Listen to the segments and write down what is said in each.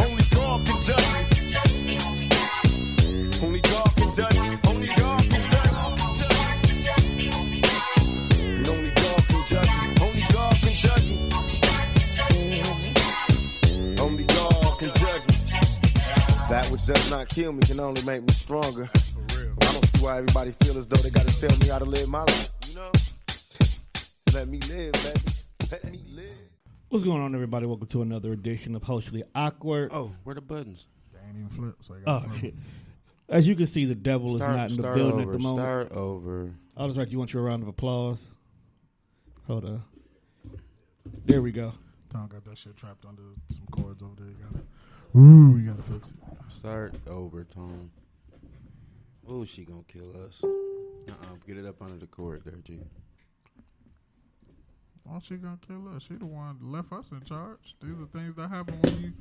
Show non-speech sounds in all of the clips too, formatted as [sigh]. Only God can do it. Only God can do it. Only God can do it. And Only God can judge it. Only God can judge it. Only God can judge me. That which does not kill me can only make me stronger. I don't see why everybody feels as though they gotta tell me how to live my life. You know, let me live, baby. Let me live. What's going on, everybody? Welcome to another edition of Socially Awkward. Oh, where the buttons? ain't even flipped. So I Oh, got shit. As you can see, the devil is not in the building over, at the moment. Start over. I'll just like you want your round of applause. Hold on. There we go. Tom got that shit trapped under some cords over there. You gotta, ooh, we gotta fix it. Start over, Tom. Oh, she gonna kill us. Uh-uh, get it up under the cord there, G. Why she gonna kill us? She the one that left us in charge. These are things that happen when you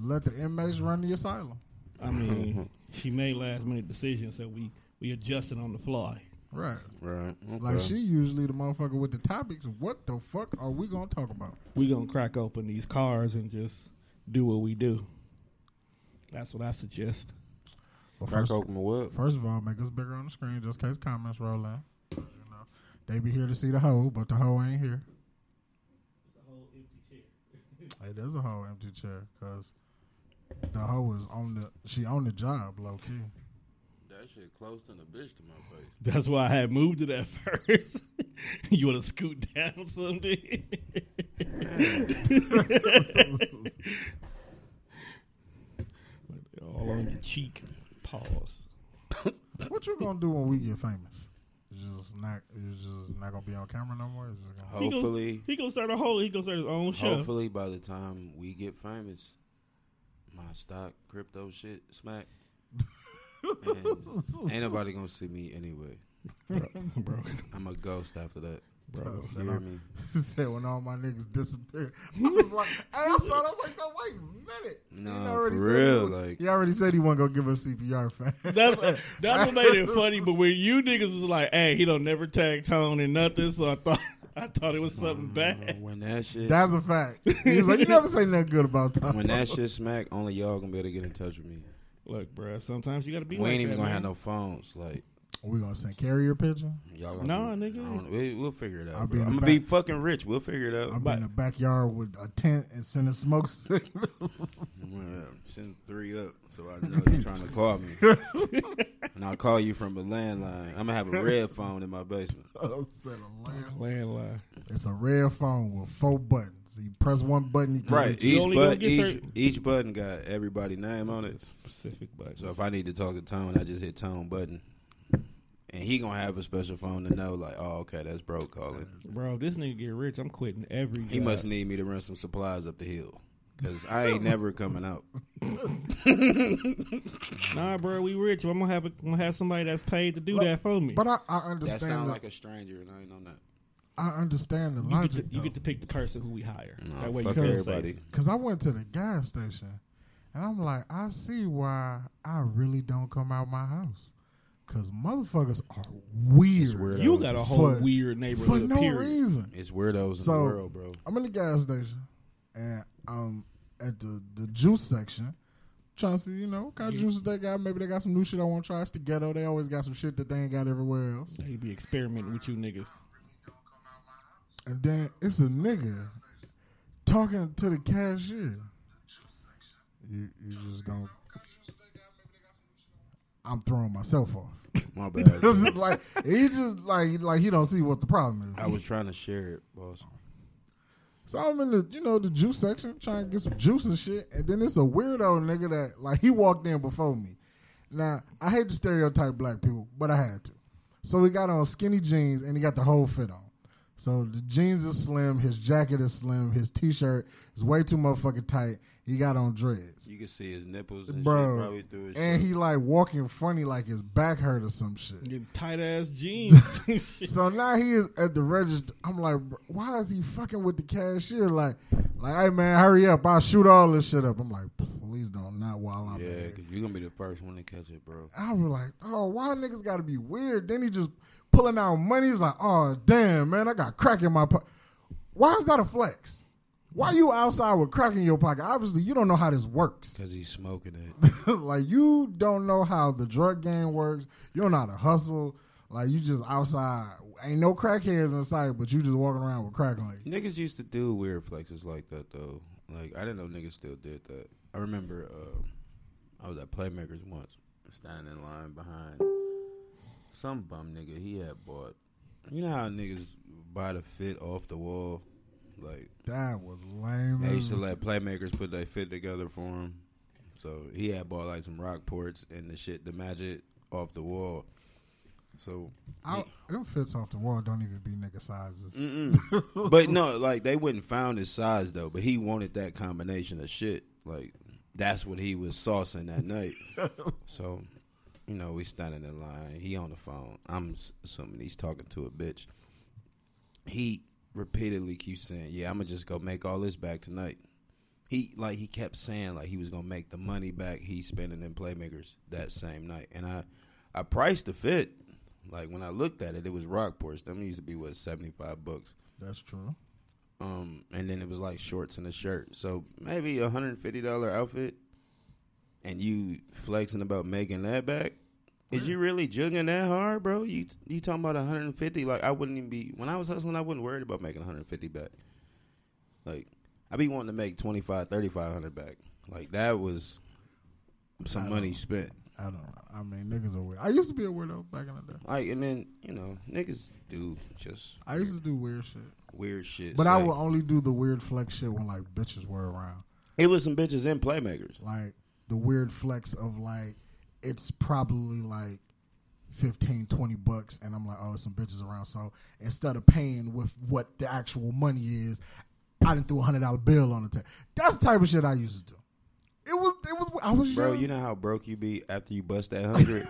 let the inmates run the asylum. I [laughs] mean, she made last minute decisions that we we adjusted on the fly. Right. Right. Okay. Like she usually the motherfucker with the topics. What the fuck are we gonna talk about? We gonna crack open these cars and just do what we do. That's what I suggest. Well, Crack first, open the wood. first of all, make us bigger on the screen just in case comments roll in. You know, they be here to see the hoe, but the hoe ain't here. [laughs] Hey, there's a whole empty chair because the hoe is on the she on the job low key. That shit close to the bitch to my face. That's why I had moved to that [laughs] first. you want to scoot down something? [laughs] All on your cheek. Pause. What you gonna do when we get famous? You just not you just not gonna be on camera no more. You just [laughs] gonna- He gonna- Hopefully, he gonna start a whole. He gonna start his own show. hopefully by the time we get famous, my stock, crypto shit, smack. And ain't nobody gonna see me anyway. Bro, I'm a ghost after that. bro. You hear me? He said when all my niggas disappeared. I was like, [laughs] hey, I saw that. I was like, no, wait a minute. No, He for said he real, was- like- he already said he wasn't gonna give us CPR, fam. [laughs] That's that's what made it funny. But when you niggas was like, "Hey, he don't never tag Tone and nothing," so I thought [laughs] I thought it was something bad. When that shit, That's a fact. He was like, you never say nothing good about [laughs] Tom. when that shit smack, only y'all gonna be able to get in touch with me. Look, bro. Sometimes you gotta be. we like ain't even that, gonna man. have no phones. Like we gonna send carrier pigeon. y'all gonna Nah, be- nigga. I don't- we, we'll figure it out. I'll be bro. in I'm the gonna be back. fucking rich. We'll figure it out. I'm in the backyard with a tent and sending smoke [laughs] signals. Yeah, send three up so I know you're trying [laughs] to call me. and I'll call you from a landline. I'm gonna have [laughs] a red phone in my basement. Send a lamp. Landline. it's a red phone with four buttons. You press one button, you can Right. reach- You Each only gonna but get each certain- each button got everybody name on it. Specific, but So if I need to talk to Tone, I just hit Tone button. And he gonna have a special phone to know, like, oh, okay, that's bro calling. bro, if this nigga get rich, I'm quitting every. He job. must need me to run some supplies up the hill, cause I ain't never coming out. Nah, bro, we rich. I'm gonna have a, I'm gonna have somebody that's paid to do that for me. But I, I That understand. sound the- like a stranger, and I ain't on that. I understand the you, get logic. to, you get to pick the person who we hire. that way fuck you feel everybody. safe. Because I went to the gas station and I'm like, I see why I really don't come out my house. Because motherfuckers are weird. weird. You got a whole For- weird For neighborhood. no period. reason. It's weirdos in So the world, bro. I'm in the gas station and I'm at the, the juice section. Trying to see, you know, what kind of juices they got. Maybe they got some new shit I want to try. It's the ghetto. They always got some shit that they ain't got everywhere else. They be experimenting with you niggas. And then it's a nigga talking to the cashier. You you just gonna. I'm throwing myself off. [laughs] My bad. like he just like like he don't see what the problem I is. was trying to share it, boss. So I'm in the you know the juice section trying to get some juice and shit, and then it's a weirdo nigga that like he walked in before me. Now I hate to stereotype black people, but I had to. So he got on skinny jeans and he got the whole fit on. So the jeans is slim, his jacket is slim, his t-shirt is way too motherfucking tight. He got on dreads. You can see his nipples and shit Bro, probably through his and shirt. he like walking funny, like his back hurt or some shit. Your tight [laughs] ass jeans. [laughs] So now he is at the register. I'm like, "Bro, why is he fucking with the cashier? Like, like, hey man, hurry up! I'll shoot all this shit up. I'm like, please don't, not while I'm Yeah, here. because you're going to be the first one to catch it, bro. I was like, oh, why niggas gotta be weird? Then he just pulling out money. He's like, oh, damn, man, I got crack in my pocket. Why is that a flex? Why you outside with crack in your pocket? Obviously, you don't know how this works. [laughs] Because he's smoking it. like, you don't know how the drug game works. You don't know how to hustle. Like, you just outside. Ain't no crackheads in sight, but you just walking around with crack on [laughs] you. niggas used to do weird flexes like that, though. Like, I didn't know niggas still did that. I remember um, I was at Playmakers once, standing in line behind some bum nigga he had bought. You know how niggas buy the fit off the wall? Like, That was lame. They used as- to let playmakers put their fit together for him. So he had bought like some rock ports and the shit, the magic off the wall. So, I, them fits off the wall don't even be nigga sizes. but no, like they wouldn't found his size though. But he wanted that combination of shit. Like that's what he was saucing that night. so, you know, we standing in line. He on the phone. I'm s- assuming he's talking to a bitch. He repeatedly keeps saying, "Yeah, I'm gonna just go make all this back tonight." he like he kept saying like he was gonna make the money back he spending in playmakers that same night, and I I priced the fit. Like when I looked at it, it was Rockports. Them used to be what seventy five bucks, That's true. um, and then it was like shorts and a shirt. So maybe a hundred and fifty dollar outfit, and you flexing about making that back. Is you really jugging that hard, bro? You you talking about 150? Like I wouldn't even be when I was hustling, I wasn't worried about making 150 back. Like I be wanting to make 25, 3500 back. Like that was some money spent. I don't know. I mean, niggas are weird. I used to be a weirdo back in the day. Like and then you know niggas do just I used to do weird shit. weird shit. But It's I like- would only do the weird flex shit when like bitches were around. It was some bitches in playmakers. Like the weird flex of like it's probably like 15, 20 bucks and I'm like, oh, some bitches around. So instead of paying with what the actual money is, I didn't threw a hundred dollar bill on the table. That's the type of shit I used to do. It was it was I was Bro, young. you know how broke you be after you bust that hundred.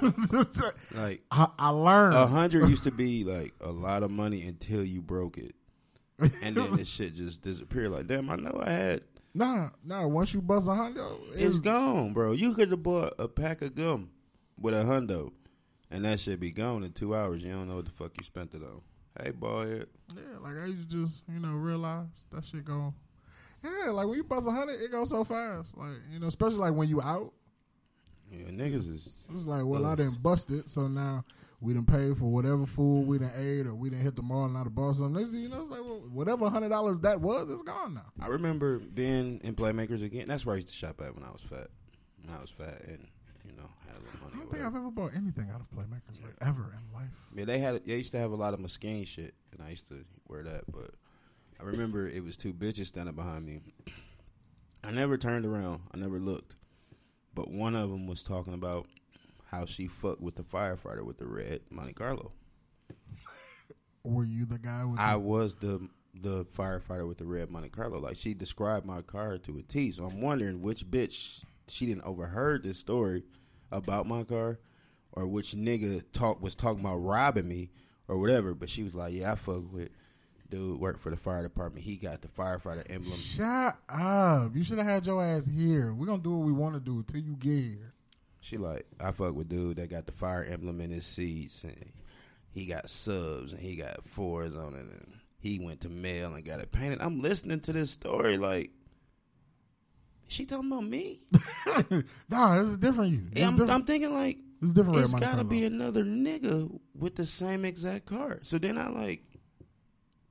[laughs] like I, I learned. A hundred used to be like a lot of money until you broke it, and then this shit just disappeared. Like, damn, I know I had. Nah, nah. Once you bust a hundred, It's gone, bro. You could have bought a pack of gum with a hundo, and that shit be gone in two hours. You don't know what the fuck you spent it on. Hey, boy, Yeah, like I used to just, you know, realize that shit go. Yeah, like when you bust a hundred, it goes so fast. Like you know, especially like when you out, yeah, niggas is it's like, well, I didn't bust it, so now we didn't pay for whatever food we didn't ate or we didn't hit the mall and I done bought something. Next thing you know, it's like well, whatever hundred dollars that was, it's gone now. I remember being in Playmakers again. That's where I used to shop at when I was fat. When I was fat and, you know, had a little money. I or don't think whatever. I've ever bought anything out of Playmakers like ever in life. Yeah, they had they used to have a lot of Muskegon shit, and I used to wear that. But I remember it was two bitches standing behind me. I never turned around. I never looked. But one of them was talking about how she fucked with the firefighter with the red Monte Carlo. Were you the guy with? I was the the firefighter with the red Monte Carlo. Like she described my car to a T. So I'm wondering which bitch she didn't overheard this story about my car, or which nigga talk was talking about robbing me or whatever. But she was like, "Yeah, I fuck with dude. Worked for the fire department. He got the firefighter emblem." the- Shut up! You should have had your ass here. We're gonna do what we want to do till you get here. She like, I fuck with dude that got the fire emblem in his seats, and he got subs and he got fours on it, and he went to mail and got it painted. I'm listening to this story like, she talking about [laughs] me? Nah, it's different. You. It's Yeah, I'm, different. I'm thinking like, It's different red It's Monte gotta Carlo. be another nigga with the same exact car. So then I like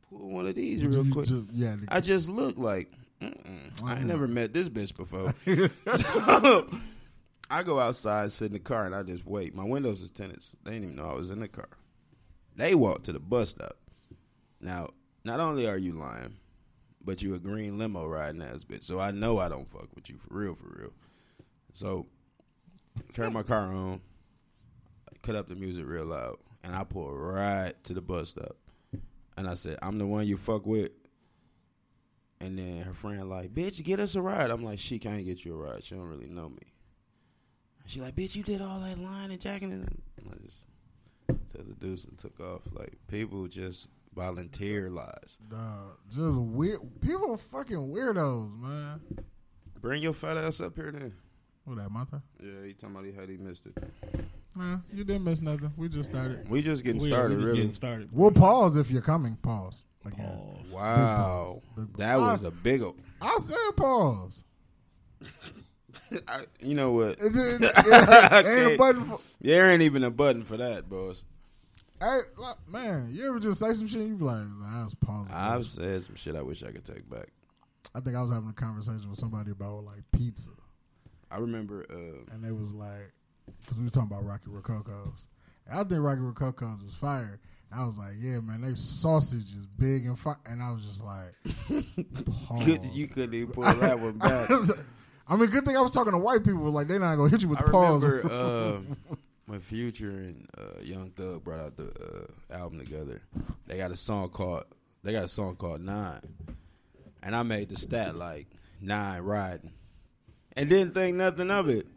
pull one of these real You quick. just- yeah, the- I just look like Mm-mm, I ain't never met this bitch before. So, I go outside, sit in the car, and I just wait. My windows is tinted. so They didn't even know I was in the car. They walked to the bus stop. Now, not only are you lying, but you a green limo riding ass bitch. So I know I don't fuck with you for real, for real. So turn my car on, cut up the music real loud, and I pull right to the bus stop. And I said, I'm the one you fuck with. And then her friend like, bitch, get us a ride. I'm like, she can't get you a ride. She don't really know me. And she like, bitch, you did all that lying and jacking. And I just took the deuce and took off. Like people just volunteer lies. Dog, just weird. People are fucking weirdos, man. Bring your fat ass up here then. What that, Mata? Yeah, he talking about he had he missed it. Nah, you didn't miss nothing. We just started. We just getting We are- we started, just really. getting started. We'll pause if you're coming. Pause again. Wow, that was a big. ol- I said [laughs] pause. I, you know what? It, it, it- I ain't a can't- button for- There ain't even a button for that, boss. Hey, like, man, you ever just say some shit? You be like, nah, I was pausing. I've said some shit I wish I could take back. I think I was having a conversation with somebody about like pizza, I remember. Uh, and they was like, because we was talking about Rocky Rococo's. And I think Rocky Rococo's is fire. And I was like, yeah, man, they sausage is big and fire. And I was just like, [laughs] pause. could, you couldn't even pull that one back. [laughs] I mean, good thing I was talking to white people. Like, they not gonna hit you with I the pause. remember [laughs] uh, when Future and uh, Young Thug brought out the uh, album together. They got a song called They got a song called Nine, and I made the stat like nine riding, and didn't think nothing of it.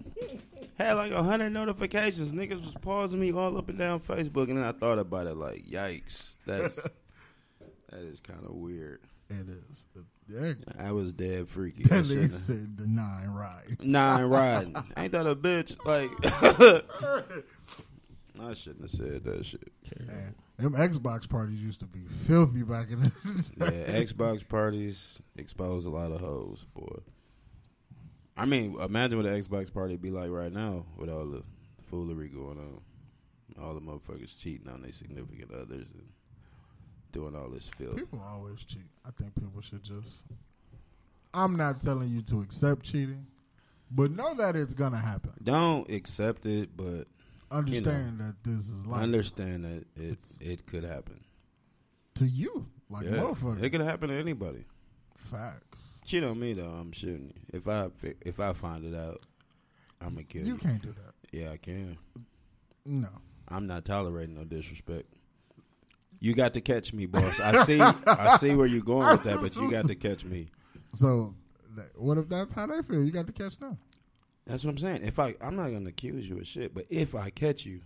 Had like a hundred notifications. Niggas was pausing me all up and down Facebook, and then I thought about it like, yikes, [laughs] that's that is kind of weird. it is. Yeah, [laughs] I was dead freaky. I that nigga shouldn't- said the nine right. nine [laughs] riding. Ain't that a bitch? Like, [laughs] I shouldn't have said that shit. Man, them Xbox parties used to be filthy back in the [laughs] Yeah, Xbox parties expose a lot of hoes, boy. I mean, imagine what an Xbox party be like right now with all the foolery going on, all the motherfuckers cheating on their significant others and doing all this filth. People always cheat. I think people should just. I'm not telling you to accept cheating, but know that it's gonna happen. Don't accept it, but Understand that this is life understand that it it could happen. to you, like Yeah, motherfucker. it could happen to anybody. Facts. Cheat on me though. I'm shooting you. If I fi- if I find it out, I'm gonna kill you. You can't do that. Yeah, I can. No. I'm not tolerating no disrespect. You got to catch me, boss. [laughs] I see. I see where you're going with that, but you got to catch me. So, that, what if that's how they feel? You got to catch them. That's what I'm saying. If I, I'm not gonna accuse you of shit, but if I catch you,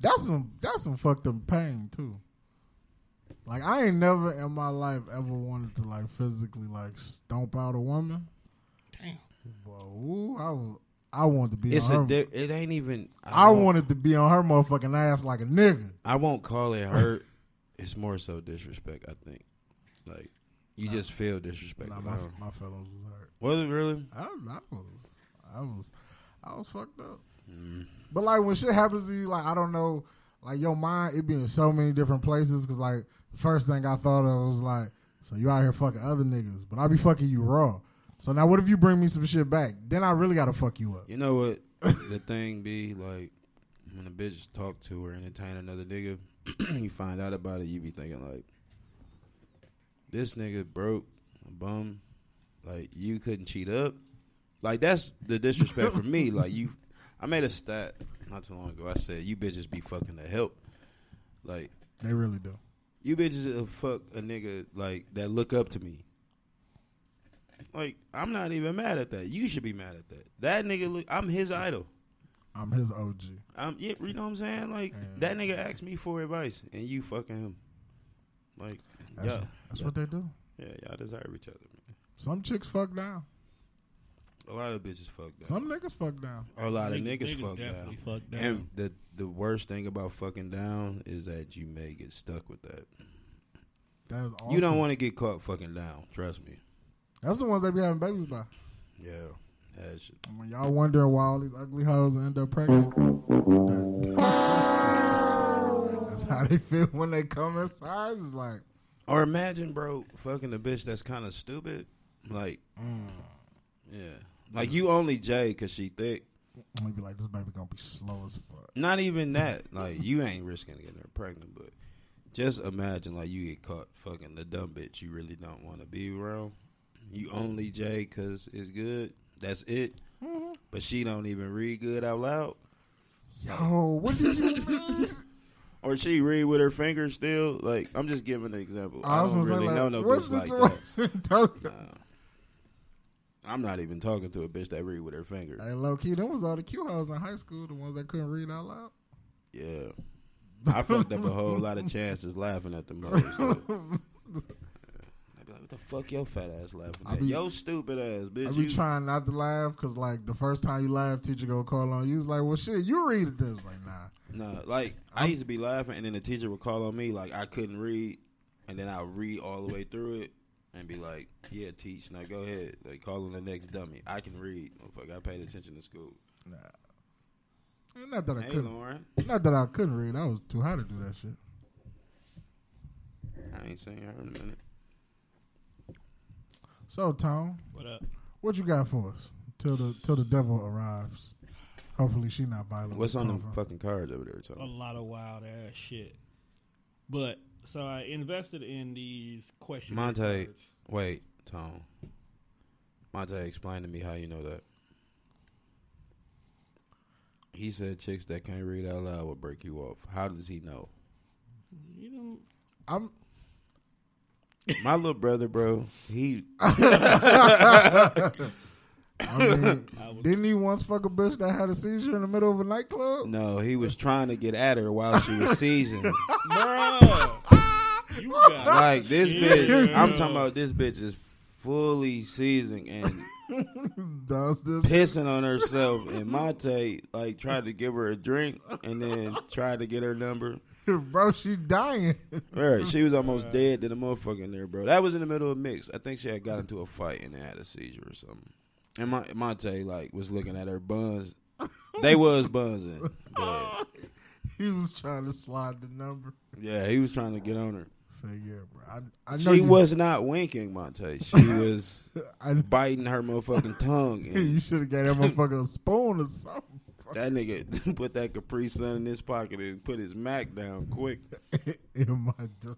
That's some. That's some fucked up pain too. Like I ain't never in my life ever wanted to like physically like stomp out a woman. Damn. But ooh, I was. I wanted to be. it's on a. her. Di- it ain't even. I won't- wanted to be on her motherfucking ass like a nigga. I won't call it hurt. it's more so disrespect. I think. Like you just feel disrespect. Nah, around. my, my fellows was hurt. was it really? I, I was, I was, I was fucked up. Mm. But like when shit happens to you, like I don't know, like your mind it be in so many different places. Cause like the first thing I thought of was like, so you out here fucking other niggas, but I be fucking you raw. So now what if you bring me some shit back? Then I really gotta fuck you up. You know what? the thing be like when a bitch talk to or entertain another nigga, [clears throat] you find out about it, you be thinking like, this nigga broke, a bum, like you couldn't cheat up. Like that's the disrespect for me. Like you, I made a stat not too long ago. I said you bitches be fucking to help. Like They really do. you bitches will fuck a nigga like that look up to me. Like I'm not even mad at that. You should be mad at that. That nigga look. I'm his idol. I'm his OG. I'm yeah, you know what I'm saying? Like Mm. that nigga asked me for advice and you fucking him. Like That's, yeah, that's what they do. yeah, y'all deserve each other, man. Some chicks fuck down. A lot of bitches fuck down. Some niggas fuck down. a lot of Niggas- niggas, niggas fuck, down. definitely fuck down. And the the worst thing about fucking down is that you may get stuck with that. That's awesome. You don't want to get caught fucking down. Trust me. That's the ones they be having babies by. Yeah, that shit. And When y'all wonder why all these ugly hoes end [laughs] up pregnant, that- that's how they feel when they come inside. It's like, Or imagine, bro, fucking a bitch that's kind of stupid. Like, yeah, Mm. like you only Jay because she thick. I'm gonna be like, this baby gonna be slow as fuck. Not even [laughs] that. Like you ain't risking getting her pregnant, but just imagine like you get caught fucking the dumb bitch you really don't want to be around. You only Jay because it's good. That's it. Mm-hmm. But she don't even read good out loud. [laughs] Yo, what do you or she read with her fingers still. Like I'm just giving an example. I, I was don't gonna say really like, know no what bitch like that. [laughs] situation? [laughs] Like I'm not even talking to a bitch that read with her finger. hey, low key, them was all the Q hoes in high school, the ones that couldn't read out loud. Yeah. I fucked up a whole lot of chances laughing at the mothers. [laughs] too. I'd be like, what the fuck your fat ass laughing I at? be- Yo stupid ass, bitch. I be you, trying not to laugh because like the first time you laugh, teacher gonna call on you. It's like, well, shit, you read it. This like, nah. Nah, like i used to be laughing, and then the teacher would call on me, like I couldn't read, and then I would read all the way through it, and be like, "Yeah, teach, now go ahead, like call on the next dummy. I can read. Oh, fuck, I paid attention to school. Not that I Hey, couldn't. Lauren, Not that I couldn't read. I was too high to do that shit. I ain't seen her in a minute. So, Tom, What up? what you got for us till the till the devil arrives? Hopefully, she not violent. What's on Profile. them fucking cards over there, A Tom? lot of wild ass shit. But so I invested in these questions. Monte, wait, Tom. Monte, explain to me how you know that. He said chicks that can't read out loud will break you off. How does he know? You [laughs] know, I'm My little brother, bro, he I [laughs] mean, didn't he once fuck a bitch that had a seizure in the middle of a nightclub? No, he was trying to get at her while she was seizing. bruh, you got like this bitch, I'm talking about this bitch is fully seizing and Does this? [laughs] pissing on herself. And Monte like tried to give her a drink and then tried to get her number. Bro, she dying. [laughs] Right, she was almost dead to the motherfucker in there, bro. That was in the middle of a mix. I think she had got into a fight and had a seizure or something. And Mon- Monte like was looking at her buns. They was buns in, but he was trying to slide the number. yeah, he was trying to get on her. Say yeah, bro. I, I know She you, was not winking, Monte. She was [laughs] I, biting her motherfucking tongue. [laughs] you And should have got that motherfucker a spoon or something. [laughs] that nigga [laughs] put that Capri Sun in his pocket and put his Mac down quick. in my do-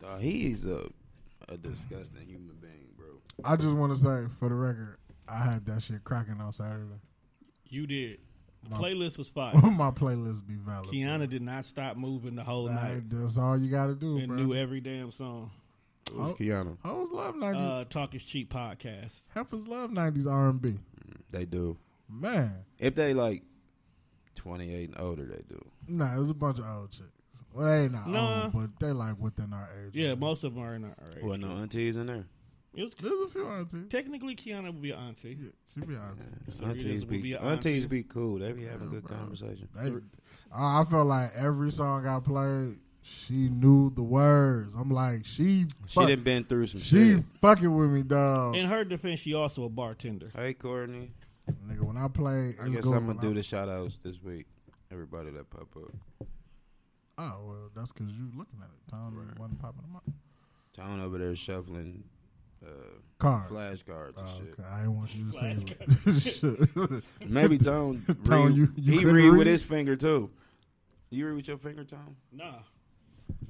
Dawg, he's a a disgusting human being, bro. I just want to say, for the record, I had that shit cracking on Saturday. [laughs] you did. The playlist was fire. my playlist be valid. bro. Kiana did not stop moving the whole night Like, that's all you got to do, and bro. knew every damn song. Oh. Who's Keanu? Hoes love nineties. Uh, Talk is cheap podcast. Heifers love nineties R and B. They do. Man, If they like twenty eight and older, they do. nah, it was a bunch of old chicks. Well, they ain't not Nah. old, but they like within our age. Yeah, range. most of them are in our age. Well, no aunties in there. It was, there's a few aunties. technically, Kiana would be an auntie. Yeah, she be auntie. So it Aunties would be an aunties be cool. They be having good conversation. They, uh, I I felt like every song I played, she knew the words. I'm like, she, She fuck- done been through some she shit. fucking with me, dog. In her defense, she also a bartender. Hey Courtney, Nigga, when I play, I guess I'm gonna do the shout outs this week. Everybody that pop up. Oh well, that's because you looking at it. Tom wasn't popping them up. Town over there shuffling uh, Cards. flashcards and Oh, shit. okay. I didn't want you to say [laughs] [laughs] it. Maybe [laughs] Tone. Tone, read, you- you he couldn't read, with read? his finger too. You read with your finger, Tone. Nah.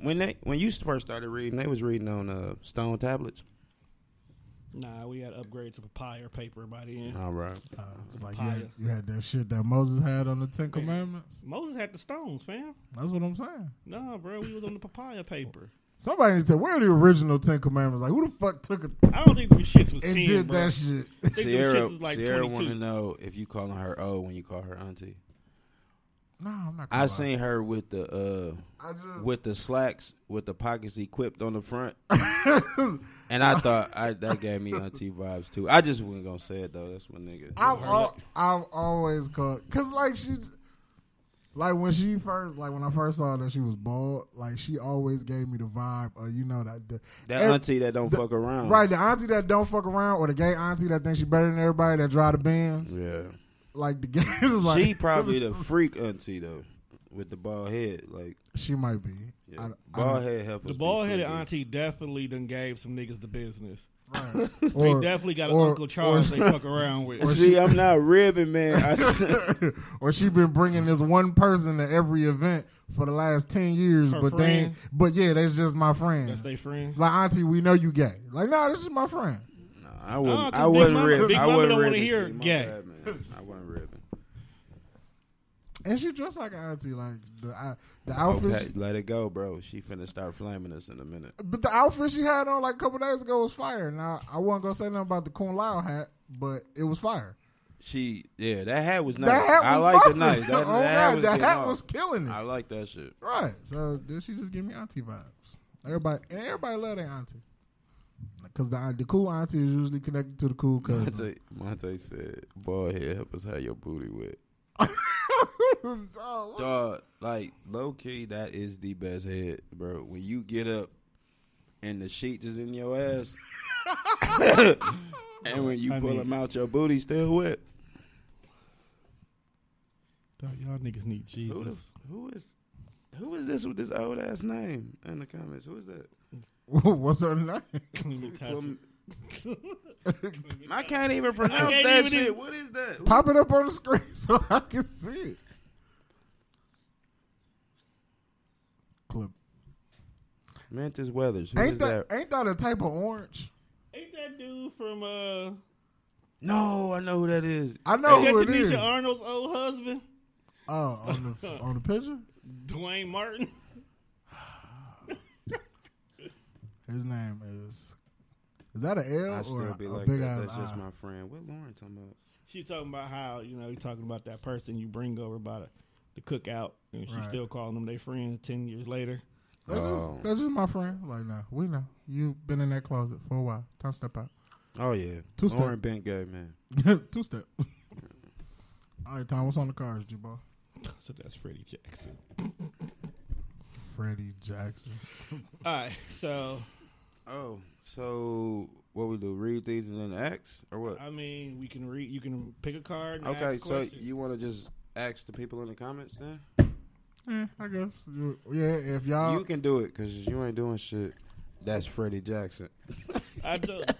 When they when you first started reading, they was reading on uh, stone tablets. Nah, we had to upgrade to papaya paper by the end. All right. Uh, it's like you had, you had that shit that Moses had on the Ten Commandments. Moses had the stones, fam. That's what I'm saying. Nah, bro, we was on the papaya paper. Somebody needs to where are the original Ten Commandments? Like who the fuck took it I don't think the shits was 10, and did bro. that shit? [laughs] I think them Sierra, shits was like Sierra want to 22. know if you calling her O when you call her auntie. no, I'm not. Gonna I lie. seen her with the uh, I just with the slacks with the pockets equipped on the [laughs] front, and I thought I, that gave me auntie vibes too. I just wasn't gonna say it though. That's my nigga. I've, al- I've always called cause like she like when she first like when I first saw that she was bald like she always gave me the vibe of you know that the, that ev- auntie that don't the- fuck around. right the auntie that don't fuck around or the gay auntie that thinks she better than everybody that drive the Benz Yeah. like the [laughs] gay is like she probably the freak auntie though, with the bald head. Like she might be yeah. I- I bald head help us The be bald headed freaky. auntie definitely done gave some niggas the business. [laughs] Or- they definitely got or- an Uncle Charles or- they fuck around with. See, I'm not ribbing, man. [laughs] I s- or she been bringing this one person to every event for the last ten years, Her but they, ain't- friend? but yeah, that's just my friend. That's they friend. like auntie, we know you gay. Like nah, this is my friend. No, I wouldn't. Nah, I Oh, 'cause Big wouldn't Mama- rib. Big I Mama wouldn't don't wanna ribbing. hear See, my gay. bad, man. I wasn't ribbing. And she dressed like an auntie, like the I, the outfit. Okay, she- let it go, bro. She finna start flaming us in a minute. but the outfit she had on like a couple days ago was fire. Now I wasn't gonna say nothing about the Kung Lao hat, but it was fire. She, yeah, that hat was nice. That hat I was like busting. the nice. That, that [laughs] oh god, hat was that getting hat off. was killing it. I like that shit. [laughs] Right. So did she just give me auntie vibes? Everybody and everybody love their auntie. Cause the the cool auntie is usually connected to the cool cousin. [laughs] Monte, Monte said, "Boy, here, help us have your booty [laughs] wet." Dog, Dog, like low key, that is the best head, bro. When you get up and the sheets is in your [laughs] ass, [laughs] and when you I pull need- them out, your booty still wet. Dog, y'all niggas need Who, the, Jesus. who is, who is this with this old ass name in the comments? Who is that? What's her name? [laughs] Plum- I can't even pronounce can't that even shit. even- What is that? Pop it up on the screen [laughs] so I can see it. Clip. Mantis Weathers. Who Ain't is that, that? ain't that a type of orange? Ain't that dude from uh? No, I know who that is. I know Ain't who that it is. Tanisha Arnold's old husband, Oh, on the [laughs] on the picture, Dwayne Martin? [laughs] his name is. Is that an L I or still a, be a like big that. ass That's just I? my friend. What Lauren talking about? She's talking about how you know you're talking about that person you bring over by the, the cookout, and she's Right. still calling them their friends ten years later. That's, Oh. just, that's just my friend. Like, nah, we know you've been in that closet for a while. Time to step out. [laughs] Oh yeah, Two step. Lauren Bent gay man. Two step. All right, Tom. What's on the cards, G ball? So that's Freddie Jackson. Freddie Jackson. All right, so Oh, so what we do? Read these and then ask, or what? I mean, we can read. You can pick a card. And okay, ask so questions. you want to just ask the people in the comments then? Yeah, Eh, I guess. You- Yeah, if y'all. you can do it because you ain't doing shit. That's Freddie Jackson. I do. [laughs]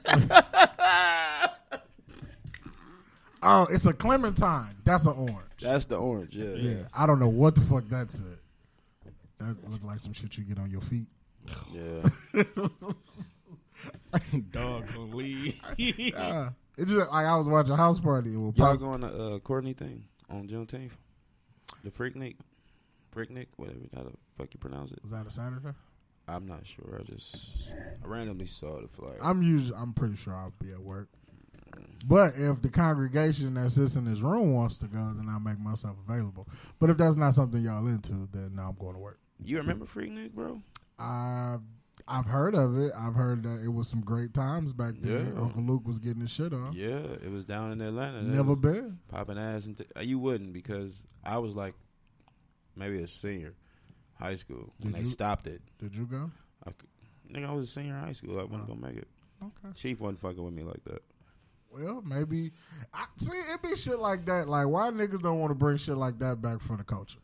oh, it's a clementine. That's an orange. That's the orange. Yeah, yeah. I don't know what the fuck that said. That looked like some shit you get on your feet. [laughs] yeah. Dog gonna leave. Uh, it just like I was watching House Party. It will Y'all pop. going to uh, Courtney thing on Juneteenth? The Freaknik, Freaknik, whatever how the fuck you pronounce it. Is that a Saturday? I'm not sure. I just I randomly saw the flyer. I'm usually I'm pretty sure I'll be at work. But if the congregation that sits in this room wants to go, then I'll make myself available. But if that's not something y'all into, then no, I'm going to work. you remember Freaknik, bro? I I've heard of it. I've heard that it was some great times back then. Yeah. Uncle Luke was getting his shit on. Yeah, it was down in Atlanta. That Never was- been. popping ass and t- uh, you wouldn't because I was like maybe a senior high school when Did they you- stopped it. Did you go? I, c- nigga, I was a senior in high school. I wasn't gonna make it. Oh. Okay. Chief wasn't fucking with me like that. Well, maybe. I, see, it be shit like that. Like, why niggas don't want to bring shit like that back for the culture?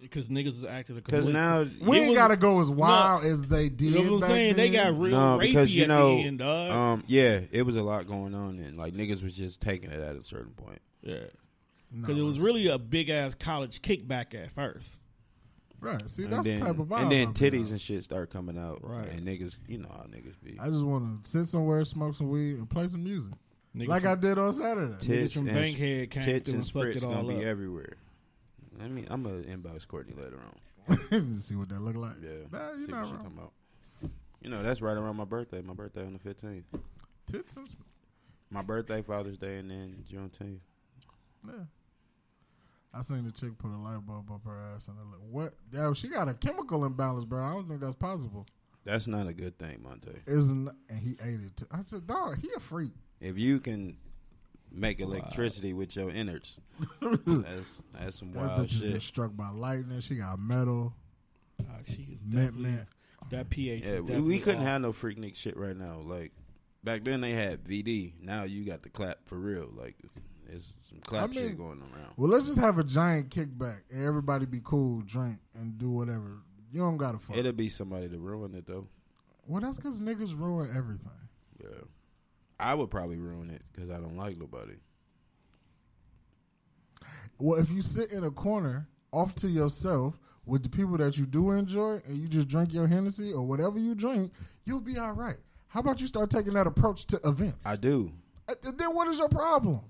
Because niggas is acting. Because now, We It ain't was- got to go as wild as they did. you know what back I'm saying? They then. got real no, rapey because you at know, the end, dog. um, yeah, it was a lot going on, and like niggas was just taking it at a certain point. yeah, No, because it was it's- really a big ass college kickback at first. Right. See, And that's then, the type of vibe. and then I'm getting titties out. and shit start coming out, Right. And niggas, you know how niggas be I just want to sit somewhere, smoke some weed, and play some music, Niggas like from- I did on Saturday. [laughs] tits from and Bankhead came tits through and and fucked spritz it all gonna be up. everywhere. I mean, I'm gonna inbox Courtney later on. See what that look like. Yeah. Nah, you're see not what she wrong. talking about. You know, that's right around my birthday. My birthday on the fifteenth. Tits and sp- My birthday, Father's Day, and then Juneteenth. yeah. I seen the chick put a light bulb up her ass, and I look what? Yo, she got a chemical imbalance, bro. I don't think that's possible. That's not a good thing, Monte. Isn't? And he ate it. Too. I said, dog, he a freak. If you can make electricity with your [laughs] innards, that's that's some That wild bitch has been shit. struck by lightning. She got metal. Ah, she is Mint definitely- mint. That pH. Yeah, is we, we definitely couldn't off. have no freaknik shit right now. Like back then, they had VD. Now you got the clap for real. Like it's some clap I mean- shit going around. Well, let's just have a giant kickback and everybody be cool, drink, and do whatever. You don't gotta fuck. It'll be somebody to ruin it though. well, that's because niggas ruin everything. Yeah, I would probably ruin it because I don't like nobody. Well, if you sit in a corner off to yourself with the people that you do enjoy and you just drink your Hennessy or whatever you drink, you'll be all right. How about you start taking that approach to events? I do. Uh, Then what is your problem?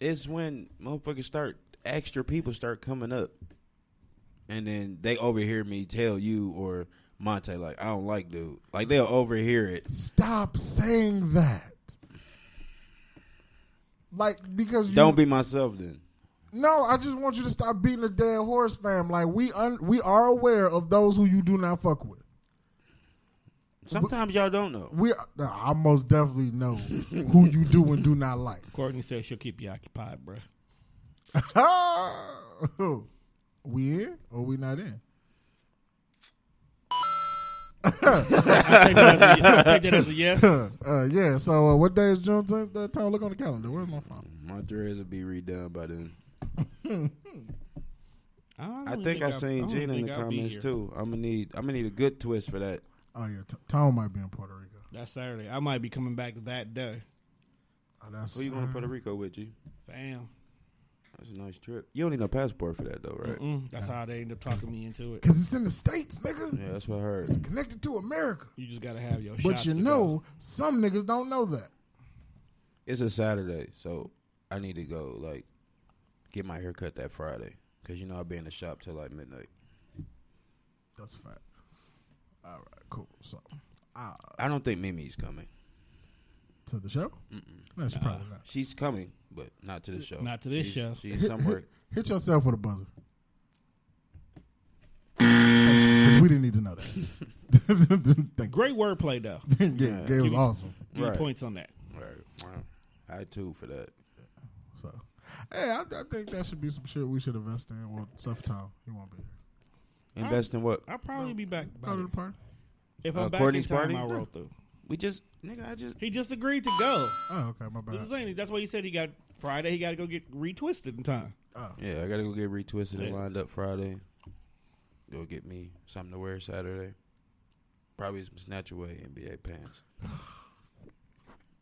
It's when motherfuckers start extra people start coming up, and then they overhear me tell you or Monte like I don't like dude. Like they'll overhear it. Mm-hmm. Stop saying that. Like because you, Don't be myself then. No, I just want you to stop beating a dead horse, fam. Like we un- we are aware of those who you do not fuck with. Sometimes y'all don't know. We are- nah, I most definitely know who you do and do not like. [laughs] Courtney says she'll keep you occupied, [laughs] bruh. we in or we not in? Take that as a- take that as a yes. Uh, yeah. So uh, what day is June tenth? Uh, Tom, look on the calendar. Where's my phone? Mm-hmm. My dreads will be redone by then. don't I really think I I'll- seen don't Gina in think the I'll be comments here. too. I'm gonna need I'm gonna need a good twist for that. Oh yeah, T- Tom might be in Puerto Rico. That's Saturday. I might be coming back that day. Oh, that's Who you going to Puerto Rico with you? Bam. That's a nice trip. You don't need no passport for that though, right? Mm, that's how they end up talking me into it. because it's in the states, nigga. Yeah, that's what I heard. It's connected to America. You just gotta have your. But shots you to know, some niggas don't know that. It's a Saturday, so I need to go like get my hair cut that Friday because you know I'll be in the shop till like midnight. That's a fact. All right, cool. So, uh, I don't think Mimi's coming. to the show? No, she probably not. She's coming, but not to the show. Not to this She's- show. [laughs] She's somewhere. Hit yourself with a buzzer. Because we didn't need to know that. [laughs] Thank you. Great wordplay [laughs] though. Yeah, Gabe was awesome. Three Right. points on that. right. Wow. I too for that. So, hey, I, I think that should be some shit we should invest in. Well, stuff time. He won't be here. Invest in what? I'll probably be back. by Go to the then. party. If I'm Uh, back Courtney's in time, party? I'll roll through. We just nigga. I just He just agreed to go. Oh, okay, my That's, what I'm bad. saying. That's why he said he got Friday. He got to go get retwisted in time. yeah. I gotta go get retwisted and Yeah. lined up Friday. Go get me something to wear Saturday. Probably some snatch away NBA pants. [sighs]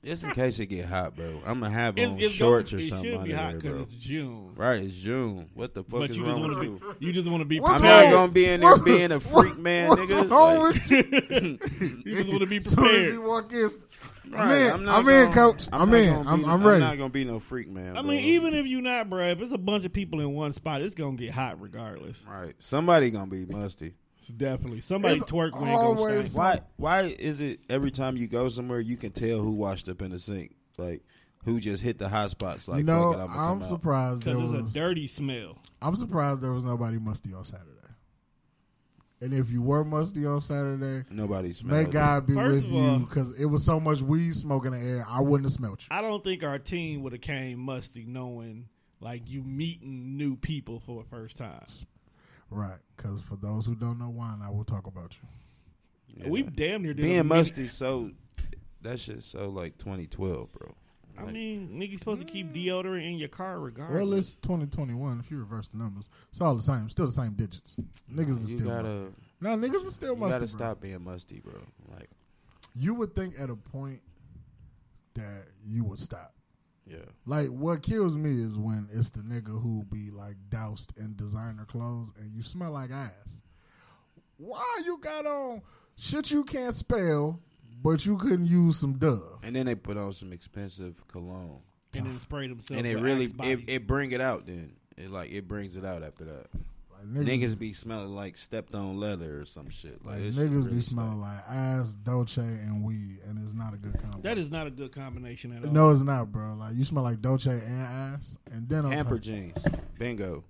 Just in case it get hot, bro. I'm gonna have on shorts gonna- or something. It should be under hot there, bro. it's June. Right, it's June. What the fuck But is you just wrong want with to you? be. You just want to be What's I'm not wrong? prepared. gonna be in there being a freak man, What's nigga. wrong Like, with you? [laughs] You just want to be As [laughs] soon as prepared. he walk in, I'm right, in. I'm, not in, gonna- coach. I'm, not in. gonna be I'm, no- I'm ready. not gonna be no freak man. I bro. mean, even if you're not, bro, if it's a bunch of people in one spot, it's gonna get hot regardless. right, somebody gonna be musty. It's definitely somebody It's twerk when it goes always- stink. Why? Why is it every time you go somewhere you can tell who washed up in the sink, like who just hit the hot spots? Like, no, fuck it, I'ma come I'm out. surprised there Because was. it's a dirty smell. I'm surprised there was nobody musty on Saturday. And if you were musty on Saturday, Nobody may smelled. it. God be First with of all- you because it was so much weed smoke in the air, I wouldn't have smelled you. I don't think our team would have came musty knowing like you meeting new people for the first time. Right? Because for those who don't know wine, I will talk about you. We damn near did a being mini- musty. So that shit so like 2012, bro. I mean, nigga, you supposed to keep mm. deodorant in your car regardless. Well, it's 2021. If you reverse the numbers, it's all the same. Still the same digits. Niggas are You still. gotta. musty. No, niggas are still You musty. gotta bro. stop being musty, bro. Like, You would think at a point that you would stop. yeah, Like what kills me is when it's the nigga who be like doused in designer clothes and you smell like ass. Why you got on shit you can't spell, but you couldn't use some dove. and then they put on some expensive cologne, and then spray themselves. and it with really Axe it, bodies. it bring it out. Then it like it brings it out after that. Like Niggas be smelling like stepped on leather or some shit. Like, like, this shit niggas really be stink. smelling like ass, Dolce, and weed, and it's not a good combo. that is not a good combination at all. no, it's not, bro. Like you smell like Dolce and ass, and then on hamper top, jeans. Bingo.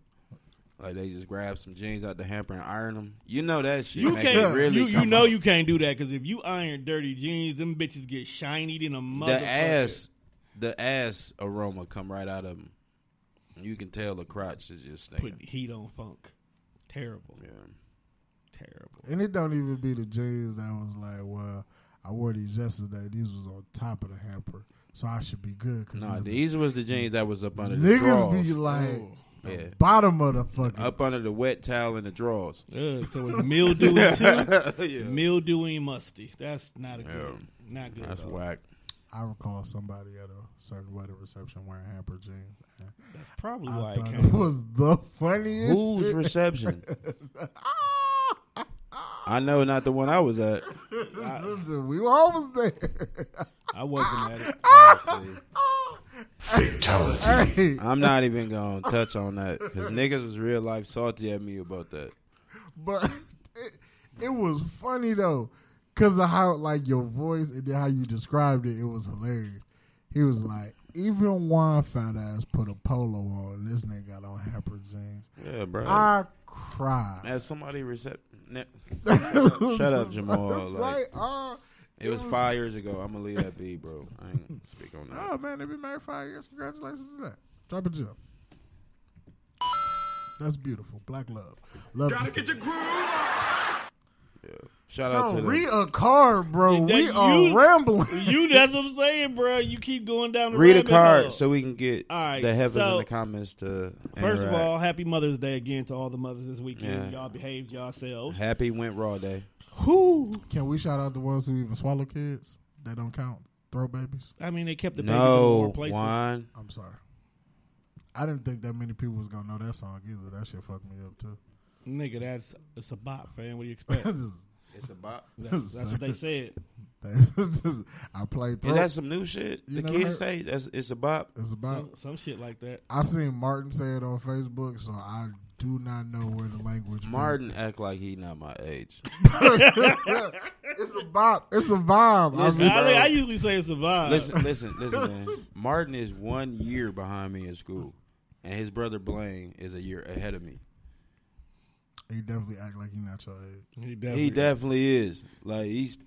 Like they just grab some jeans out the hamper and iron them. You know that shit. You make can't. It really you you come know out. you can't do that because if you iron dirty jeans, them bitches get shiny than a motherfucker. the ass, the ass aroma come right out of them. You can tell the crotch is just put stinking. heat on funk. Terrible, Yeah. terrible. and it don't even be the jeans that was like, well, I wore these yesterday. These was on top of the hamper, so I should be good. Cause Nah, niggas- these was the jeans that was up under the Niggas drawers. be like the Yeah. bottom of the fucking. up under the wet towel in the drawers. Ugh, so it's mildew [laughs] too. yeah. Mildew and musty. That's not a good. Yeah. Not good. That's at all. [laughs] whack. I recall somebody at a certain wedding reception wearing hamper jeans. And That's probably I why it [laughs] thought came. it was the funniest. Whose reception? I know not the one I was [laughs] at. shit. we were almost there. [laughs] I wasn't at it. See? Hey, I'm not even gonna touch on that because niggas was real life salty at me about that. but it, it was funny though, cause of how like your voice and then how you described it, it was hilarious. He was like, even one fat ass put a polo on. This nigga got on hamper jeans. Yeah, bro. I cried. As somebody recept, ne- [laughs] shut up, [laughs] Jamal. It's Like, like, oh, it was five years ago. I'm gonna leave that be, bro. I ain't speak on oh that. man, they been married five years. Congratulations to that. Drop a gem. That's beautiful. Black love. Love. to see it. Shout out to Don't read the, a card, bro. That we are you- rambling. [laughs] You, that's what I'm saying, bro. You keep going down the read a rabbit hole. card so we can get All right, the heavens so- in the comments to. First of interact. all, happy Mother's Day again to all the mothers this weekend. Yeah. Y'all behaved [laughs] yourselves. happy went raw day. Who? Can we shout out the ones who even swallow kids? They don't count. Throw babies. I mean, they kept the babies in no more places. wine. I'm sorry. I didn't think that many people was gonna know that song either. That shit fucked me up too. [laughs] Nigga, that's it's a bot, fam. What do you [laughs] expect? This is- It's a bop. this That's what they is- said. this is- I played Is throw. that some new shit? You The never kids heard- say that's it's a bop. It's about. Some, some shit like [laughs] that. I seen Martin say it on Facebook, so I do not know where the language. been. Martin act like he not my [laughs] age. [laughs] it's a bop. It's a vibe. I Listen, mean, I, think I usually say it's a vibe. Listen, listen, [laughs] listen, man. Martin is one year behind me in school, and his brother Blaine is a year ahead of me. he definitely act like he not your age. he He definitely is. Like he's,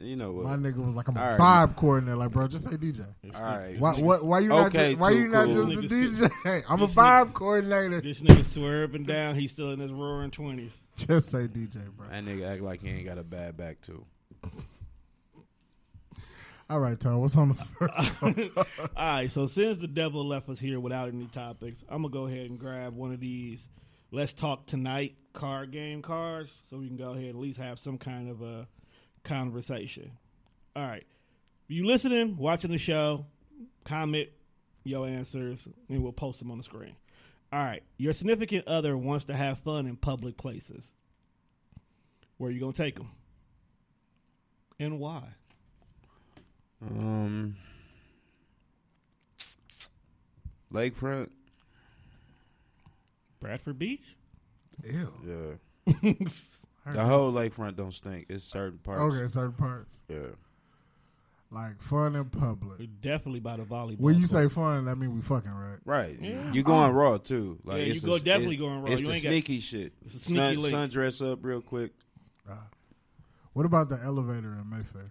you know what? My nigga was like, I'm a All right. vibe coordinator. Like, bro, just say DJ. All right. Why, why, why you not? Okay, Just, why too you not cool. just a Niggas DJ? [laughs] I'm a vibe coordinator. This nigga swear up and down he's still in his roaring twenties. Just say DJ, bro. That nigga act like he ain't got a bad back too. All right, Tom. What's on the first? one? All right, so since the devil left us here without any topics, I'm gonna go ahead and grab one of these "Let's Talk Tonight" card game cards, so we can go ahead and at least have some kind of a conversation. All right, you listening, watching the show, comment your answers, and we'll post them on the screen. All right, your significant other wants to have fun in public places. Where you gonna take them, and why? Um, lakefront. Bradford Beach. Ew. Yeah. [laughs] the whole lakefront don't stink. It's certain parts. Okay, certain parts Yeah. like fun in public. Definitely by the volleyball. When you court. say fun, that mean we fucking right. Right. You going raw too. Like Yeah, you it's go a- definitely it's- going raw. It's You the ain't got- sneaky shit. It's a sneaky sun, link. sun dress up real quick. What about the elevator in Mayfair?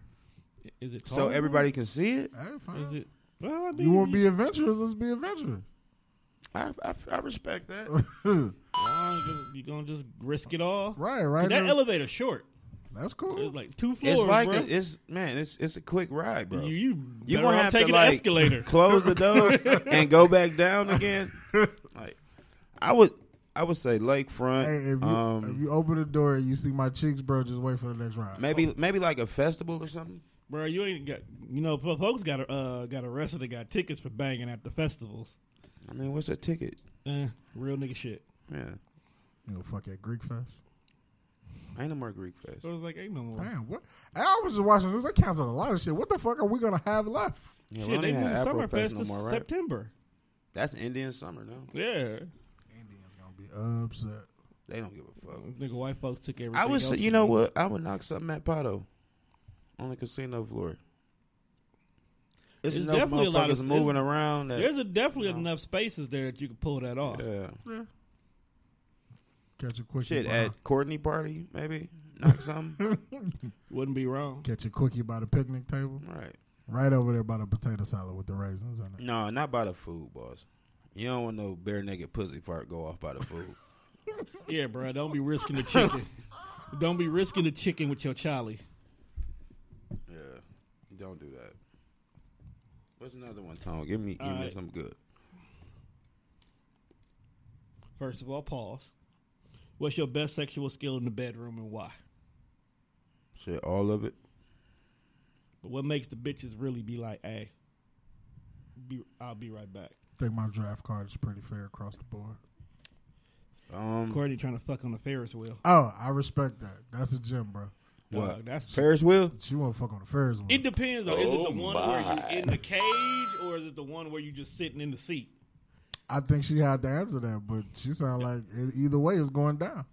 is it So everybody can see it. Hey, fine. Is it? Well, I mean, you want to be adventurous? Let's be adventurous. [laughs] I, I, I respect that. you gonna just risk it all? Right, right. That there. elevator short. That's It's cool. like two floors, It's like bro. a, it's man, it's it's a quick ride, bro. you you, You you gonna have to taking like an escalator. [laughs] close [laughs] the door and go back down again. Like I would, I would say lakefront. Hey, if you, um, if you open the door and you see my cheeks, bro, just wait for the next round. maybe maybe like a festival or something. bro, you ain't got. You know, fo- folks got uh got arrested. They got tickets for banging at the festivals. I mean, what's a ticket? Eh, real nigga shit. Yeah, You know, fuck at Greek Fest. ain't no more Greek fest. So I was like, ain't no more. Damn, what? Hey, I was just watching the news. They canceled a lot of shit. What the fuck are we gonna have left? Yeah, we shit, don't they even moved have summer Afrofest fest no to more, right? September. That's Indian summer now. Yeah, Indians gonna be upset. They don't give a fuck. nigga, white folks took everything. I would Mm-hmm. else say, you from know them. what? I would knock something at Pato on the casino floor. It's There's enough definitely a lot of- motherfuckers moving around. That, There's a, definitely No. enough spaces there that you can pull that off. yeah. Catch a quickie. Shit, by, at Courtney party, maybe? Knock something? Wouldn't be wrong. catch a quickie by the picnic table, right. right over there by the potato salad with the raisins on it. No, not by the food, boss. You don't want no bare naked pussy fart go off by the food. Yeah, bro. Don't be risking the chicken. don't be risking the chicken with your Charlie. yeah. Don't do that. What's another one, Tom? Give me, give me Alright. something good. First of all, pause. What's your best sexual skill in the bedroom and why? Shit, all of it. But what makes the bitches really be like, hey, be, I'll be right back. Think my draft card is pretty fair across the board. Um, Courtney trying to fuck on the Ferris wheel. Oh, I respect that. That's a gym, bro. what? Dog, that's Ferris wheel? She won't fuck on the Ferris wheel. Oh It depends though. Is it the one where you in the cage or or is it the one where you just sitting in the seat? I think she had to answer that, but she sound like it, either way it's going down.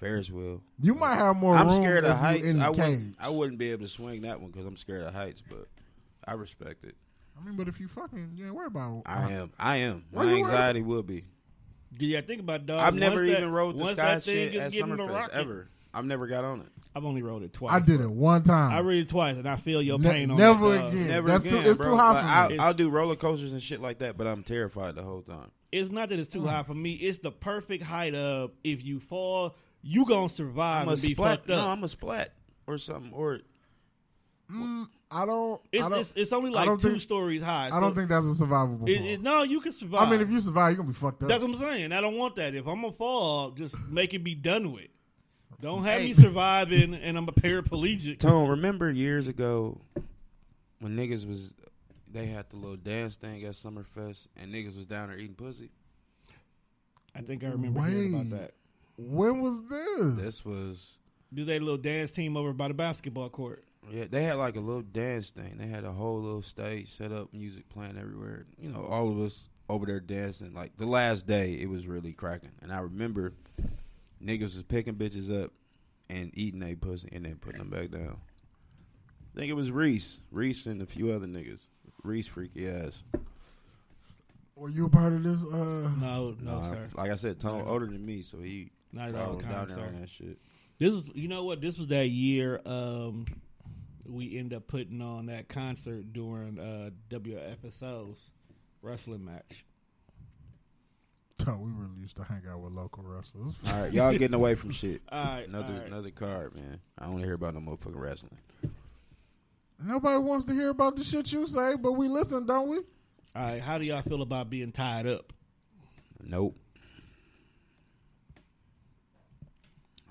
Ferris wheel. You might have more. I'm room scared if of you heights. In the I cage. wouldn't, I wouldn't be able to swing that one because I'm scared of heights, but I respect it. I mean, but if you fucking, you ain't worried about. I am. I am. Why Uh-huh. you My worried? anxiety will be. Yeah, think about dog. I've never Uh, once that- even rode the once sky that thing shit is at getting the Summerfest rocket- ever. I've never got on it. I've only rode it twice. I did it one time. I rode it twice, and I feel your Ne- pain on never it, dog. again. Never That's again, too, it's bro. too high Like, for me. I'll, I'll do roller coasters and shit like that, but I'm terrified the whole time. It's not that it's Oh. too high for me. It's the perfect height of if you fall, you gonna survive I'm a and be splat. fucked up. No, I'm a splat or something. Or Mm, I don't. it's, I don't. it's, it's only I like don't two think- stories high. I don't so think that's a survivable. it- fall. it- no, you can survive. I mean, if you survive, you're gonna be fucked up. That's what I'm saying. I don't want that. If I'm gonna fall, just make it be done with. Don't have me surviving and I'm a paraplegic. Tone, remember years ago when niggas was they had the little dance thing at Summerfest and niggas was down there eating pussy. I think I remember hearing about Wait. that. when was this? This was Do they little dance team over by the basketball court? yeah, they had like a little dance thing. They had a whole little stage set up, music playing everywhere. You know, all of us over there dancing. Like the last day, it was really cracking. And I remember niggas was picking bitches up and eating they pussy and then putting them back down. I think it was Reese, Reese, and a few other niggas. Reese freaky ass. Were you a part of this? Uh, No, no, Nah, sir. Like I said, Tone older than me, so he Not at all was down kind, there sir. on that shit. This is you know what? This was that year um we end up putting on that concert during uh WFSO's wrestling match. no, we really used to hang out with local wrestlers. All right, y'all getting away from shit. [laughs] All right, another all right. another card, man. I don't wanna hear about no motherfucking wrestling. Nobody wants to hear about the shit you say, but we listen, don't we? All right, how do y'all feel about being tied up? Nope.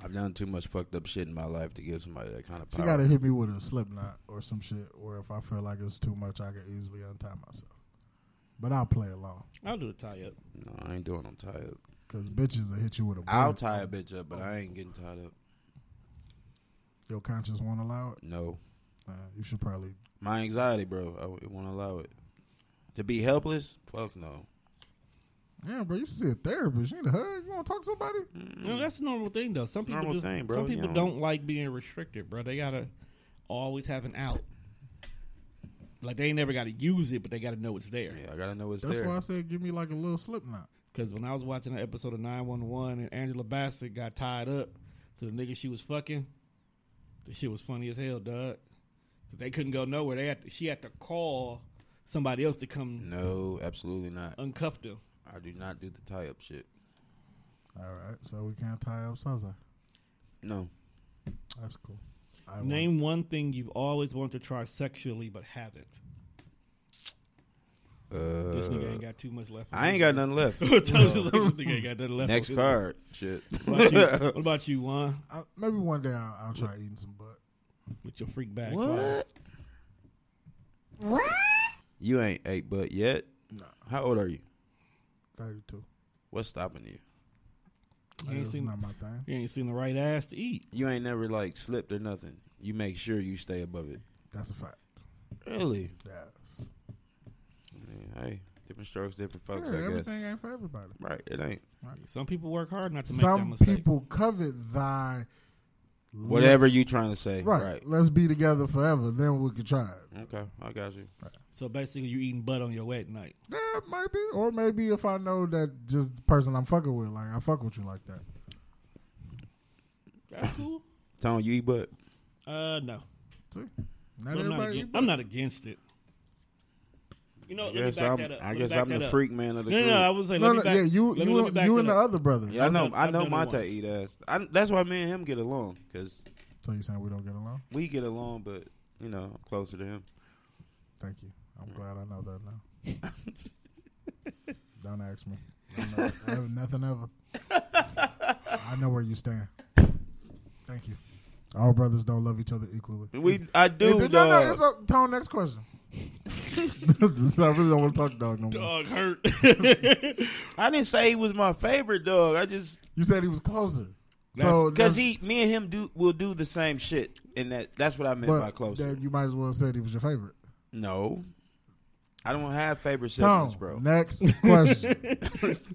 I've done too much fucked up shit in my life to give somebody that kind of She power. gotta hit me with a slip knot or some shit, or if I feel like it's too much, I can easily untie myself. But I'll play along I'll do a tie up. no, I ain't doing. I'm tired. because bitches will hit you with a. I'll bullet. tie a bitch up, but I ain't getting tied up. Your conscience won't allow it. No, Uh, you should probably. my anxiety, bro. I w- it won't allow it. To be helpless? Fuck no. Yeah, bro, you should see a therapist. You need a hug. You want to talk to somebody? Mm, No, that's a normal thing though. Some people normal just, thing, bro. some You people know. don't like being restricted, bro. They gotta always have an out. Like they ain't never gotta use it, but they gotta know it's there. Yeah, I gotta know it's That's there. why I said give me like a little slip knot. Because when I was watching an episode of 911 and Angela Bassett got tied up to the nigga she was fucking, the shit was funny as hell, dog. 'Cause they couldn't go nowhere. They had to, she had to call somebody else to come [laughs] no, absolutely not. uncuff them. I do not do the tie up shit. All right, so we can't tie up Sansa. No. That's cool. I won. Name one thing you've always wanted to try sexually but haven't. This nigga ain't got too much left. Uh, [laughs] I ain't got nothing left. [laughs] this nigga ain't got nothing left. Next card. Shit. What about [laughs] you, what about you, Juan? I, maybe one day I'll, I'll try eating some butt. With your freak bag. What? You ain't ate butt yet? No. How old are you? Thirty-two. What's stopping you? You ain't, That's seen, not my thing. you ain't seen the right ass to eat. You ain't never like slipped or nothing. You make sure you stay above it. That's a fact. Really? Yes. Yeah, hey, different strokes, different folks, Yeah, I guess. everything ain't for everybody. Right, it ain't. Some people work hard not to make that Some mistake. people covet thy Whatever you trying to say. Right. Right. Let's be together forever. Then we could try it. Okay, I got you. So basically, you eating butt on your wet night. Yeah, maybe. Or maybe if I know that just the person I'm fucking with, like I fuck with you like that. That's cool. Tone, you eat butt? Uh, no, But See? Not I'm, not everybody. against, I'm not against it. You know, I let me guess back I'm, that up. I Let me guess back I'm that the up. freak man of the No, no, group. no, I was like, no, let me no, back. yeah, you, let me, you, let me back you that and the up. other brother. Yeah, I I've know. done- I I've know done it my to once. eat ass. I, that's why me and him get along because So you saying we don't get along? we get along, but you know, I'm closer to him. Thank you. I'm glad I know that now. [laughs] don't ask me. I know- I have nothing ever. I know where you stand. Thank you. All brothers don't love each other equally. We, I Hey, do. th- no, no, dog. it's a, Tone, next question. [laughs] I really don't want to talk dog no more. Dog [laughs] hurt. I didn't say he was my favorite dog. I just You said he was closer. So because that's- he, me and him do will do the same shit, and that that's what I meant by but closer. that you might as well said he was your favorite. no, I don't have favorite siblings, Tone, bro. next question.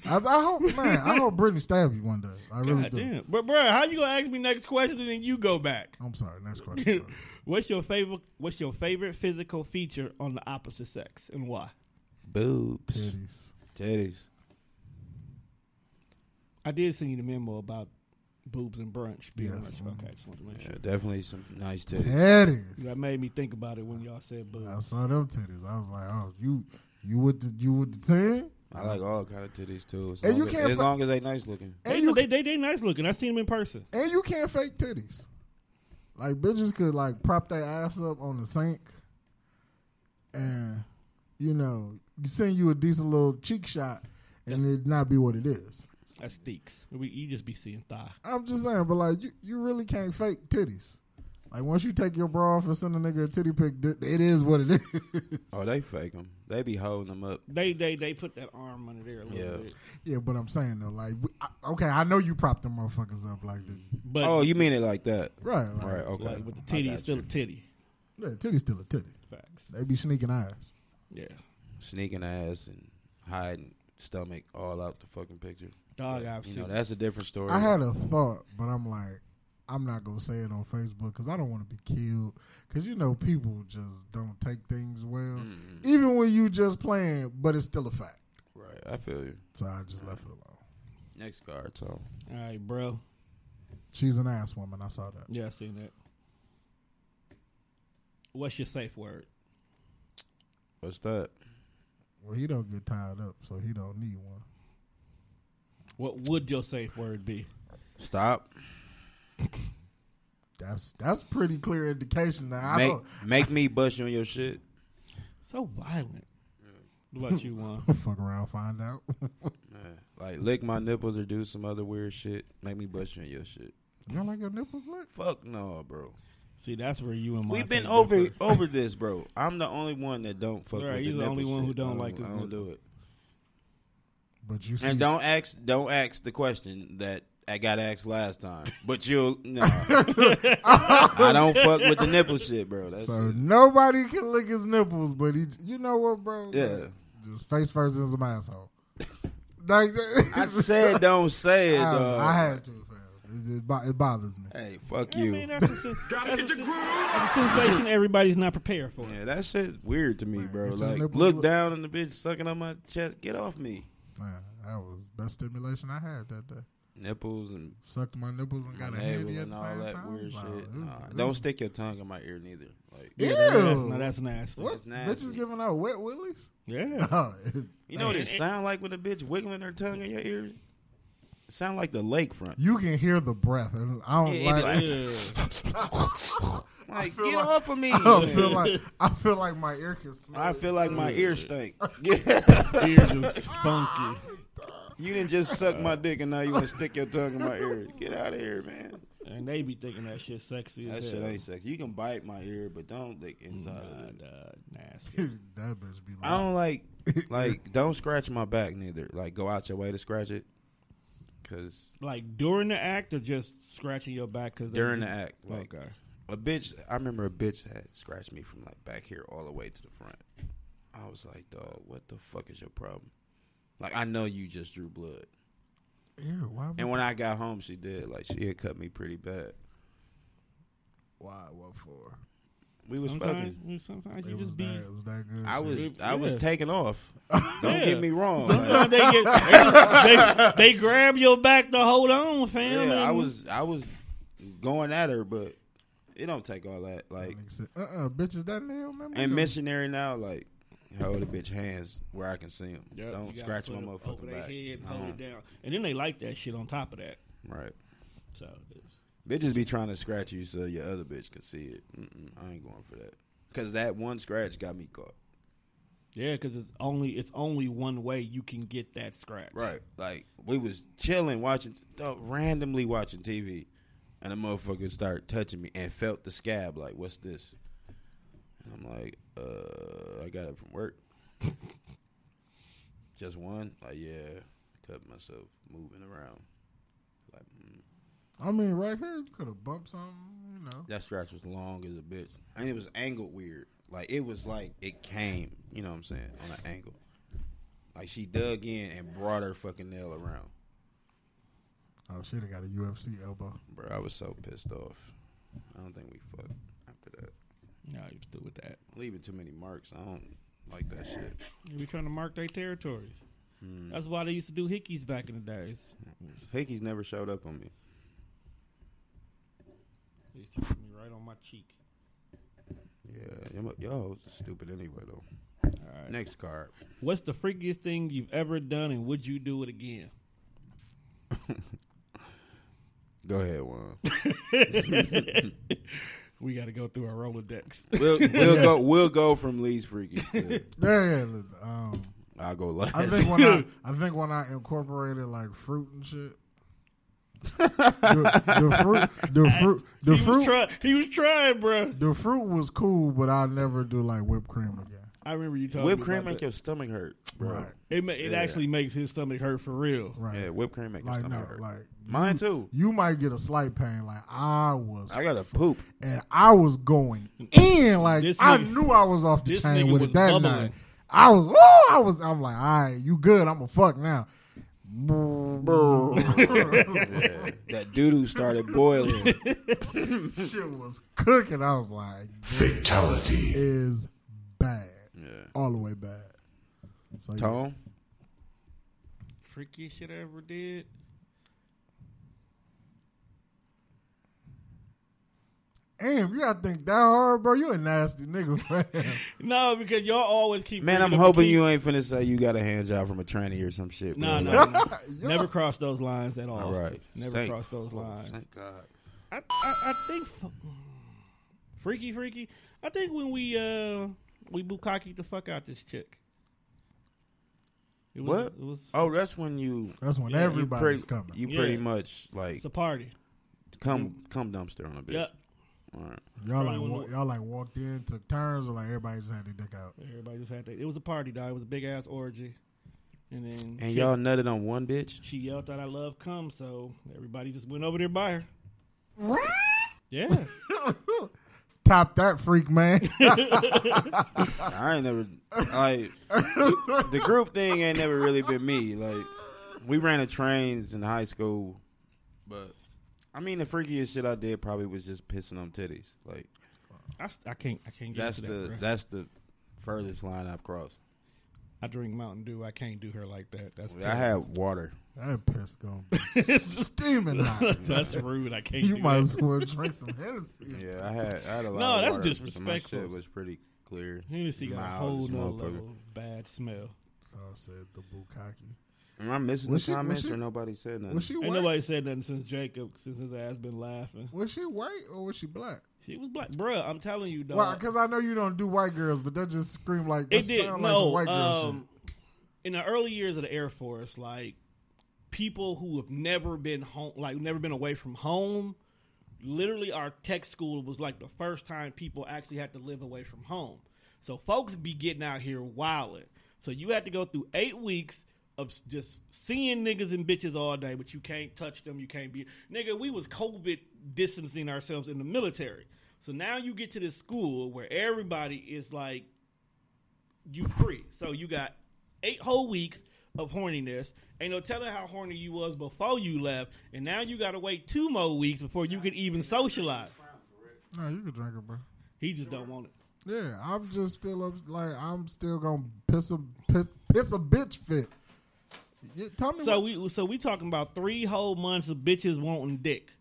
I, I hope, man, I hope Brittany stab you one day. I really God do. damn. But bro, how you gonna ask me next question and then you go [laughs] back? I'm sorry. Next [laughs] question. sorry. What's your favorite? What's your favorite physical feature on the opposite sex and why? Boobs, Titties. titties. I did send you the memo about boobs and brunch. Being Yes. brunch. Okay, I just wanted to make Yeah, sure. definitely some nice titties. Titties. That made me think about it when y'all said boobs. I saw them titties. I was like, oh, you, you with the, you with the ten? I like all kind of titties too. As, And long, you as, can't as, fi- long as they nice looking. They, And you, they, they, they nice looking. I seen them in person. and you can't fake titties. Like bitches could like prop their ass up on the sink, and you know, send you a decent little cheek shot, and it not be what it is. That's steaks. We, you just be seeing thigh. I'm just saying, but like you, you really can't fake titties. Like once you take your bra off and send a nigga a titty pic, th- it is what it [laughs] is. Oh, they fake them. They be holding them up. They they they put that arm under there a little Yeah. bit. yeah, but I'm saying though, like, we- I- okay, I know you prop them motherfuckers up like this, But Oh, you mean it like that? right? Like, Right. Okay. like with the I titty, got it's still you. a titty. Yeah, titty's still a titty. Facts. They be sneaking eyes. Yeah. sneaking ass and hiding stomach all out the fucking picture. Dog, I've You seen. know, that's a different story. I had a thought, but I'm like, I'm not gonna say it on Facebook because I don't want to be killed. Because you know, people just don't take things well, even when you just playing. But it's still a fact, right. I feel you. so I just left it alone. Next card, so All right, bro. She's an ass woman. I saw that. Yeah, I seen that. What's your safe word? what's that? Well, he don't get tied up, so he don't need one. What would your safe word be? Stop. That's that's pretty clear indication. Now I Make don't make me bust you on your shit. So violent. What about you, one? fuck around, find out. [laughs] Like lick my nipples or do some other weird shit. Make me bust you on your shit. you don't like your nipples lit? Fuck no, bro. See, that's where you and my We've been over over this, bro. I'm the only one that don't fuck Right, with you the the only nipple one who shit. don't I like his I don't nipple. do it. But you see, And don't ask don't ask the question that I got asked last time. But you'll [laughs] no. I don't fuck with the nipple shit, bro. That's so it. nobody can lick his nipples, but he. You know what, bro? Yeah. just face first in some asshole. [laughs] like [laughs] that- I said uh, don't say it, I, dog. Um, I had to. fam. It, it, bo- it bothers me. hey, fuck I you. mean, uh, that's a, [laughs] sen- that's a sen- that's a sensation everybody's not prepared for. yeah, that shit weird to me, bro. get your Like, nipple look look- down and the bitch sucking on my chest. Get off me. Man, that was best stimulation I had that day. Nipples and Sucked my nipples and got my a handy navel at and the all same that time. weird Wow, shit. this- Nah, this- don't stick your tongue in my ear neither. Like, Ew. No, that's nasty. what? That's nasty. Bitches giving out wet willies? Yeah. [laughs] Oh, it- you know what it sound like when a bitch wiggling her tongue in your ear? It sound like the lakefront. [laughs] you can hear the breath. and I don't Yeah, it be like. Yeah. Like, feel get like- off of me. [laughs] [laughs] I don't feel like I feel like my ear can smell. I feel like my ear [laughs] stink. Beard [laughs] is funky. [laughs] you didn't just suck my dick and now you want to stick your tongue in my ear. Get out of here, man. And they be thinking that shit sexy That as shit hell. ain't sex. You can bite my ear, but don't lick inside of it. Nah, nah, nasty. it. that bitch be like. I don't [laughs] like like don't scratch my back neither. Like go out your way to scratch it, because like during the act or just scratching your back? Cause they- during the act, like Okay. a bitch. I remember a bitch had scratched me from like back here all the way to the front. I was like, dog, what the fuck is your problem? Like I know you just drew blood, Ew, why, would- and when I got home, she did. Like she had cut me pretty bad. why? What for? We was Sometimes, fucking. sometimes you It was just be. that. It was that good. I shit. was I was Yeah. taking off. [laughs] Don't Yeah. get me wrong. like- Sometimes they, get, they, [laughs] just- they, they grab your back to hold on, fam. Yeah, I and- was I was going at her, but it don't take all that. Like Nigga said, uh-uh, bitch, is that nail? Man, we and gonna- missionary now, like hold a bitch hands where I can see them. Yep, you don't gotta scratch put my it over motherfucking their back. head, No. hold it down, and then they like that shit on top of that. Right, So it's- bitches be trying to scratch you so your other bitch can see it. Mm-mm, I ain't going for that because that one scratch got me caught. yeah, because it's only it's only one way you can get that scratch. Right, like we was chilling watching, th- oh, randomly watching TV, and a motherfucker start touching me and felt the scab. Like, what's this? And I'm like, uh, I got it from work. [laughs] Just one, like yeah, cut myself moving around. Like mm. I mean, right here, you could have bumped something, you know. that scratch was long as a bitch, and it was angled weird. Like it was like it came, you know what I'm saying, on an angle. Like she dug in and brought her fucking nail around. Oh, shit, I got a UFC elbow. Bro, I was so pissed off. I don't think we fucked after that. No, you're still with that. Leaving too many marks. I don't like that shit. They be trying to mark their territories. Hmm. That's why they used to do hickeys back in the days. Hickey's never showed up on me. They took me right on my cheek. Yeah, y'all- y'all was stupid anyway though. Next card. What's the freakiest thing you've ever done, and would you do it again? Go ahead, Juan. We got to go through our Rolodex. [laughs] We'll, we'll go. We'll go from least freaky. [laughs] to- Yeah, yeah. look, Um, I'll go last. [laughs] I think when I, I think when I incorporated like fruit and shit. the, the fruit, the fruit, [laughs] the he, was fruit, try- he was trying, bro. the fruit was cool, but I'll never do like whipped cream again. I remember you talking whipped me cream about make that. your stomach hurt, bro. Right. It, ma- it actually makes his stomach hurt for real. Right? Yeah, whipped cream make your like stomach no, hurt. like Mine too. you might get a slight pain. Like I was, I got to poop. and I was going in. Like This I nigga- knew I was off the this chain nigga with was it that bubbling. night. I was, oh, I was. I'm like, all right, you good? I'm a fuck now. Yeah. That doo doo [laughs] started boiling. Shit was cooking. I was like, this Fatality. is bad, Yeah. all the way bad. So yeah. Tone. Freakiest shit I ever did. damn, you gotta think that hard, bro. You a nasty nigga, [laughs] man. No, because y'all always keep. Man, I'm bringing up hoping Akeem. you ain't finna say you got a hand job from a tranny or some shit. No, bro. no, no. never cross those lines at all. All right. never Thank- cross those lines. Thank God. I, I, I think freaky, freaky. I think when we uh we bukkake the fuck out this chick. It was, What? It was Oh, that's when you. That's when you everybody's pretty- coming. You Yeah. pretty much like it's a party. come come dumpster on a bitch. Yep. All right. y'all Everyone like wa- wa- y'all like walked in, took turns, or like everybody just had their dick out. Everybody just had that. It was a party, dog. It was a big ass orgy, and then And she, y'all nutted on one bitch. she yelled that I love cum, so everybody just went over there by her. [laughs] Yeah, Top that freak, [laughs] man. I ain't never like the group thing ain't never really been me. Like we ran the trains in high school, but I mean the freakiest shit I did probably was just pissing on titties. Like I, s- I can't I can't get that's into that. the bruh. that's the furthest line I've crossed. I drink Mountain Dew. I can't do her like that. That's I terrible. had water. that piss gonna be steaming hot. [laughs] that's rude. I can't. [laughs] You do might that. as well drink some Hennessy. Yeah, I had I had a lot. No, of that's water, so My disrespectful. shit was pretty clear. Hennessy got a Mild whole as a nother motherfucker. level of bad smell. I said the bukkake. Am I missing Was she- the was comments she- or nobody said nothing? Was she Ain't white? nobody said nothing since Jacob, since his ass been laughing. was she white or was she black? She was black, bruh. I'm telling you, dog. Well, because I know you don't do white girls, but that just screamed like that it did sound like some no. white girl um, in the early years of the Air Force, like people who have never been home, like never been away from home. Literally, our tech school was like the first time people actually had to live away from home. So folks be getting out here wilding. So you had to go through eight weeks of s- just seeing niggas and bitches all day, but you can't touch them. You can't be nigga. We was COVID distancing ourselves in the military. So now you get to this school where everybody is like you free. So you got eight whole weeks of horniness. Ain't no telling how horny you was before you left, and now you gotta wait two more weeks before you could even socialize. shit. No, you can drink it, bro. He just don't want it. Yeah, I'm just still up. Like I'm still gonna piss a piss, piss a bitch fit. You, tell me. So what, we so we talking about three whole months of bitches wanting dick,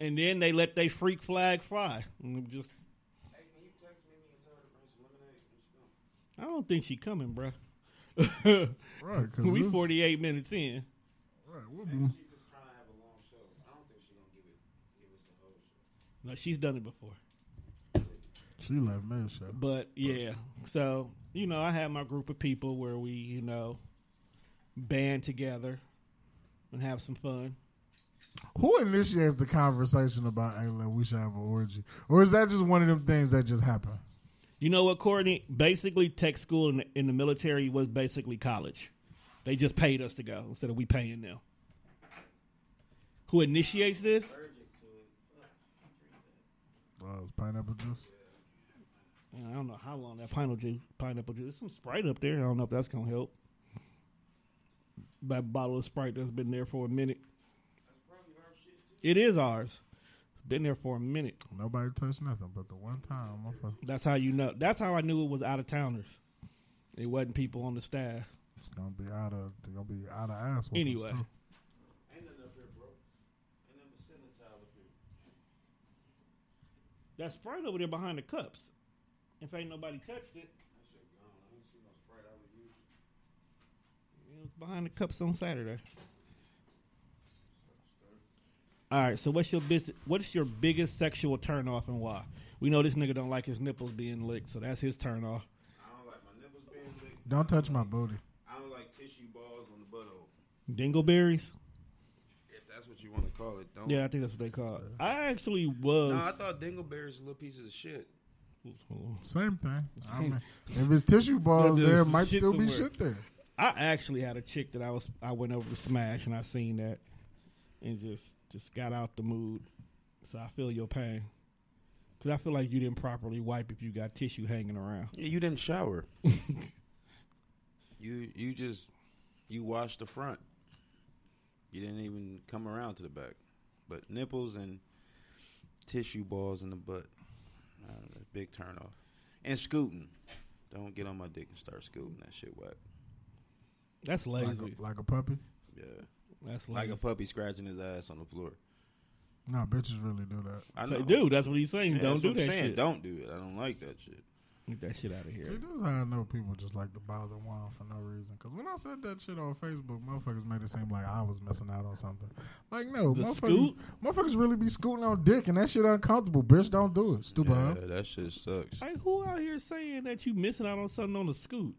and then they let they freak flag fly. And it just I don't think she coming, bruh. right, [laughs] 'cause we this- forty eight minutes in. Right, we'll be- No, she's done it before. she left me a show. But yeah, so you know, I had my group of people where we, you know, band together and have some fun. Who initiates the conversation about hey, look, we should have an orgy, or is that just one of them things that just happen? You know what, Courtney? Basically, tech school in the, in the military was basically college. They just paid us to go instead of we paying them. Who initiates this? Uh, pineapple juice. And I don't know how long that pineapple juice. Pineapple juice. There's some Sprite up there. I don't know if that's gonna help. That bottle of Sprite that's been there for a minute. It is ours. It's been there for a minute. Nobody touched nothing but the one time. motherfucker. That's how you know. That's how I knew it was out of towners. It wasn't people on the staff. It's gonna be out of. It's gonna be out of ass. whoopings, Anyway, too. that Sprite over there behind the cups. If ain't nobody touched it. It was behind the cups on Saturday. All right, so what's your bus- what's your biggest sexual turnoff and why? We know this nigga don't like his nipples being licked, so that's his turnoff. I don't like my nipples being big. Don't touch my booty. I don't like tissue balls on the butthole. Dingleberries? If that's what you want to call it, don't. Yeah, I think that's what they call it. I actually was. No, I thought dingleberries were little pieces of shit. Same thing. [laughs] I mean, if it's tissue balls, There's there some might shit still be somewhere. shit there. I actually had a chick that I was I went over to smash and I seen that and just just got out the mood. So I feel your pain because I feel like you didn't properly wipe if you got tissue hanging around. Yeah, you didn't shower. [laughs] you you just you washed the front. You didn't even come around to the back. But nipples and tissue balls in the butt. uh, that's a big turn off. And scooting. Don't get on my dick and start scooting. That shit whack. That's lazy. Like a, like a puppy. Yeah. That's Like lazy. a puppy scratching his ass on the floor. No, bitches really do that. I So, know. dude, that's what he's saying. Yeah, Don't that's do what that I'm saying. shit. Don't do it. I don't like that shit. Get that shit out of here. See, this is how I know people just like to bother Juan for no reason. Because when I said that shit on Facebook, motherfuckers made it seem like I was missing out on something. Like, no, The motherfuckers, scoot? motherfuckers really be scooting on dick, and that shit uncomfortable. Bitch, don't do it. Stupid. huh? Yeah, that shit sucks. Like who out here saying that you missing out on something on the scoot?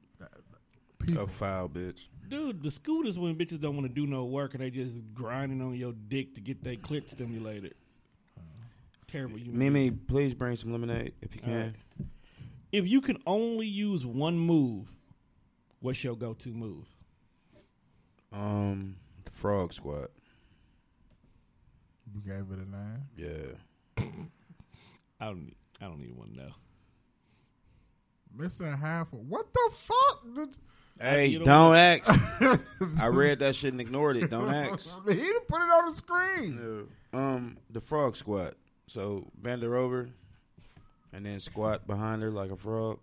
A foul bitch. Dude, the scoot is when bitches don't want to do no work and they just grinding on your dick to get their clit stimulated. Terrible. You Mimi, please bring some lemonade if you can. right. if you can only use one move, what's your go-to move? Um, the Frog Squad. You gave it a nine. Yeah, I don't. e- I don't even want to know. Missing half. Of, what the fuck? Did, Hey, you don't, don't- ask. [laughs] I read that shit and ignored it. Don't ask. [laughs] I mean, he done put it on the screen. Um, the frog squat. So bend her over, and then squat behind her like a frog.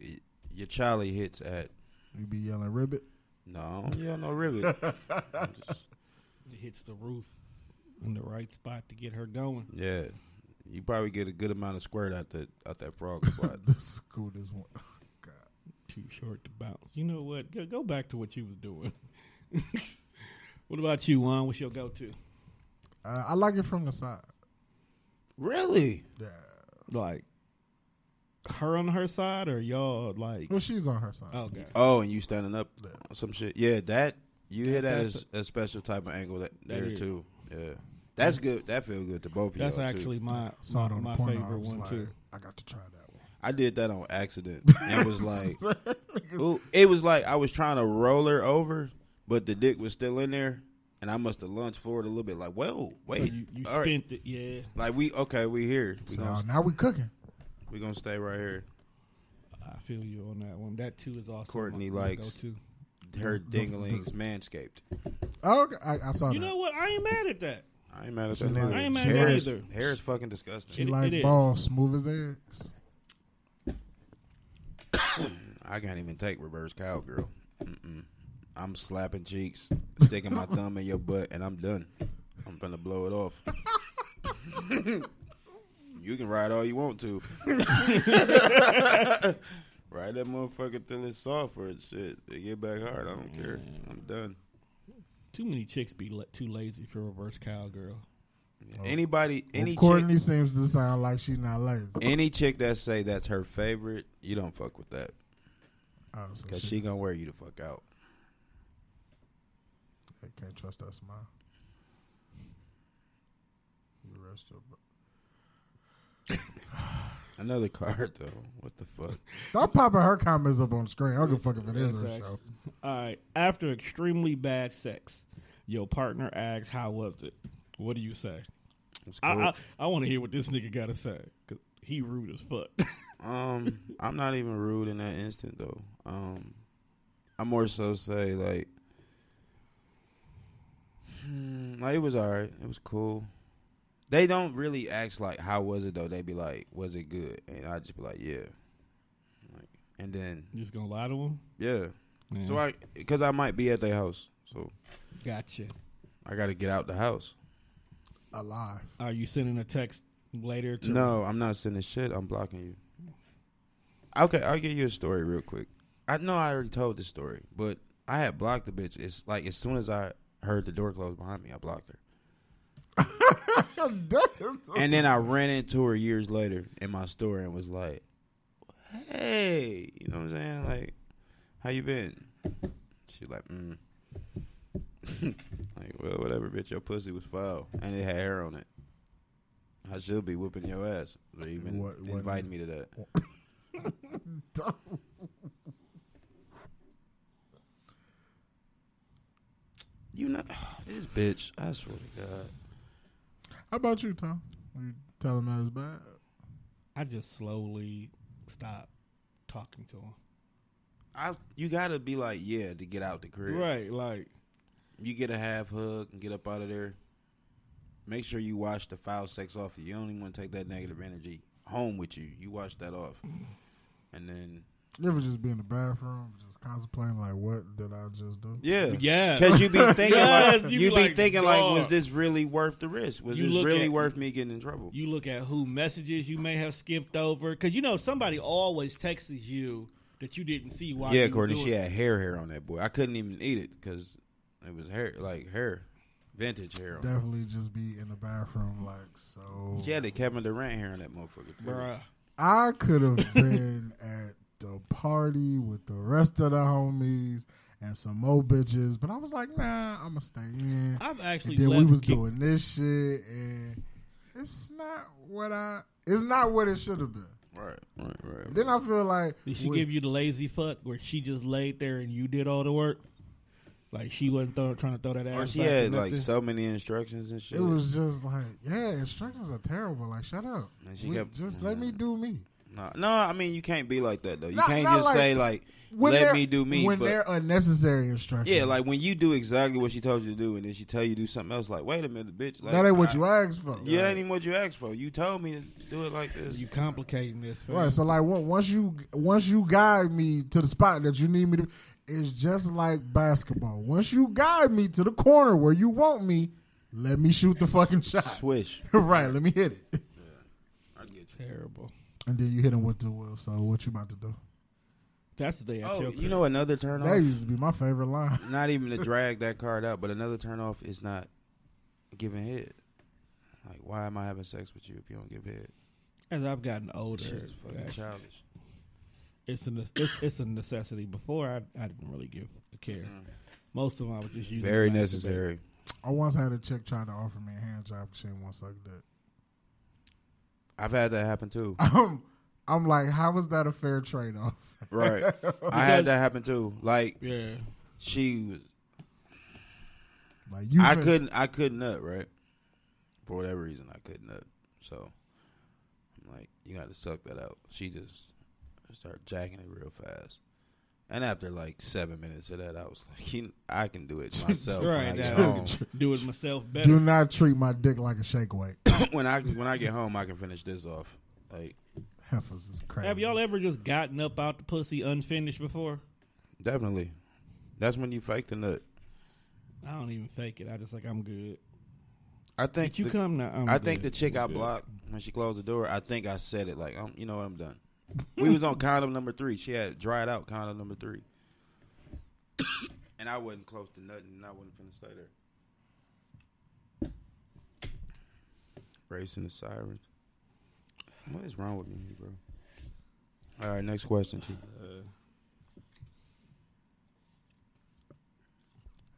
Y- Your Charlie hits at You be yelling ribbit. [laughs] no, yeah, no [laughs] rivet. I'm just- It hits the roof in the right spot to get her going. yeah, you probably get a good amount of squirt out that out that frog squat. The scoot is one. [laughs] God. Too short to bounce. You know what? Go, go back to what you was doing. [laughs] what about you, Juan? What's your go-to? Uh, I like it from the side. really? Yeah. Like her on her side or y'all like? Well, she's on her side. Okay. Oh, and you standing up, some shit. Yeah, that you hear that That's as a special type of angle that, there is. too. Yeah, that's good. That feel good to both of That's y'all, too. actually my Saw it on my the porno. I favorite was one like, too. I got to try that one. I did that on [laughs] accident. It was like, ooh, it was like I was trying to roll her over, but the dick was still in there, and I must have lunged forward a little bit. Like, whoa, So wait, you you all right. spent it, yeah. Like we okay, we here. We So gonna now we cooking. we gonna stay right here. I feel you on that one. That too is also Courtney my, my likes- go-to. Her dinglings manscaped. Oh, okay. I, I saw You that. know what? I ain't mad at that. I ain't mad at She that. like- either. I ain't mad at hair that is- either. Hair is fucking she disgusting. it- like it is. balls smooth as eggs. I can't even take reverse cowgirl. Mm-mm. I'm slapping cheeks, sticking my thumb in your butt, and I'm done. I'm gonna blow it off. [laughs] you can ride all you want to. [laughs] ride that motherfucker till it's soft or it's shit. They get back hard. I don't care. Mm. I'm done. Too many chicks be la- too lazy for reverse cowgirl. Anybody, any Oh. Well, Courtney chick, seems to sound like she not lazy. any chick that say that's her favorite, you don't fuck with that Oh, so because she, she gonna wear you the fuck out. I can't trust that smile. You rest your butt. Another card though. What the fuck? Stop popping her comments up on the screen. I don't give a fuck if it is her That's show. [laughs] All right. After extremely bad sex, your partner asks, "How was it?" What do you say? It's I cool. I, I want to hear what this nigga got to say because he rude as fuck. [laughs] Um, I'm not even rude in that instant though. Um, I more so say like, hmm, like it was alright. It was cool. They don't really ask like, how was it though? They be like, was it good? And I just be like, yeah. Like, and then You just gonna lie to him? yeah. So I, because I might be at their house, so Gotcha. I got to get out the house. Alive. [laughs] Are you sending a text later? To No, I'm not sending shit. I'm blocking you. Okay, I'll give you a story real quick. I know I already told this story, but I had blocked the bitch. It's like as soon as I heard the door close behind me, I blocked her. And then I ran into her years later in my store and was like, "Hey, you know what I'm saying? Like, how you been?" She like, mm. [laughs] like, well, whatever, bitch. Your pussy was foul, and it had hair on it. I should be whooping your ass for even What- what- inviting me to that. [laughs] You know, [sighs] this bitch. I swear to God. How about you, Tom? Were you telling him that it's bad? I just slowly stop talking to him. I, you gotta be like yeah to get out the crib. Right, like You get a half hug and get up out of there. Make sure you wash the foul sex off. You don't even want to take that negative energy home with you. You wash that off, and then You ever just be in the bathroom, just contemplating like, what did I just do? yeah, Yeah. because you be [laughs] thinking Yes, like you you, be be, like, thinking like, dog. was this really worth the risk? Was You this look really at- worth me getting in trouble? you look at who messages you may have skipped over because you know somebody always texts you that you didn't see. While yeah, you Courtney, were she doing had hair hair on that boy. I couldn't even eat it because it was hair like hair, vintage hair. On it. Definitely just be in the bathroom like, so. She had the Kevin Durant hair on that motherfucker too. Bruh. I could have [laughs] been at the party with the rest of the homies and some old bitches, but I was like, nah, I'm gonna stay in. I've actually and then we left was Ki- doing this shit, and it's not what I. It's not what it should have been. Right, right, right. Then I feel like Did she we- give you the lazy fuck where she just laid there and you did all the work? Like she wasn't throw, trying to throw that ass. Or she back or had like nothing? so many instructions and shit. it was just like, yeah, instructions are terrible. Like, shut up. And she We- kept- just let me do me. No, no, I mean you can't be like that though. You Not- can't not just like- say like, When "Let they're- me do me." When they're But unnecessary instructions. yeah, like when you do exactly what she told you to do, and then she tell you to do something else, like, "Wait a minute, bitch!" Like, that ain't what I- you asked for. Yeah, that ain't even what you asked for. You told me to do it like this. [laughs] you complicating this. Fam. Right. So like on- once you once you guide me to the spot that you need me to, it's just like basketball. Once you guide me to the corner where you want me, let me shoot the fucking shot. Swish. [laughs] right. Let me hit it. I get you. Terrible. And then you hit him with the will. So what you about to do? That's the day I Oh, choke. you know another turn That off. used to be my favorite line. [laughs] Not even to drag that card out, but another turn off is not giving head. Like, why am I having sex with you if you don't give head? as I've gotten older, Shit's fucking that's- childish. it's a ne- it's, it's a necessity. Before I, I didn't really give a care. Most of them I was just using Mm-hmm. Very it to masturbate. necessary. I once had a chick try to offer me a hand job. 'cause She didn't want to suck dick. [laughs] I've had that happen too. I'm, I'm like, how is that a fair trade off? Right. [laughs] I had that happen too. Like Yeah, she [laughs] was [laughs] Like you, I fin- couldn't I couldn't nut, right? For whatever reason I couldn't nut. So I'm like, you gotta suck that out. She just started jacking it real fast. And after like seven minutes of that, I was like, [laughs] you, I can do [laughs] it myself. when, I right. get Now, home. [laughs] [laughs] do it myself better. Do not treat my dick like a shake weight. [coughs] when I when I get home, I can finish this off. Like Heifers is crazy. Have y'all ever just gotten up out the pussy unfinished before? definitely, that's when you fake the nut. I don't even fake it. I just like I'm good. I think Did you the- come now? I'm I think the good. chick I I'm good. blocked when she closed the door, I think I said it like, I'm, you know what, I'm done. we was on condom number three. She had dried out condom number three. [coughs] and I wasn't close to nothing, and I wasn't finna stay there. Racing the sirens. What is wrong with me, bro? All right, next question, too.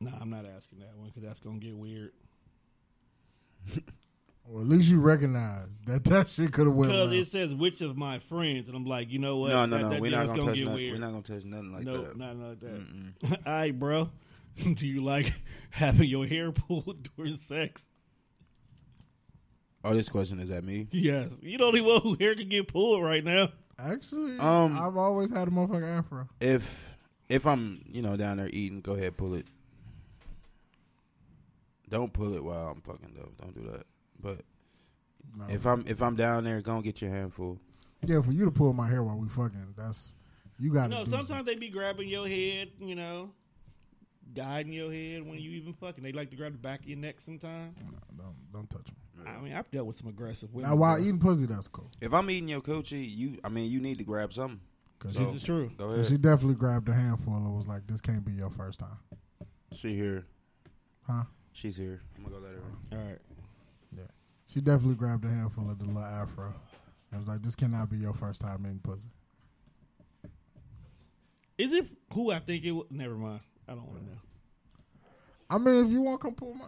No, I'm not asking that one because that's gonna get weird. Or at least you recognize that [laughs] that shit could have went Because left. it says which of my friends, and I'm like, you know what? no, no, That- no. that- we're, yeah, not it's gonna touch get nothing. weird. we're not going to touch nothing like no, that. not like that. [laughs] All right, bro. Do you like [laughs] having your hair [laughs] pulled during sex? Oh, this question is at me? Yes. You don't even know who hair can get pulled right now. Actually, Um, I've always had a motherfucking afro. If if I'm you know down there eating, go ahead pull it. Don't pull it while I'm fucking though. Don't do that. But No. if I'm if I'm down there, go and get your handful. yeah, for you to pull my hair while we fucking, that's you got to. No, do sometimes they be grabbing your head, you know, guiding your head when you even fucking. They like to grab the back of your neck sometimes. something. Don't, don't touch me. I mean, I've dealt with some aggressive women. Now, while bro. eating pussy, that's cool. If I'm eating your coochie, you I mean you need to grab something. Cause So, This is true. Go she, she ahead. definitely grabbed a handful and was like, "This can't be your first time, She here. huh?" She's here. I'm gonna go let her in. All right. Yeah. She definitely grabbed a handful of the little afro. I was like, "This cannot be your first time eating pussy." Is it who I think it was? Never mind. I don't want to know. I mean, if you want, come pull my,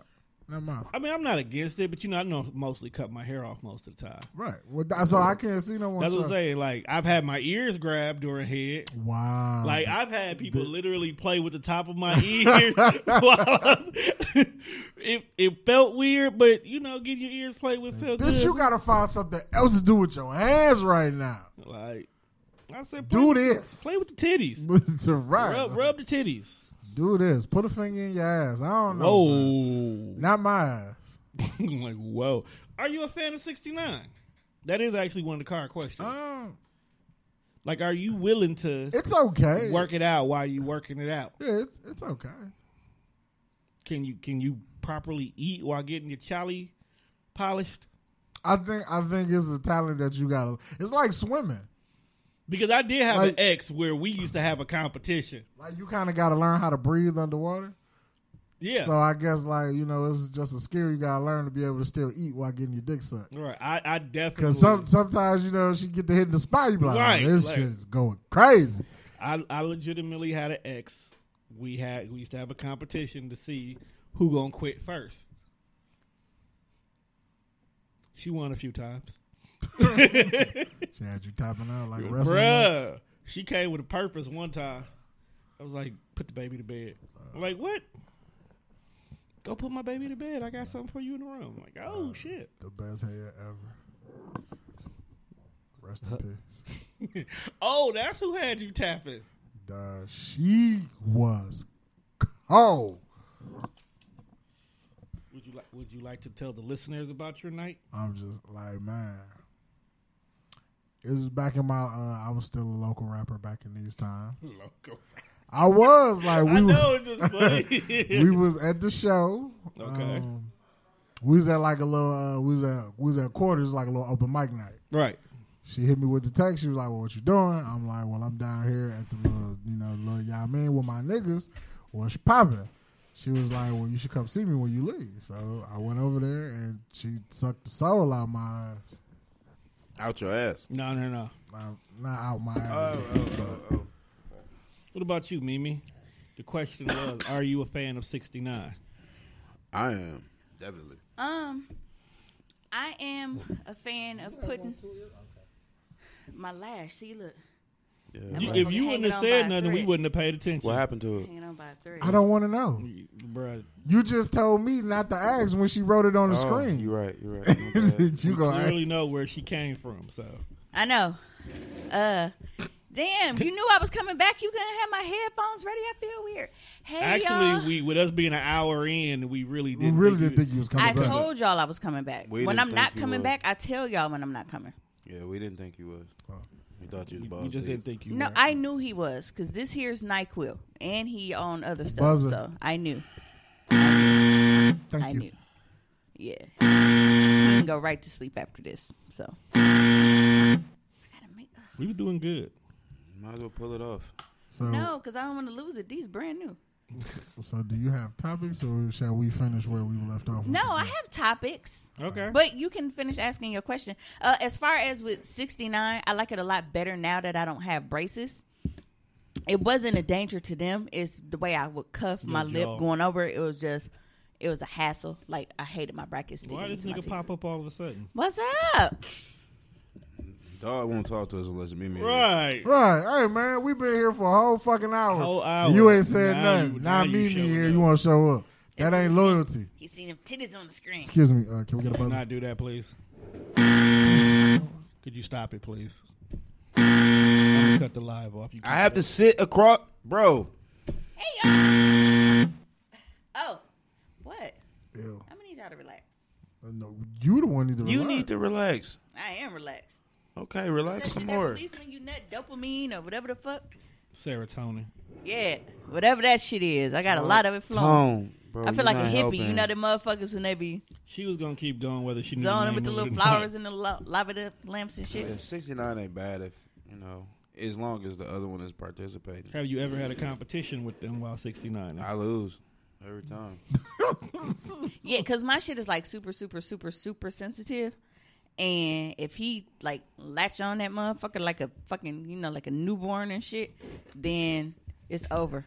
not mine. I mean, I'm not against it, but you know, I know mostly cut my hair off most of the time. Right. Well, th- so I can't see no one. That's what I'm trying- saying. Like, I've had my ears grabbed during head. Wow. Like, I've had people literally play with the top of [laughs] my ear. while I'm- [laughs] it it felt weird, but you know, getting your ears played with felt Bitch, good. you gotta find something else to do with your hands right now. like, I said, play Do with- this. [laughs] Play with the titties. to right. Rub, rub the titties. Do this. Put a finger in your ass. I don't know. Whoa. man. Not my ass. [laughs] I'm like, whoa. Are you a fan of 69? That is actually one of the car questions. Um, like, are you willing to it's okay. work it out while you working it out? Yeah, it's, it's okay. Can you can you properly eat while getting your chali polished? I think I think it's a talent that you gotta. It's like swimming. Because I did have an Like- ex where we used to have a competition. Like you kind of gotta learn how to breathe underwater. Yeah. So I guess like you know, it's just a skill you gotta learn to be able to still eat while getting your dick sucked. right. I, I definitely Cause some sometimes you know she get to hitting the spot, you be like, Right, "Oh, this like- shit's going crazy. I, I legitimately had an ex. We had we used to have a competition to see who gonna quit first. She won a few times. She had you tapping out like a wrestling. match. Bruh. She came with a purpose one time. I was like, put the baby to bed. I'm like, what? Go put my baby to bed. I got something for you in the room. I'm like, Uh-huh. oh shit. The best hair ever. Rest in peace. Oh, that's who had you tapping. Duh, she was cold. Would you like would you like to tell the listeners about your night? I'm just like, man. It was back in my. Uh, I was still a local rapper back in these times. Loco. [laughs] I was like, we I were- know it's just funny. [laughs] we was at the show. Okay. Um, we was at like a little. Uh, we was at we was at quarters like a little open mic night. right. She hit me with the text. She was like, "Well, what you doing?" I'm like, "Well, I'm down here at the little, you know, little y'all mean with my niggas. What's poppin'?" She was like, "Well, you should come see me when you leave." So I went over there and she sucked the soul out my ass, Out your ass. No, no, no. uh, not out Oh, my ass. What about you, Mimi? The question [coughs] was, are you a fan of 69? I am definitely. Um, I am a fan of putting my lash. See, look, Yeah. You- if you Hanging wouldn't have on by said a nothing, we thread. wouldn't have paid attention. What happened to it? hanging on by a oh. thread. I don't want to know. Bruh, You just told me not to ask when she wrote it on Oh, the screen. You're right. You're right. My bad. [laughs] you go I ask? really know where she came from, so. I know. Uh, damn, you knew I was coming back. You couldn't have my headphones ready. I feel weird. Hey, y'all. Actually, we with us being an hour in, we really We didn't. really think didn't you- think you was I coming back. told y'all I was coming back. We when didn't I'm not think you coming were. back, I tell y'all when I'm not coming. yeah, we didn't think you was. We thought you We was boss. just Didn't didn't think you. No, were. I knew he was because this here's Nyquil, and he on other stuff. Buzzer. So I knew. Thank I you. knew. Yeah. He can go right to sleep after this. So. I gotta make. we were doing good. Might as well pull it off. So, No, because I don't want to lose it. These brand new. [laughs] so do you have topics, or shall we finish where we left off? No, I have topics. Okay. But you can finish asking your question. Uh, as far as with 69, I like it a lot better now that I don't have braces. It wasn't a danger to them. It's the way I would cuff my Yeah, lip y'all. going over. It was just, it was a hassle. Like, I hated my brackets sticking Why did into my nigga teeth. pop up all of a sudden? What's up? Dog won't talk to us unless me. me Right. Right. Hey, man, we've been here for a whole fucking hour. Whole hour. And you ain't said Now nothing. you- now now you me, me showing here, up. you want to show up. That ain't loyalty. He seen them titties on the screen. Excuse me. Uh, can we get a Do buzzer? not do that, please. Could you stop it, please? you cut the live off. You I have to sit across, bro. Oh, what? Ew. I'm gonna need y'all to relax. No, you the one need to You relax. need to relax. I am relaxed. Okay, relax That some shit that more. release when you nut dopamine or whatever the fuck. serotonin. Yeah, whatever that shit is. I got a lot of it flowing. Tone, bro. I you feel like a not hippie. You helping. know the motherfuckers when they be She was gonna keep going whether she knew the name zoning with the of it little or not. flowers and the lo- lava lamps and shit. Yeah, 69 ain't bad if, you know, as long as the other one is participating. Have you ever had a competition with them while sixty nine? I lose every time. Yeah, because my shit is like super, super, super, super sensitive. And if he like latch on that motherfucker like a fucking, you know, like a newborn and shit, then it's over.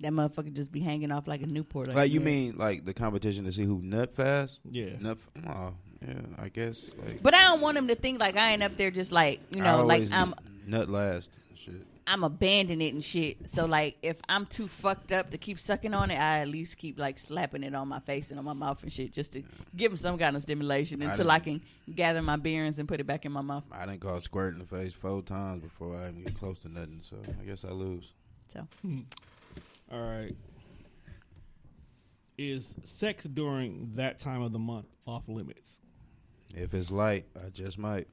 That motherfucker just be hanging off like a Newport. Like, you yeah. mean, like, the competition to see who nut fast? Yeah. Nut f- oh, yeah, I guess. Like, But I don't want him to think like I ain't up there just like um, you I know, like always I'm Nut last. and Shit. I'm abandoning it and shit. So like if I'm too fucked up to keep sucking on it, I at least keep like slapping it on my face and on my mouth and shit just to give him some kind of stimulation until I, can gather my bearings and put it back in my mouth. I didn't call squirt in the face four times before I even get close to nothing, so I guess I lose. So All right. Is sex during that time of the month off limits? If it's light, I just might.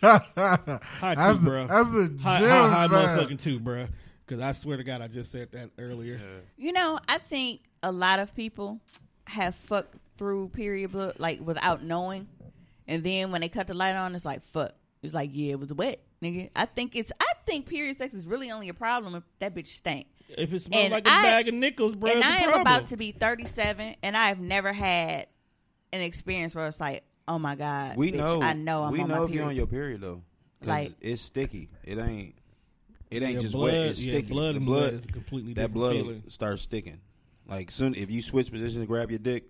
Hi, That's too, a- bro. that's a hi, gem, hi, hi, man. motherfucking too, bro. Because I swear to God, I just said that earlier. you know, I think a lot of people have fucked through period blood like without knowing, and then when they cut the light on, it's like fuck. It's like yeah, it was wet, nigga. I think it's I think period sex is really only a problem if that bitch stank. If it smells And like a I- bag of nickels, bro, and it's I a am problem. about to be 37, and I have never had an experience where it's like, oh my god, We bitch, know. I know, I'm we on know my if period. you're [laughs] on your period though. 'Cause Like- it's sticky. It ain't. It ain't Yeah, just blood- wet. It's yeah, sticky. blood the and blood wet is a completely that different blood feeling. starts sticking. Like soon, if you switch positions to grab your dick,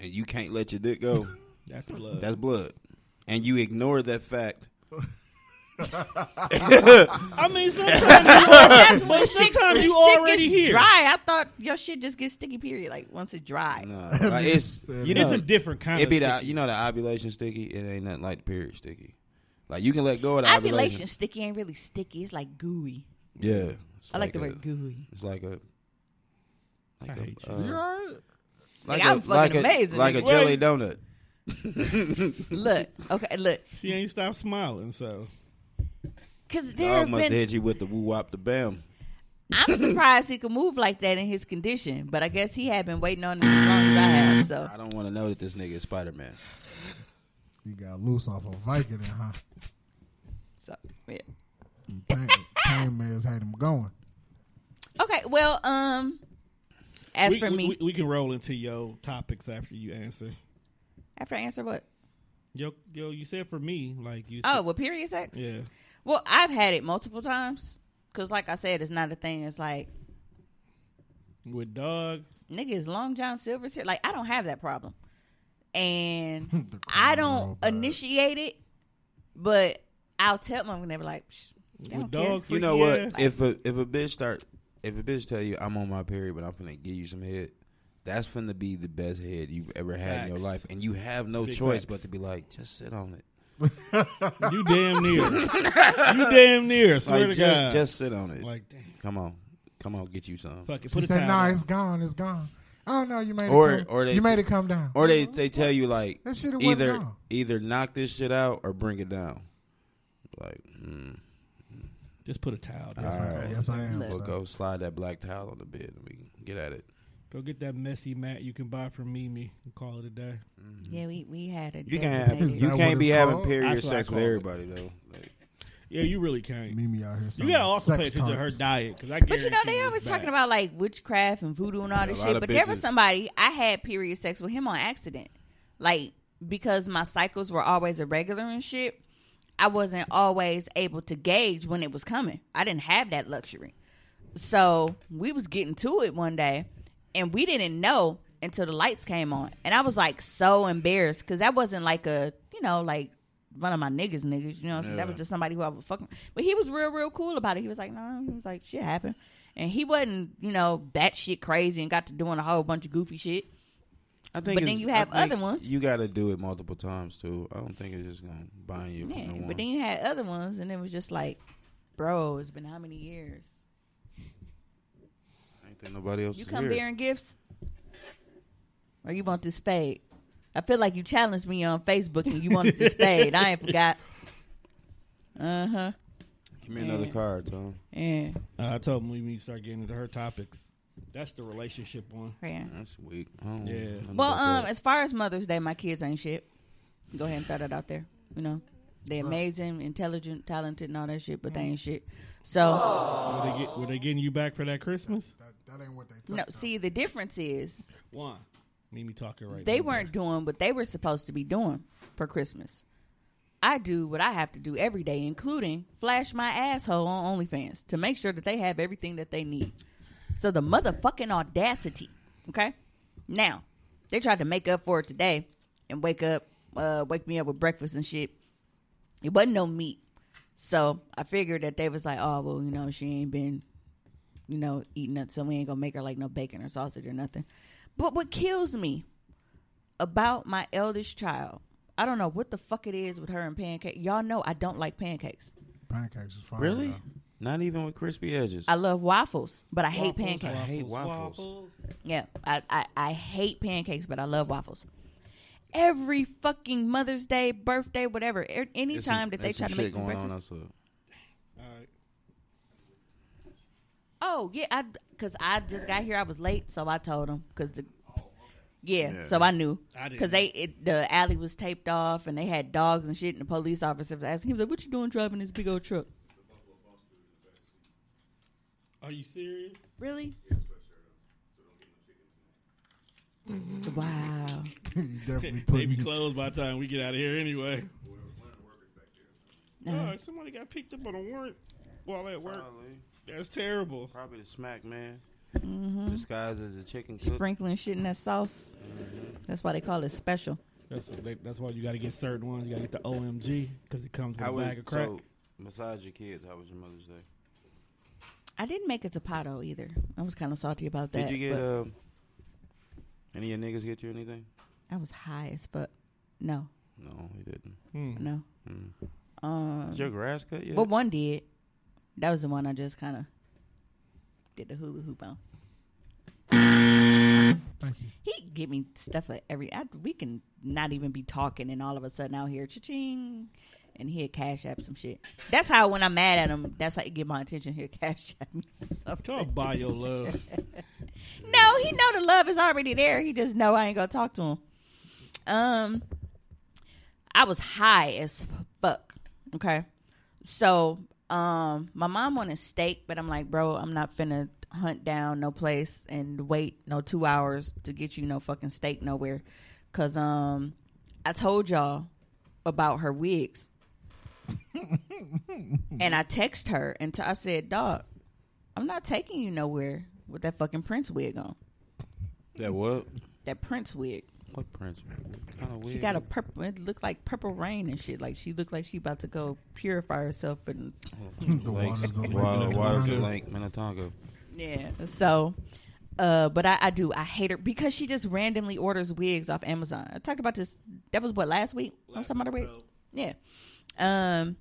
and you can't let your [laughs] dick go, That's blood. that's blood, and you ignore that fact. I mean, [laughs] sometimes, you, but sometimes you Shit already gets here. Dry. I thought your shit just gets sticky. Period. Like once it dry. [laughs] Nah, uh, like it's you It's know a different kind It of be the sticky. you know the ovulation sticky. It ain't nothing like the period sticky. Like you can let go of the Ovulation. ovulation. sticky ain't really sticky. It's like gooey. Yeah, it's I like the a- word gooey. It's like a. Like hate a, you. uh, You all right? Like, I'm fucking like amazing, A, like a nigga. jelly donut. [laughs] Look, okay, look, she ain't stop smiling, so because there Dog have must been. hit you with the woo wop the bam. [laughs] I'm surprised he could move like that in his condition, but I guess he had been waiting on it as long as I have. So I don't want to know that this nigga is Spider Man. You got loose off a Viking, huh? so yeah. Pain, pain man's had him going. Okay, well, um, as we, for we- me, we, we can roll into your topics after you answer. after I answer what? Yo, yo, you said for me, like you. Oh, said- well, period sex. yeah. Well, I've had it multiple times because, like I said, it's not a thing. It's like With dog, nigga, is Long John Silver's here? Like I don't have that problem, [laughs] and I don't initiate it, but I'll tell them. I'm never like, Psh, they with don't dog. care. You know freaky what? ass. If a if a bitch start if a bitch tell you I'm on my period but I'm finna give you some head, that's finna be the best head you've ever had in your Facts. life, and you have no Big choice facts. but to be like, just sit on it. [laughs] You damn near. you damn near. I Swear Like to just, God. just sit on it. like damn. come on, come on, get you some. Fuck it. She Put a said, towel. "Nah, on. it's gone. It's gone." Oh no, you made Or- it. Come, or they- you made it come down. Or they, [laughs] they tell you like That shit wasn't either on. either knock this shit out or bring it down. Like, mm, Just put a towel. down. all right, yes, I am. we'll son. go slide that black towel on the bed and we can get at it. Go get that messy mat you can buy from Mimi and call it a day. Yeah, we we had a You can't have, Is designated- you that can't what be it's having called? period That's what I sex with call it. everybody though. Like, Yeah, you really can't. Mimi out here. You selling gotta also pay sex attention to her tarps. diet because I. But you know, guarantee they it's always bad. talking about like witchcraft and voodoo and all this a lot shit. of But there was bitches- somebody I had period sex with him on accident, like because my cycles were always irregular and shit. I wasn't always able to gauge when it was coming. I didn't have that luxury, so we was getting to it one day, and we didn't know until the lights came on, and I was like so embarrassed because that wasn't like a you know like one of my niggas niggas you know so that was just somebody who I was fucking but he was real real cool about it he was like no he was like shit happened and he wasn't you know batshit crazy and got to doing a whole bunch of goofy shit I think But then it's- you I have think other ones. You got to do it multiple times too. I don't think it's just gonna bind you. Yeah, from the but one. then you had other ones, and it was just like, bro, it's been how many years? Ain't think nobody else You is come here. bearing gifts, or you want this spade? I feel like you challenged me on Facebook, and you wanted this spade. I ain't forgot. Uh huh. Give me another card, Tom. Yeah. Uh, I told him we need to start getting into her topics. That's the relationship one. yeah. That's weak. I don't- Yeah. I don't know Well, about um, Mm-hmm. that. as far as Mother's Day, my kids ain't shit. Go ahead and throw that out there. You know, they amazing, intelligent, talented, and all that shit, but they ain't shit. So Were they, get, were they getting you back for that Christmas? That, that ain't what they took. no, though. see, the difference is Why? Mimi talking right they now. weren't doing what they were supposed to be doing for Christmas. I do what I have to do every day, including flash my asshole on OnlyFans to make sure that they have everything that they need. So the motherfucking audacity. Okay? Now, they tried to make up for it today and wake up, uh, wake me up with breakfast and shit. It wasn't no meat. So I figured that they was like, oh, well, you know, she ain't been you know, eating up, so we ain't gonna make her like no bacon or sausage or nothing. But what kills me about my eldest child, I don't know what the fuck it is with her and pancake. Y'all know I don't like pancakes. pancakes is fine. really, though. not even with crispy edges. I love waffles, but I hate Waffles, pancakes. hate waffles. Yeah, I, I, I hate pancakes, but I love waffles. Every fucking Mother's Day, birthday, whatever, er, any There's some- time that they there's try some to shit make me going on breakfast. outside. All right. Oh yeah, I because I just got here. I was late, so I told them because the yeah, so I knew I didn't because they it, the alley was taped off and they had dogs and shit. And the police officer was asking, he was like, "What you doing driving this big old truck?" Are you serious? Really? Wow. you definitely They be putting closed by the time we get out of here anyway. Uh, Oh, somebody got picked up on a warrant while at work. That's terrible. Probably the smack man. Mm-hmm. Disguised as a chicken cook. sprinkling shit in that sauce. That's why they call it special. That's they, that's why you got to get certain ones. You got to get the OMG because it comes with How a was- bag of crack. So, besides your kids, how was your Mother's Day? I didn't make a tapado either. I was kind of salty about that. Did you get but um, any of your niggas get you anything? I was high as fuck. No, No, he didn't. no. Is your grass cut yet? Well, one did. That was the one I just kind of did the hula hoop on. Thank you. He give me stuff for every. I, we can not even be talking, and all of a sudden out here, cha-ching, and he'll cash app some shit. That's how when I'm mad at him, that's how he get my attention. He'll [laughs] cash app me something. Talk by your love. [laughs] No, he know the love is already there. He just know I ain't gonna talk to him. Um, I was high as fuck. Okay, so um, my mom wanted steak, but I'm like, bro, I'm not finna hunt down no place and wait no two hours to get you no fucking steak nowhere, cause um, I told y'all about her wigs. and I text her and t- I said, "Dog, I'm not taking you nowhere with that fucking Prince wig on. that what? That Prince wig. What prince? What kind of wig? She got a purple. It looked like purple rain and shit. Like she looked like she about to go purify herself and The waters of Lake Wow, [laughs] waters of Minnetonka. Lake Minnetonka. yeah. So, uh, but I, I do. I hate her because she just randomly orders wigs off Amazon. I talked about this. That was what last week. I was talking about her wigs. Yeah. Um,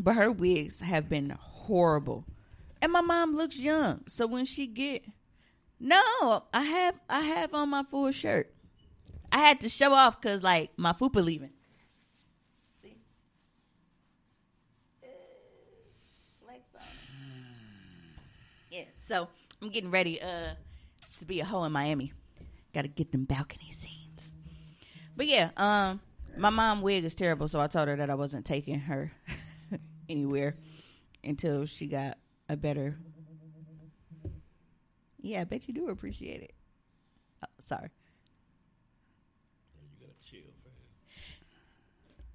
but her wigs have been horrible, and my mom looks young. So when she get no, I have I have on my full shirt. I had to show off because like my fupa leaving. Yeah, so I'm getting ready uh to be a hoe in Miami. Got to get them balcony scenes. But yeah, um, my mom wig is terrible, so I told her that I wasn't taking her [laughs] anywhere until she got a better. Yeah, I bet you do appreciate it. Oh, sorry.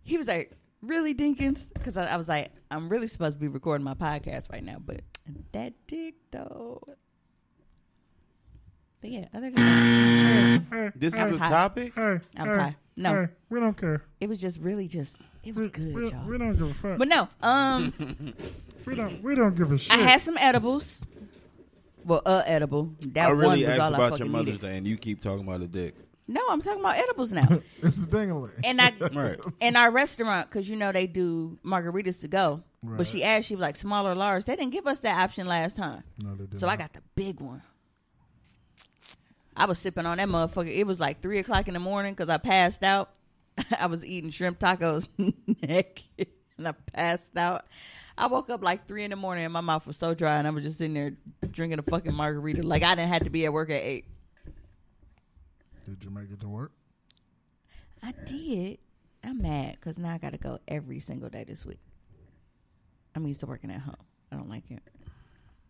He was like, "Really, Dinkins?" Because I, I was like, "I'm really supposed to be recording my podcast right now, but that dick though." But yeah, other than that, This I is was a hot. topic. I was high. No, we don't care. it was just really just it was good, we, y'all. we don't give a fuck. but no, um, [laughs] we don't. We don't give a shit. I had some edibles. Well, uh, edible. That I really one was asked all I about fucking your Mother's needed. Day, and you keep talking about a dick. No, I'm talking about edibles now. [laughs] It's a dingling. and I [laughs] Right. in our restaurant because you know they do margaritas to go. But she asked, she was like small or large. They didn't give us that option last time. No, they did So I not. got the big one. I was sipping on that motherfucker. It was like three o'clock in the morning because I passed out. [laughs] I was eating shrimp tacos [laughs] naked and I passed out. I woke up like three in the morning and my mouth was so dry and I was just sitting there drinking a fucking margarita. Like I didn't have to be at work at eight. Did you make it to work? I did. I'm mad because now I got to go every single day this week. I'm used to working at home. I don't like it.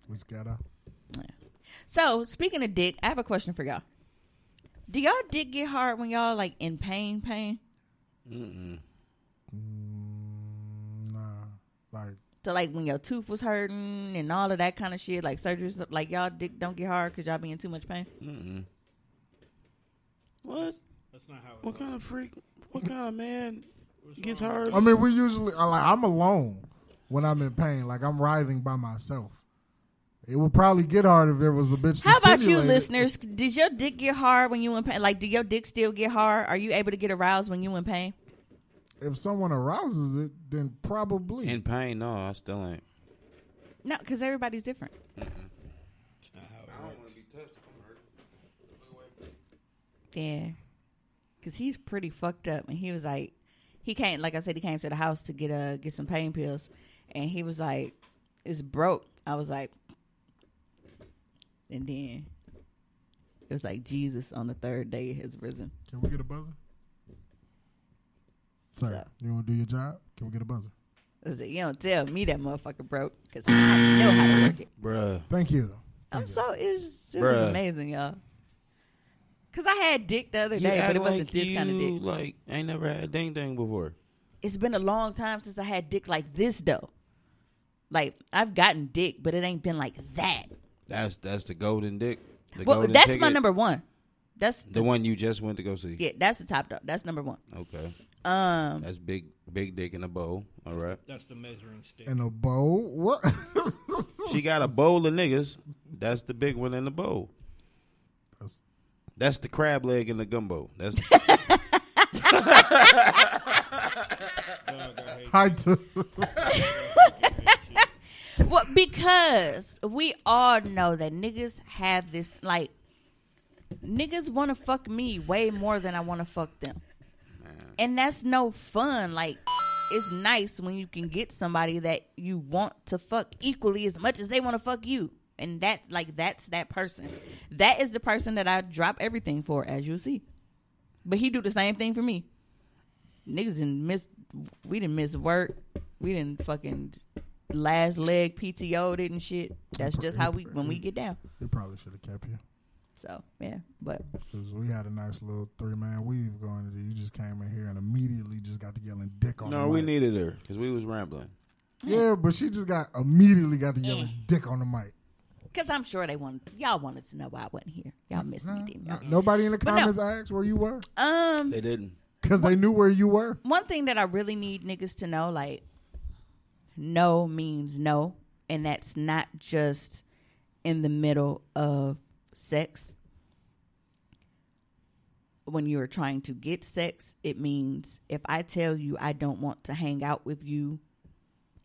It's gotta. So speaking of dick, I have a question for y'all. Do y'all dick get hard when y'all like in pain? Pain? Nah. Like, So like when your tooth was hurting and all of that kind of shit, like surgeries, like y'all dick don't get hard because y'all be in too much pain. What? That's not how. What kind of freak? What kind of man gets hard? I mean, we usually I like I'm alone when I'm in pain. Like I'm writhing by myself. It would probably get hard if there was a bitch. to How about you, stimulate it. listeners? Did your dick get hard when you in pain? Like, do your dick still get hard? Are you able to get aroused when you in pain? If someone arouses it, then probably. In pain? No, I still ain't. No, because everybody's different. Yeah. Cause he's pretty fucked up and he was like he came like I said, he came to the house to get uh get some pain pills and he was like, It's broke. I was like and then it was like Jesus on the third day has risen. Can we get a buzzer? Sorry, So- you want to do your job? Can we get a buzzer? I said, You don't tell me that motherfucker broke because I know how to work it. Bruh. Thank you. I'm so it was, it Bruh. was amazing, y'all. Cause I had dick the other You day, but act it wasn't like this you, kind of dick. Like ain't never had ding ding before. it's been a long time since I had dick like this though. Like I've gotten dick, but it ain't been like that. That's that's the golden dick. The well, golden that's my ticket. number one. That's The one you just went to go see. yeah, that's the top dog. That's number one. Okay. Um, That's big big dick in a bowl. All right. That's the measuring stick. And a bowl? What? She got a bowl of niggas. That's the big one in the bowl. That's- That's the crab leg in the gumbo. [laughs] That's Hi to well, because we all know that niggas have this like niggas want to fuck me way more than I want to fuck them, and that's no fun. Like it's nice when you can get somebody that you want to fuck equally as much as they want to fuck you, and that like that's that person. That is the person that I drop everything for, as you'll see. But he do the same thing for me. Niggas didn't miss. We didn't miss work. We didn't fucking last leg PTO didn't shit. That's just how we when we get down. We probably should have kept you So yeah, but because we had a nice little three man weave going. You just came in here and immediately just got to yelling dick on. no, the we mic. needed her because we was rambling. Yeah, but she just got immediately got to yelling dick on the mic. because I'm sure they wanted y'all wanted to know why I wasn't here. Y'all missed me, didn't No- y'all? nobody in the no. comments asked where you were Um, They didn't. because they knew where you were. one thing that I really need niggas to know, like, no means no, and that's not just in the middle of sex. When you are trying to get sex, it means if I tell you I don't want to hang out with you,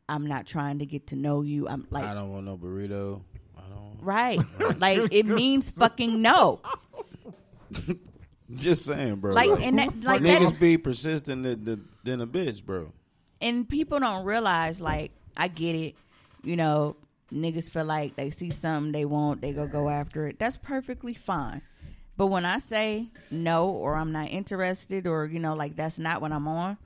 I'm not trying to get to know you. I'm like, I don't want no burrito. I don't. right? like it [laughs] means fucking no. [laughs] Just saying, bro. Like and that, like that niggas be persistent than, than, than a bitch, bro. and people don't realize like i get it you know niggas feel like they see something they want they go go after it that's perfectly fine but when i say no or i'm not interested or you know like that's not what i'm on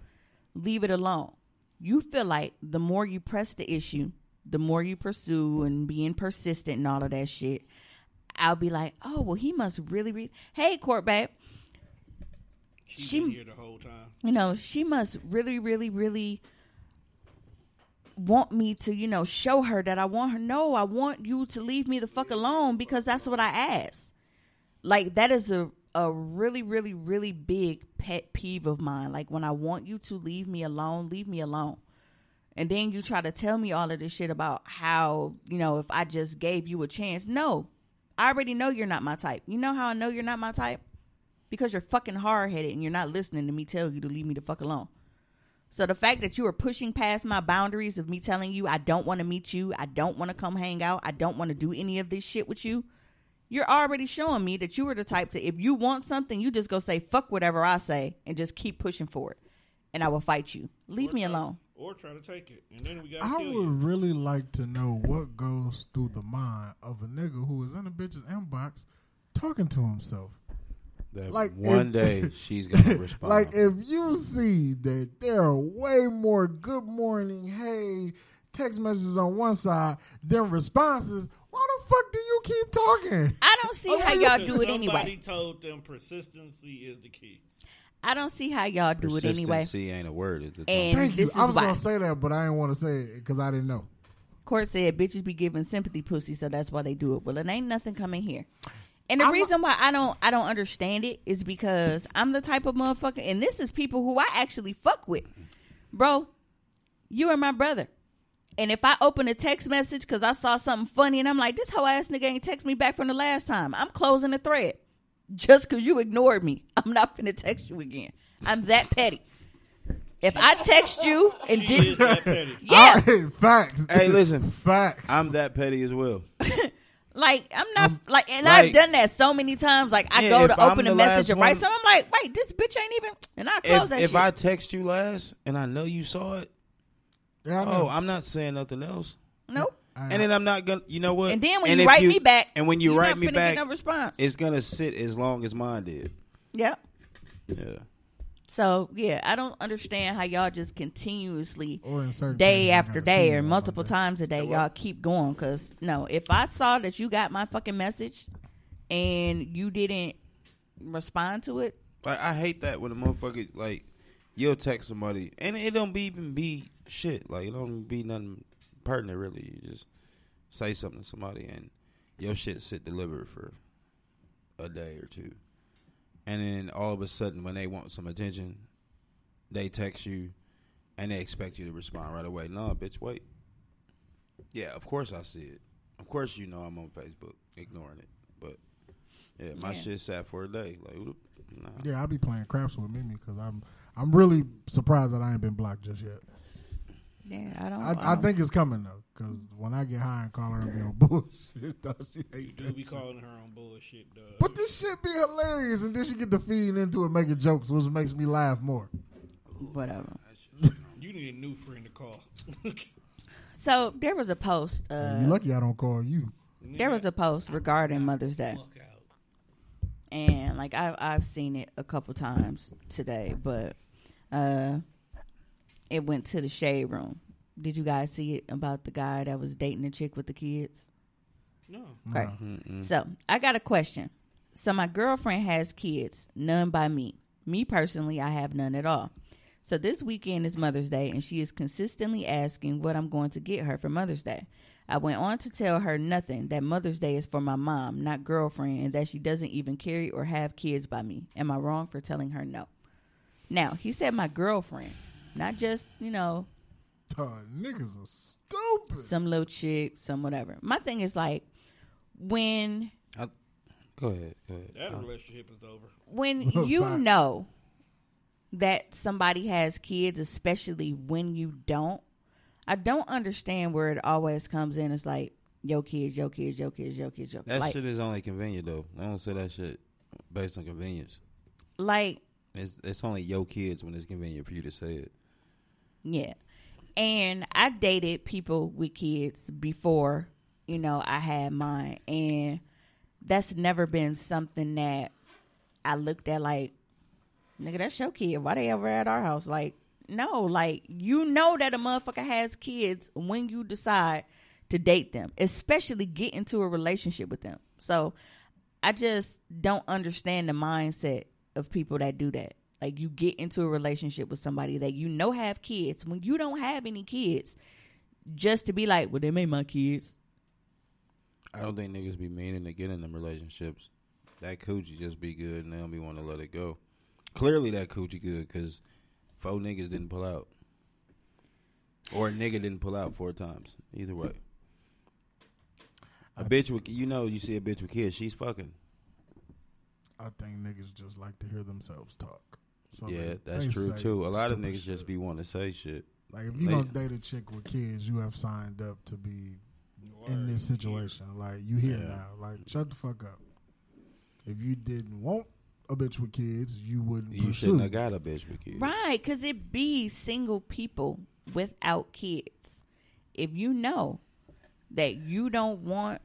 leave it alone you feel like the more you press the issue the more you pursue and being persistent and all of that shit i'll be like oh well he must really read hey court babe She's she- been here the whole time. you know, she must really, really, really want me to, you know, show her that I want her. No, I want you to leave me the fuck alone because that's what I asked. Like that is a a really, really, really big pet peeve of mine. Like when I want you to leave me alone, leave me alone. And then you try to tell me all of this shit about how, you know, if I just gave you a chance. No. I already know you're not my type. You know how I know you're not my type? because you're fucking hard headed and you're not listening to me tell you to leave me the fuck alone. So the fact that you are pushing past my boundaries of me telling you I don't want to meet you, I don't want to come hang out, I don't want to do any of this shit with you, you're already showing me that you are the type to if you want something, you just go say fuck whatever I say and just keep pushing for it, and I will fight you. Leave me alone. or try to take it, and then we got I to would kill you. really like to know what goes through the mind of a nigga who is in a bitch's inbox talking to himself. That Like, one if- [laughs] day she's gonna respond. Like if you see that there are way more good morning, hey, text messages on one side than responses, why the fuck do you keep talking? I don't see how y'all do it Oh, Somebody anyway. told them persistency is the key. I don't see how y'all do it anyway. Persistency ain't a word. At the And Thank you. this I is was why. gonna say that, but I didn't want to say it because I didn't know. Court said bitches be giving sympathy pussy, so that's why they do it. Well, it ain't nothing coming here. And the I'm- reason why I don't I don't understand it is because I'm the type of motherfucker, and this is people who I actually fuck with, bro. You are my brother, and if I open a text message because I saw something funny, and I'm like, this whole ass nigga ain't text me back from the last time. I'm closing the thread just because you ignored me. [laughs] I'm not finna text you again. I'm that petty. If I text you and She is didn't, that petty. [laughs] yeah, facts. [laughs] Hey, listen. facts. I'm that petty as well. Like I'm not like, and like- I've done that so many times. Like I Yeah, go if to I'm open the a message last and write one- something. I'm like, wait, this bitch ain't even. And I close If, that if shit. I text you last and I know you saw it, Yeah, I know. oh, I'm not saying nothing else. nope. And then I'm not gonna. You know what? And then when you if write me back, and when you you're write not me finna back, get no response. it's gonna sit as long as mine did. Yep. Yeah. So yeah, I don't understand how y'all just continuously Or in certain cases, day you after gotta day see or them multiple all day. times a day, y'all keep going. Cause no, if I saw that you got my fucking message and you didn't respond to it, Like I hate that when a motherfucker like you'll text somebody and it don't be even be shit. Like it don't be nothing pertinent really. You just say something to somebody and your shit sit delivered for a day or two. And then all of a sudden when they want some attention, they text you and they expect you to respond right away. No, bitch, wait. Yeah, of course I see it. Of course you know I'm on Facebook ignoring it. But yeah, my Yeah. shit sat for a day. Like who the- nah. Yeah, I'll be playing craps with Mimi because I'm I'm really surprised that I ain't been blocked just yet. yeah, I don't. I, I don't- think it's coming though, because when I get high and call her and be on [laughs] bullshit, dog, she hate You that. be shit. calling her on bullshit, dog. But this shit be hilarious, and then she get to feeding into it, making jokes, which makes me laugh more. whatever. you need a new friend to call. [laughs] So there was a post. Uh, you lucky I don't call you. there was a post regarding Mother's Day. Fuck out. and like I've I've seen it a couple times today, but uh, it went to the shade room. Did you guys see it about the guy that was dating the chick with the kids? No. Okay, Mm-hmm. so I got a question. So my girlfriend has kids, none by me. Me personally, I have none at all. So this weekend is Mother's Day, and she is consistently asking what I'm going to get her for Mother's Day. I went on to tell her nothing, that Mother's Day is for my mom, not girlfriend, and that she doesn't even carry or have kids by me. Am I wrong for telling her no? Now, he said my girlfriend, not just, you know, Dog, niggas are stupid. some little chick, some whatever. My thing is like, when I, go ahead. Go ahead. Oh. That relationship is over. when you Facts. know that somebody has kids, especially when you don't, I don't understand where it always comes in. It's like yo kids, yo kids, yo kids, yo kids, yo kids. That Like, shit is only convenient though. I don't say that shit based on convenience. like It's it's only your kids when it's convenient for you to say it. yeah. And I dated people with kids before, you know, I had mine, and that's never been something that I looked at like, nigga, that's your kid. Why they ever at our house? Like, no, like you know that a motherfucker has kids when you decide to date them, especially get into a relationship with them. So I just don't understand the mindset of people that do that. Like you get into a relationship with somebody that you know have kids when you don't have any kids, just to be like, well, they made my kids. I don't think niggas be meaning to get in them relationships. That coochie just be good and they don't be want to let it go. Clearly that coochie good because four niggas didn't pull out. Or a nigga didn't pull out four times. Either way. A bitch with you know you see a bitch with kids, she's fucking. I think niggas just like to hear themselves talk. So Yeah, they- that's they true say too. A lot of stupid niggas shit. just be want to say shit. like if you they- don't date a chick with kids, you have signed up to be in this situation. Like you here Yeah. now. Like shut the fuck up. If you didn't want a bitch with kids, you wouldn't You pursue. shouldn't have got a bitch with kids. Right, because it be single people without kids. If you know that you don't want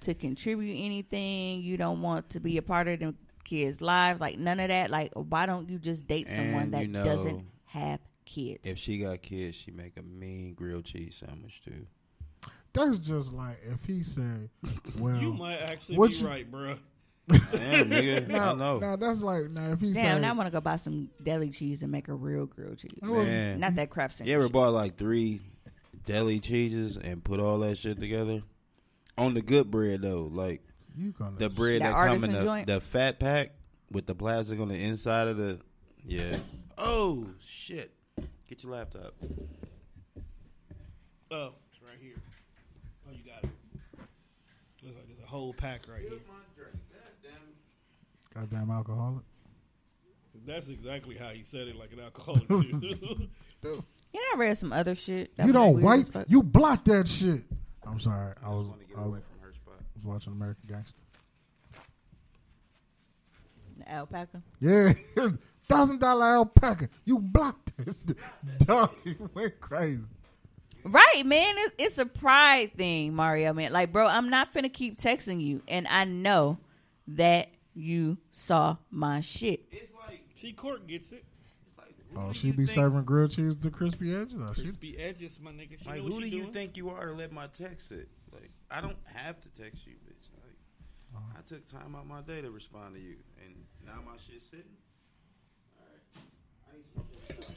to contribute anything, you don't want to be a part of the kids' lives, like none of that, like why don't you just date someone And that you know- doesn't have kids? If she got kids, she make a mean grilled cheese sandwich too. That's just like if he said, "Well, You might actually What be you- right, bro. Damn, nigga, now, I know. now that's like now if he Damn, said, now I want to go buy some deli cheese and make a real grilled cheese. Man. Not that crap sandwich. You ever bought like three deli cheeses and put all that shit together on the good bread though, like "You gonna the bread That that come in artisan the, joint? the fat pack with the plastic on the inside of the yeah. Oh shit! Get your laptop. Oh, it's right here. Oh, you got it. Looks like there's a whole pack right here. goddamn alcoholic." That's exactly how he said it, like [laughs] an alcoholic. [laughs] too. Yeah, I read some other shit. that you was don't weird wipe. as fuck. You block that shit. I'm sorry. I was I was, Her spot. was watching American Gangster. Alpaca. Yeah, [laughs] thousand dollar alpaca. You blocked it. [laughs] Dog, you went crazy. Right, man. It's, it's a pride thing, Mario, man. Like, bro, I'm not finna keep texting you. And I know that you saw my shit. It's like See, Court gets it. it's like Oh, she be serving grilled cheese to crispy edges. Oh, she, Crispy edges, my nigga. She Like, know what who do she you doing. think you are to let my text sit? Like, I don't have to text you, bitch. Like, I took time out my day to respond to you, and now my shit's sitting. All right, I need some more stuff.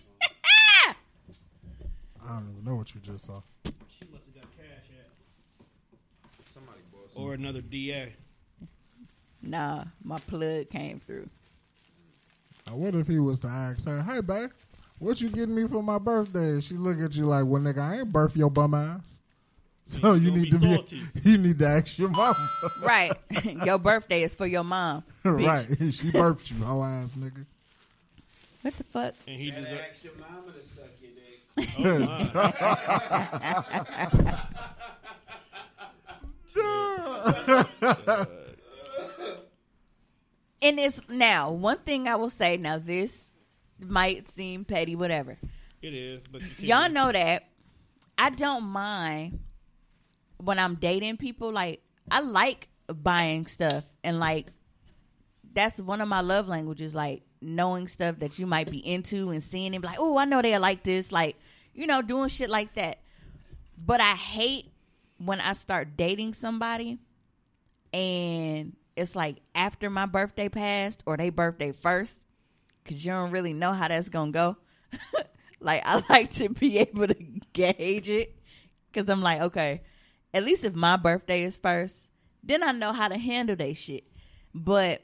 I don't even know what you just saw. She must have got cash app. Somebody bought some. Or another DA. Nah, my plug came through. Now, what if he was to ask her, "Hey, babe, what you getting me for my birthday?" She look at you like, "Well, nigga, I ain't birth your bum ass." So You [laughs] you gonna need be to salty. be. You need to ask your mama. Right. [laughs] your birthday is for [laughs] your mom. bitch. right? She birthed you, hoe ass nigga. What the fuck? And he deserves. ask your mama to suck your dick. And it's now, one thing I will say, now this might seem petty, whatever. It is, but continue. Y'all know that I don't mind when I'm dating people. Like I like buying stuff, and like that's one of my love languages. Like knowing stuff that you might be into and seeing and be like, oh, I know they like this. Like you know, doing shit like that. But I hate when I start dating somebody and it's like after my birthday passed or they birthday first because you don't really know how that's gonna go. like I [laughs] like to be able to gauge it because I'm like, okay, at least if my birthday is first, then I know how to handle they shit. But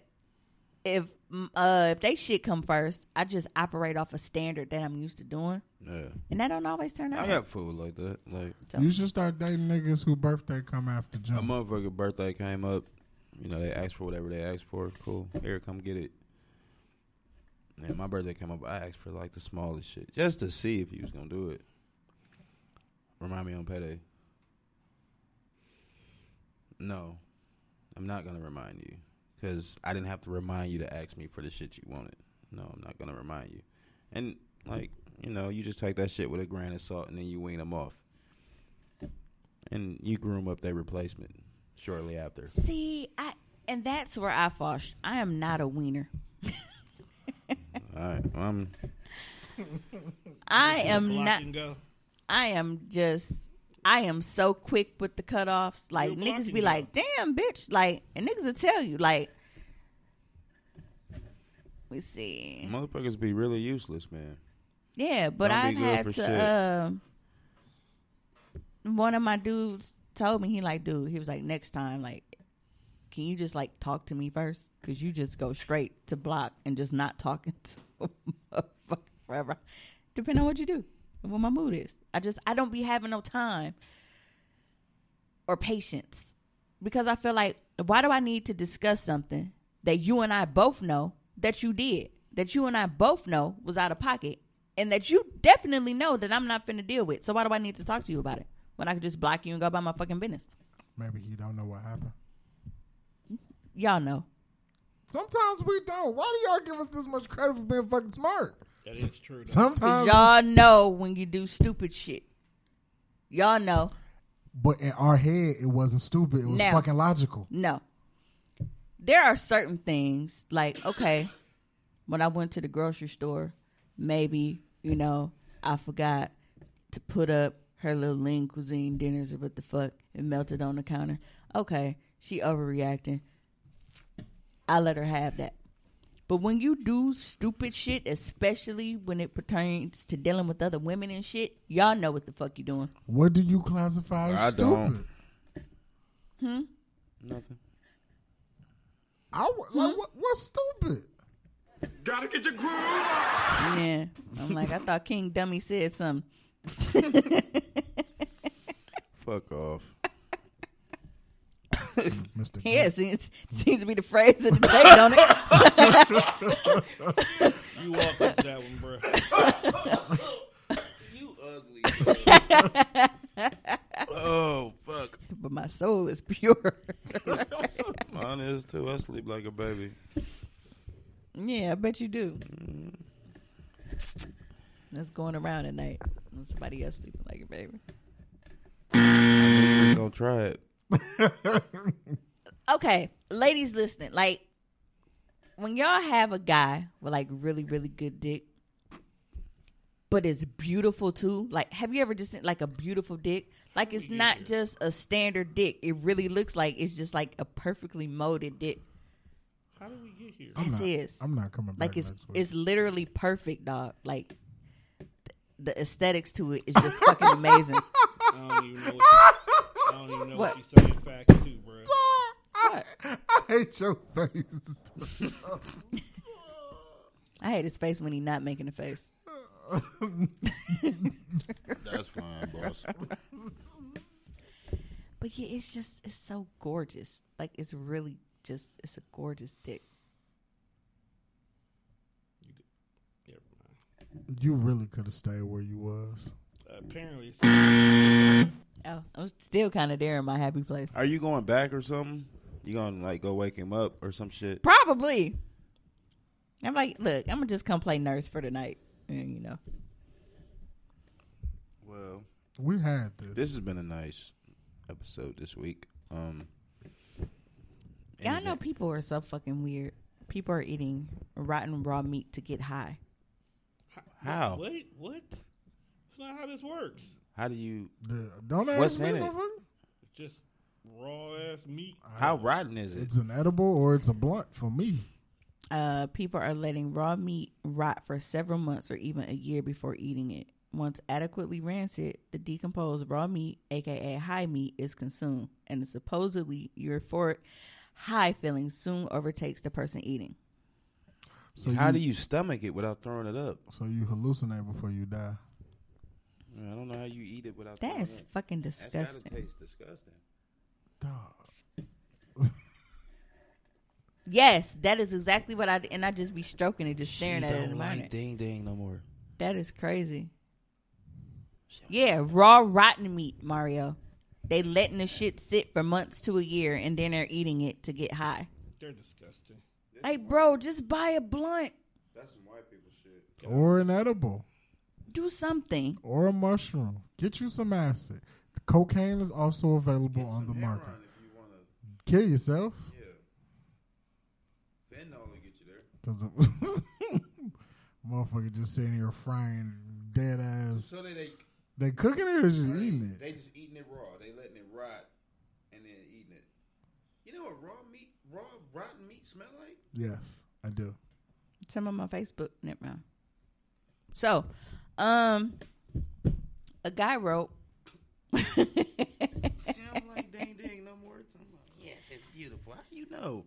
if mm, uh if they shit come first, I just operate off a standard that I'm used to doing, Oh, Yeah, and that don't always turn out. I got food like that. Like, You should start dating niggas whose birthday come after a June. motherfucker birthday came up. You know, they asked for whatever they asked for. Cool. Here, come get it. And my birthday came up. I asked for like the smallest shit just to see if he was going to do it. Remind me on payday. No, I'm not going to remind you because I didn't have to remind you to ask me for the shit you wanted. No, I'm not going to remind you. And like, you know, you just take that shit with a grain of salt and then you wean them off. And you groom up their replacement shortly after. See, I and that's where I fall. sh- I am not a wiener. All right, um, I am Block not. and go. I am just I am so quick with the cutoffs. Like You're niggas blocking be now. like, damn bitch. Like and niggas will tell you, like we see. motherfuckers be really useless, man. Yeah, but Don't be I've good for shit. had to um one of my dudes told me he like, dude, he was like, next time, like, can you just like talk to me first? Cause you just go straight to block and just not talking [laughs] to a motherfucker forever. Depending on what you do and what my mood is. I just I don't be having no time or patience. Because I feel like why do I need to discuss something that you and I both know that you did, that you and I both know was out of pocket, and that you definitely know that I'm not finna deal with. So why do I need to talk to you about it when I could just block you and go about my fucking business? Maybe he don't know what happened. Y'all know. Sometimes we don't. Why do y'all give us this much credit for being fucking smart? That is true. Though. Sometimes, Y'all know when you do stupid shit. Y'all know. but in our head, it wasn't stupid. It was Now. fucking logical. No. There are certain things like okay, when I went to the grocery store, maybe you know I forgot to put up her little lean cuisine dinners or what the fuck it melted on the counter. Okay, she overreacting. I let her have that. But when you do stupid shit, especially when it pertains to dealing with other women and shit, y'all know what the fuck you doing. What do you classify as I stupid? don't. Hmm? I w- Hmm? like what, what's stupid? Yeah, I'm like I thought King Dummy said something. Fuck off. Mr. Yeah, it seems, seems to be the phrase of the day, don't [laughs] it? You walked up that one, bro. [laughs] You ugly. oh fuck. But my soul is pure. Mine is too. I sleep like a baby. yeah, I bet you do. Mm-hmm. That's going around at night. When Somebody else sleeping like a baby. I'm gonna try it. Okay, ladies listening, like when y'all have a guy with like really, really good dick, but it's beautiful too. Like, have you ever just seen like a beautiful dick? Like, it's not just a standard dick. It really looks like it's just like a perfectly molded dick. How did we get here? This is. I'm not coming back. like it's next week. it's literally perfect, dog. Like th- the aesthetics to it is just [laughs] fucking amazing. I don't even know what, you, I don't even know what, What? you saying facts too, [laughs] bro. I hate your face. I hate his face when he not making a face. [laughs] That's fine, boss. But yeah, it's just it's so gorgeous. Like it's really just it's a gorgeous dick. Never mind. you really could have stayed where you was. Apparently, it's Oh, I'm still kind of there in my happy place. Are you going back or something? You gonna like go wake him up or some shit? Probably. I'm like, look, I'm gonna just come play nurse for the night, and you know, Well, We had this. this has been a nice episode this week. Um, y'all know anything- people are so fucking weird. People are eating rotten raw meat to get high. how? what? What? It's not how this works. How do you? The- don't ask What's me, in it? motherfucker. It's just raw ass meat. How rotten is it? It's an edible or it's a blunt for me. uh, people are letting raw meat rot for several months or even a year before eating it. Once adequately rancid, the decomposed raw meat, aka high meat, is consumed, and the supposedly euphoric high feeling soon overtakes the person eating. So How you, do you stomach it without throwing it up? So you hallucinate before you die. I don't know how you eat it without. That throwing is up. fucking That's gotta disgusting. taste disgusting. Dog. Yes, that is exactly what I d- and I just be stroking it, just staring she at it don't in the morning. like ding ding no more. That is crazy. Yeah, raw rotten meat, Mario. They letting the shit sit for months to a year and then they're eating it to get high. They're disgusting. Like, bro, just buy a blunt. That's some white people shit. Or an edible. Do something. Or a mushroom. Get you some acid. Cocaine is also available on the market. If you wanna, Kill yourself. fentanyl will get you there. Cause it [laughs] motherfucker just sitting here frying dead ass. So they they They cooking it or just eating it? They just eating it raw. They letting it rot and then eating it. You know what raw meat, raw rotten meat smell like? Yes, I do. Some of my Facebook. Never mind. So, um, a guy wrote. I'm like [laughs] dang dang no more. I'm like, yes, it's beautiful. How you know?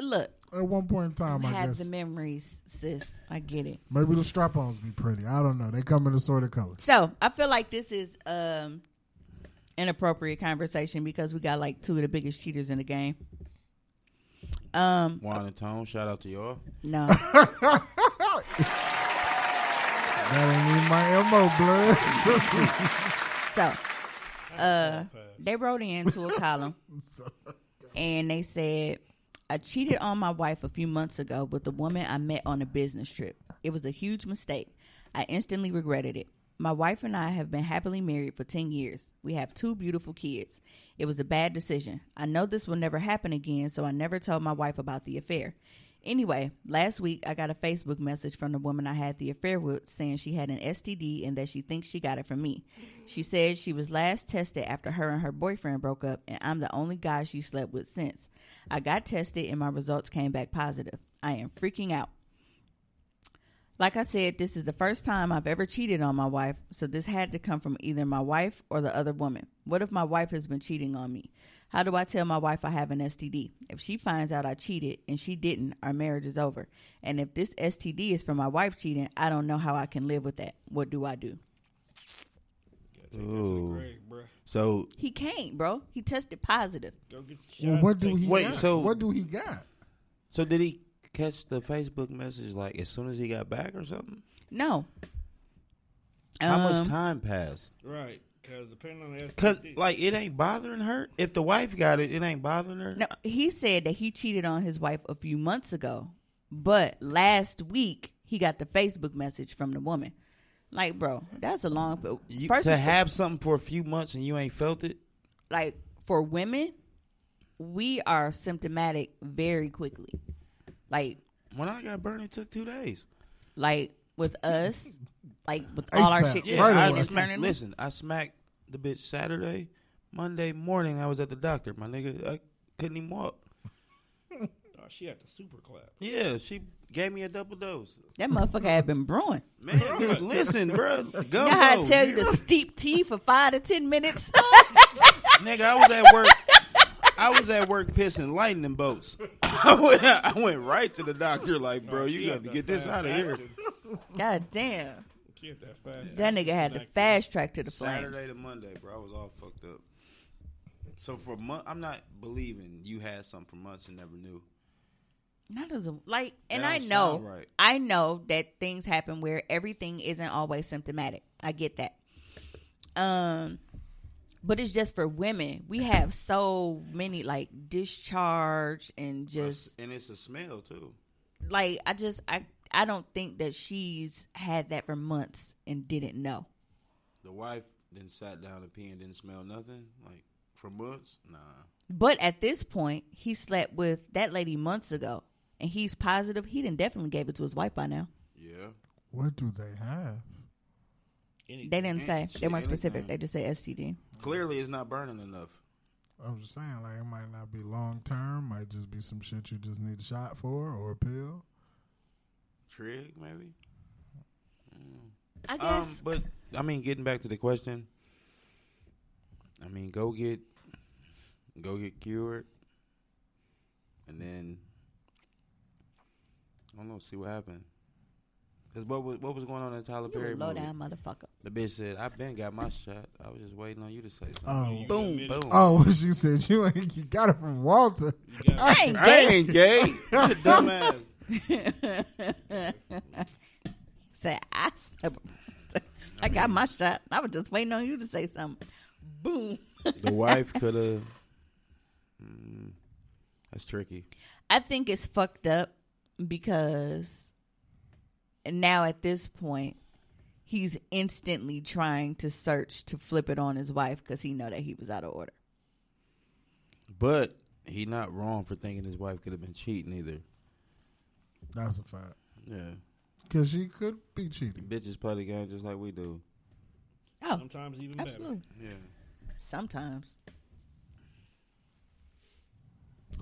Look, At one point in time, I have guess the memories, sis. I get it. maybe the strap-ons be pretty. I don't know. They come in assorted colors. So I feel like this is um an appropriate conversation because we got like two of the biggest cheaters in the game. Um, Juan and Tone, shout out to y'all. no. That ain't even my MO, blood. [laughs] So, uh, they wrote into a column and they said, I cheated on my wife a few months ago with a woman I met on a business trip. It was a huge mistake. I instantly regretted it. My wife and I have been happily married for 10 years. We have two beautiful kids. It was a bad decision. I know this will never happen again, so I never told my wife about the affair. Anyway, last week I got a Facebook message from the woman I had the affair with saying she had an STD and that she thinks she got it from me. She said she was last tested after her and her boyfriend broke up, and I'm the only guy she slept with since. I got tested and my results came back positive. I am freaking out. Like I said, this is the first time I've ever cheated on my wife, so this had to come from either my wife or the other woman. What if my wife has been cheating on me? How do I tell my wife I have an STD? If she finds out I cheated and she didn't, our marriage is over. And if this STD is from my wife cheating, I don't know how I can live with that. What do I do? Ooh. Great, bruh. So He can't, bro. He tested positive. Go get the Well, shot. what do Take- he Wait, got? so- what do he got? so did he catch the Facebook message like as soon as he got back or something? No. How Um, much time passed? Right. Because depending on the Cause STD. like it ain't bothering her. If the wife got it, it ain't bothering her. No, he said that he cheated on his wife a few months ago, but last week he got the Facebook message from the woman. Like, bro, that's a long. You, first to of all- have something for a few months and you ain't felt it. like for women, we are symptomatic very quickly. Like, When I got burned, it took two days. like with us, like with all our ASAP, shit. Yeah, going right on I away. smacked, internally. listen, I smacked the bitch Saturday, Monday morning. I was at the doctor. My nigga, I couldn't even walk. oh, she had the super clap. Yeah, she gave me a double dose. That motherfucker had been brewing. Man, dude, listen, bro. Gumbo, Now I tell you nigga. to steep tea for five to ten minutes. [laughs] Nigga, I was at work. I was at work pissing lightning bolts. [laughs] I went, I went right to the doctor, like, bro, you got to get this out of here. God damn, She had that fast. that nigga had to fast track to the flames. Saturday to Monday, bro. I was all fucked up. So for month, I'm not believing you had something for months and never knew. That doesn't like, and That I don't know, sound right. I know that things happen where everything isn't always symptomatic. I get that. Um, but it's just for women. We have so many like discharge and just and it's a smell too. like I just I I don't think that she's had that for months and didn't know. The wife then sat down to pee and didn't smell nothing like for months. Nah, But at this point, he slept with that lady months ago, and he's positive. He didn't definitely gave it to his wife by now. yeah. What do they have? They didn't say they weren't specific. anything. They just said STD. Clearly, it's not burning enough. I'm just saying, like it might not be long term. Might just be some shit you just need a shot for or a pill. Trig maybe. I Um, guess. but I mean, getting back to the question, I mean, go get, go get cured, and then I don't know, see what happened. Cause what was what was going on in the Tyler You Perry a low movie? down [laughs] motherfucker. The bitch said, "I've been got my shot. I was just waiting on you to say Oh, something." boom, boom. oh, [laughs] you said you ain't you got it from Walter. I ain't I gay. ain't gay. You dumbass. [laughs] Say I slept. [laughs] I got my shot. I was just waiting on you to say something. Boom. [laughs] The wife could have. Mm. that's tricky. I think it's fucked up because now at this point he's instantly trying to search to flip it on his wife because he know that he was out of order. But he not wrong for thinking his wife could have been cheating either. That's a fact. Yeah. Cause she could be cheating. Bitches play the game just like we do. Oh, Sometimes even better. absolutely. Yeah. Sometimes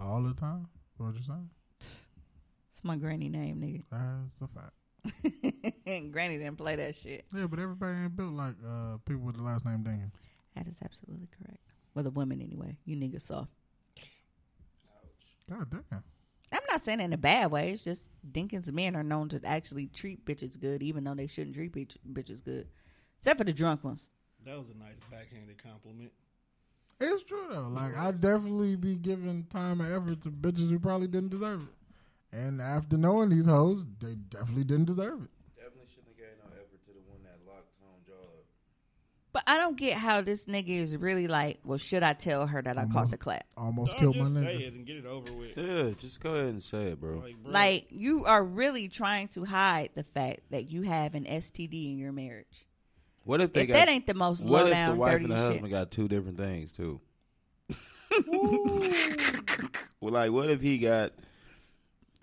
all the time. What you saying? it's my granny name, That's a fact. nigga. [laughs] granny didn't play that shit. Yeah, but everybody ain't built like uh, people with the last name Dinkins. That is absolutely correct. Well, the women anyway. You niggas soft. God damn. I'm not saying in a bad way. It's just Dinkins men are known to actually treat bitches good, even though they shouldn't treat bitch- bitches good, except for the drunk ones. That was a nice backhanded compliment. It's true though. Like I definitely be giving time and effort to bitches who probably didn't deserve it. And after knowing these hoes, they definitely didn't deserve it. Definitely shouldn't have gave no effort to the one that locked home jaw up. But I don't get how this nigga is really like, well, should I tell her that I caught the clap? Almost Dog, killed my just say nigga. it and get it over with. Yeah, just go ahead and say it, bro. Like, bro, Like, you are really trying to hide the fact that you have an STD in your marriage. What if they If got, that ain't the most What if low-down, the wife dirty and the shit? husband got two different things too? [laughs] well, like, what if he got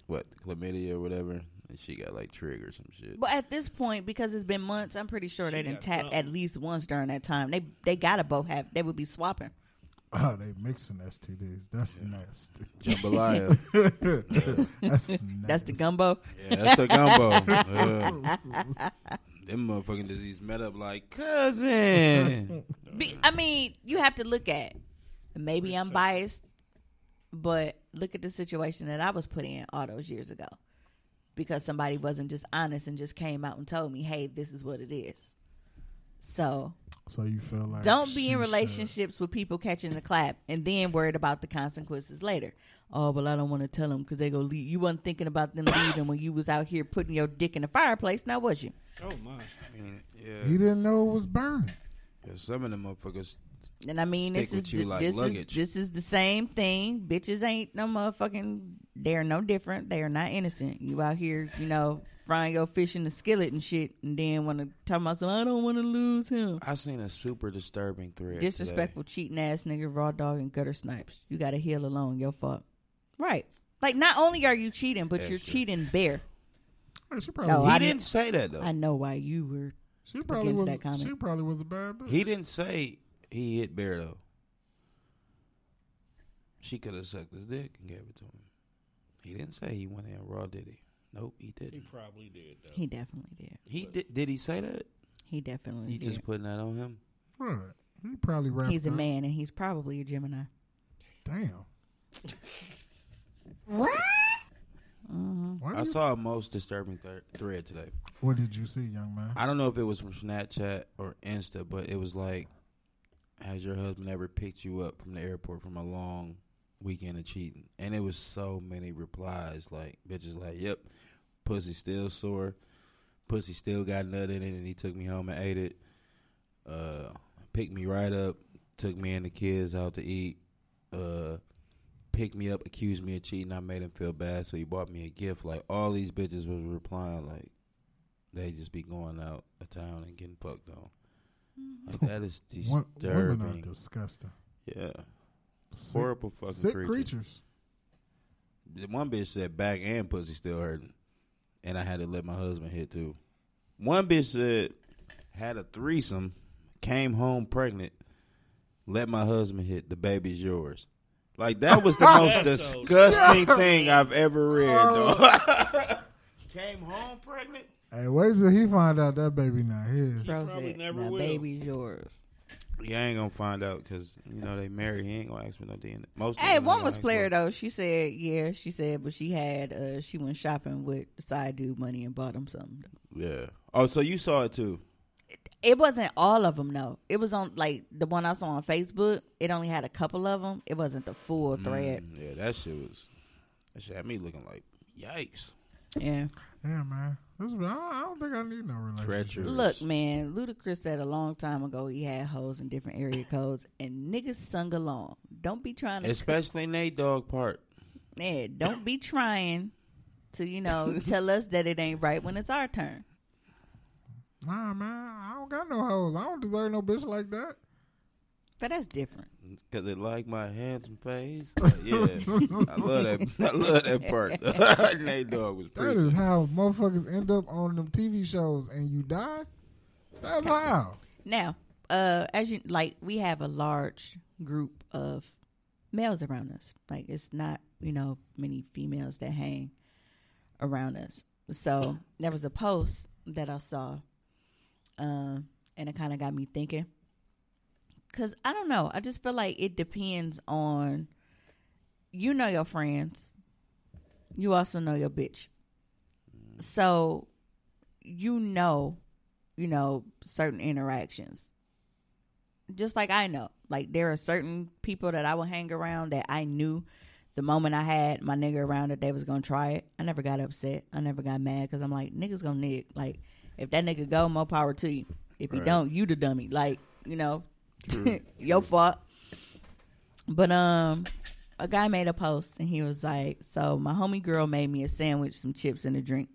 what chlamydia or whatever, and she got like trigger or some shit? But at this point, because it's been months, I'm pretty sure they didn't got tap something. at least once during that time. They they gotta both have. They would be swapping. Oh, they mixing STDs. That's nasty. Jambalaya, That's nasty. That's the gumbo. yeah, that's [laughs] the combo. Yeah. Them motherfucking disease met up [laughs] like cousin. Be, I mean, you have to look at. Maybe I'm biased, but look at the situation that I was put in all those years ago, because somebody wasn't just honest and just came out and told me, "Hey, this is what it is." So So you feel like Don't be she in should- relationships with people catching the clap and then worried about the consequences later. Oh, well, I don't want to tell them because they go leave. You wasn't thinking about them leaving when you was out here putting your dick in the fireplace, now was you? oh my. yeah, He didn't know it was burning. 'cause some of them motherfuckers. And I mean, Stick this is with you the- like this luggage. is this is the same thing. Bitches ain't no motherfucking. They're no different. They are not innocent. You out here, you know, frying your fish in the skillet and shit, and then want to talk about some. I don't want to lose him. I seen a super disturbing thread. today. disrespectful, cheating ass nigga, raw dog, and gutter snipes. You got to heal alone. Yo, fuck. Right. Like, not only are you cheating, but you're Extra. cheating bare. Hey, She Oh, probably, He I didn't say that though. I know why you were. she probably against was. that comment. She probably was a bad bitch. He didn't say he hit Bear though. She could have sucked his dick and gave it to him. He didn't say he went in raw, did he? Nope, he He didn't. probably did though. He definitely did. He did. Did he say that? He definitely You did. just putting that on him. Right. He probably wrapped he's a up. man, and he's probably a Gemini. Damn. Why do I you- saw a most disturbing thir- thread today. what did you see, young man? I don't know if it was from Snapchat or Insta, but it was like, has your husband ever picked you up from the airport from a long weekend of cheating? And it was so many replies, like bitches like, yep, pussy still sore, pussy still got nut in it, and he took me home and ate it. Uh, picked me right up, took me and the kids out to eat. Uh, picked me up, accused me of cheating. I made him feel bad, so he bought me a gift. Like all these bitches was replying, like they just be going out of town and getting fucked on. Like [laughs] that is Wo- women are disturbing. disgusting. yeah, Sick, horrible fucking sick creature. creatures. The One bitch said back and pussy still hurting, and I had to let my husband hit too. One bitch said had a threesome, came home pregnant, let my husband hit. The baby's yours. Like that [laughs] was the most That's so- disgusting thing I've ever read. Though. [laughs] came home pregnant. Hey, wait till he find out that baby not his. Bro probably said, never "Now, will." baby's yours. Yeah, I ain't gonna find out because you know they married. He ain't gonna ask for no DNA. Most Hey, niggas one ain't was gonna player ask for- though. She said, yeah, she said, but she had, uh, she went shopping with the side dude money and bought him something. Yeah. Oh, so you saw it too? It wasn't all of them though. It was on like the one I saw on Facebook. It only had a couple of them. It wasn't the full Mm. thread. Mm, Yeah, that shit was. That shit had me looking like yikes. Yeah. Yeah, man. This, I, I don't think I need no relationship. Treacherous. Look, man, Ludacris said a long time ago he had hoes in different area codes, and niggas sung along. Don't be trying to, especially Nate Dog part. yeah, don't be trying to, [laughs] you know, tell us that it ain't right when it's our turn. Nah, man. I don't got no hoes. I don't deserve no bitch like that. But that's different. Cause they like my handsome [laughs] face. Like, yeah, I love that. I love [laughs] that part. [laughs] Nate Dog was That pretty. is how motherfuckers end up on them TV shows and you die. That's how. Now, uh, as you like, we have a large group of males around us. Like, it's not you know many females that hang around us. So there was a post that I saw, um, and it kind of got me thinking. Cause I don't know, I just feel like it depends on, you know, your friends. You also know your bitch. So, you know you know, certain interactions. just like I know. Like there are certain people that I would hang around that I knew the moment I had my nigga around that they was gonna try it. I never got upset. I never got mad because I'm like niggas gonna nig. Like if that nigga go, more power to you. If you don't, you the dummy. Like you know, [laughs] your fault. But um, a guy made a post and he was like, "So my homie girl made me a sandwich, some chips, and a drink.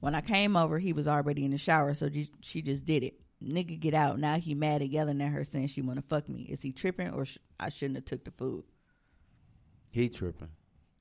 When I came over, he was already in the shower, so ju- she just did it. Nigga, get out now. He mad at yelling at her, saying she want to fuck me. Is he tripping or sh- I shouldn't have took the food? He tripping.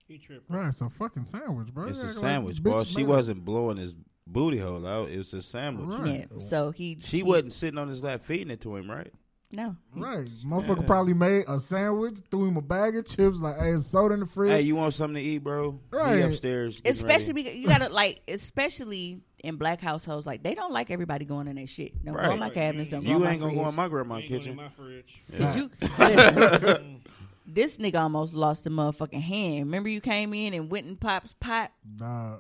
He tripped. Right, it's a fucking sandwich, bro. It's You a act like sandwich, bitch boss. She made- wasn't blowing his booty hole out. It was a sandwich. Right. Yeah. So he She he- wasn't sitting on his lap feeding it to him, right? no. Right, motherfucker probably made a sandwich, threw him a bag of chips, like, hey, it's soda in the fridge. Hey, you want something to eat, bro? Right. He upstairs. getting Especially ready. because you gotta like, especially in black households, like they don't like everybody going in their shit. Don't go in my Right. cabinets. Don't you go in ain't my gonna go fridge. in my grandma's Ain't going in kitchen. my fridge. Did you? Listen, [laughs] this nigga almost lost a motherfucking hand. Remember you came in and went and pops pot. nah,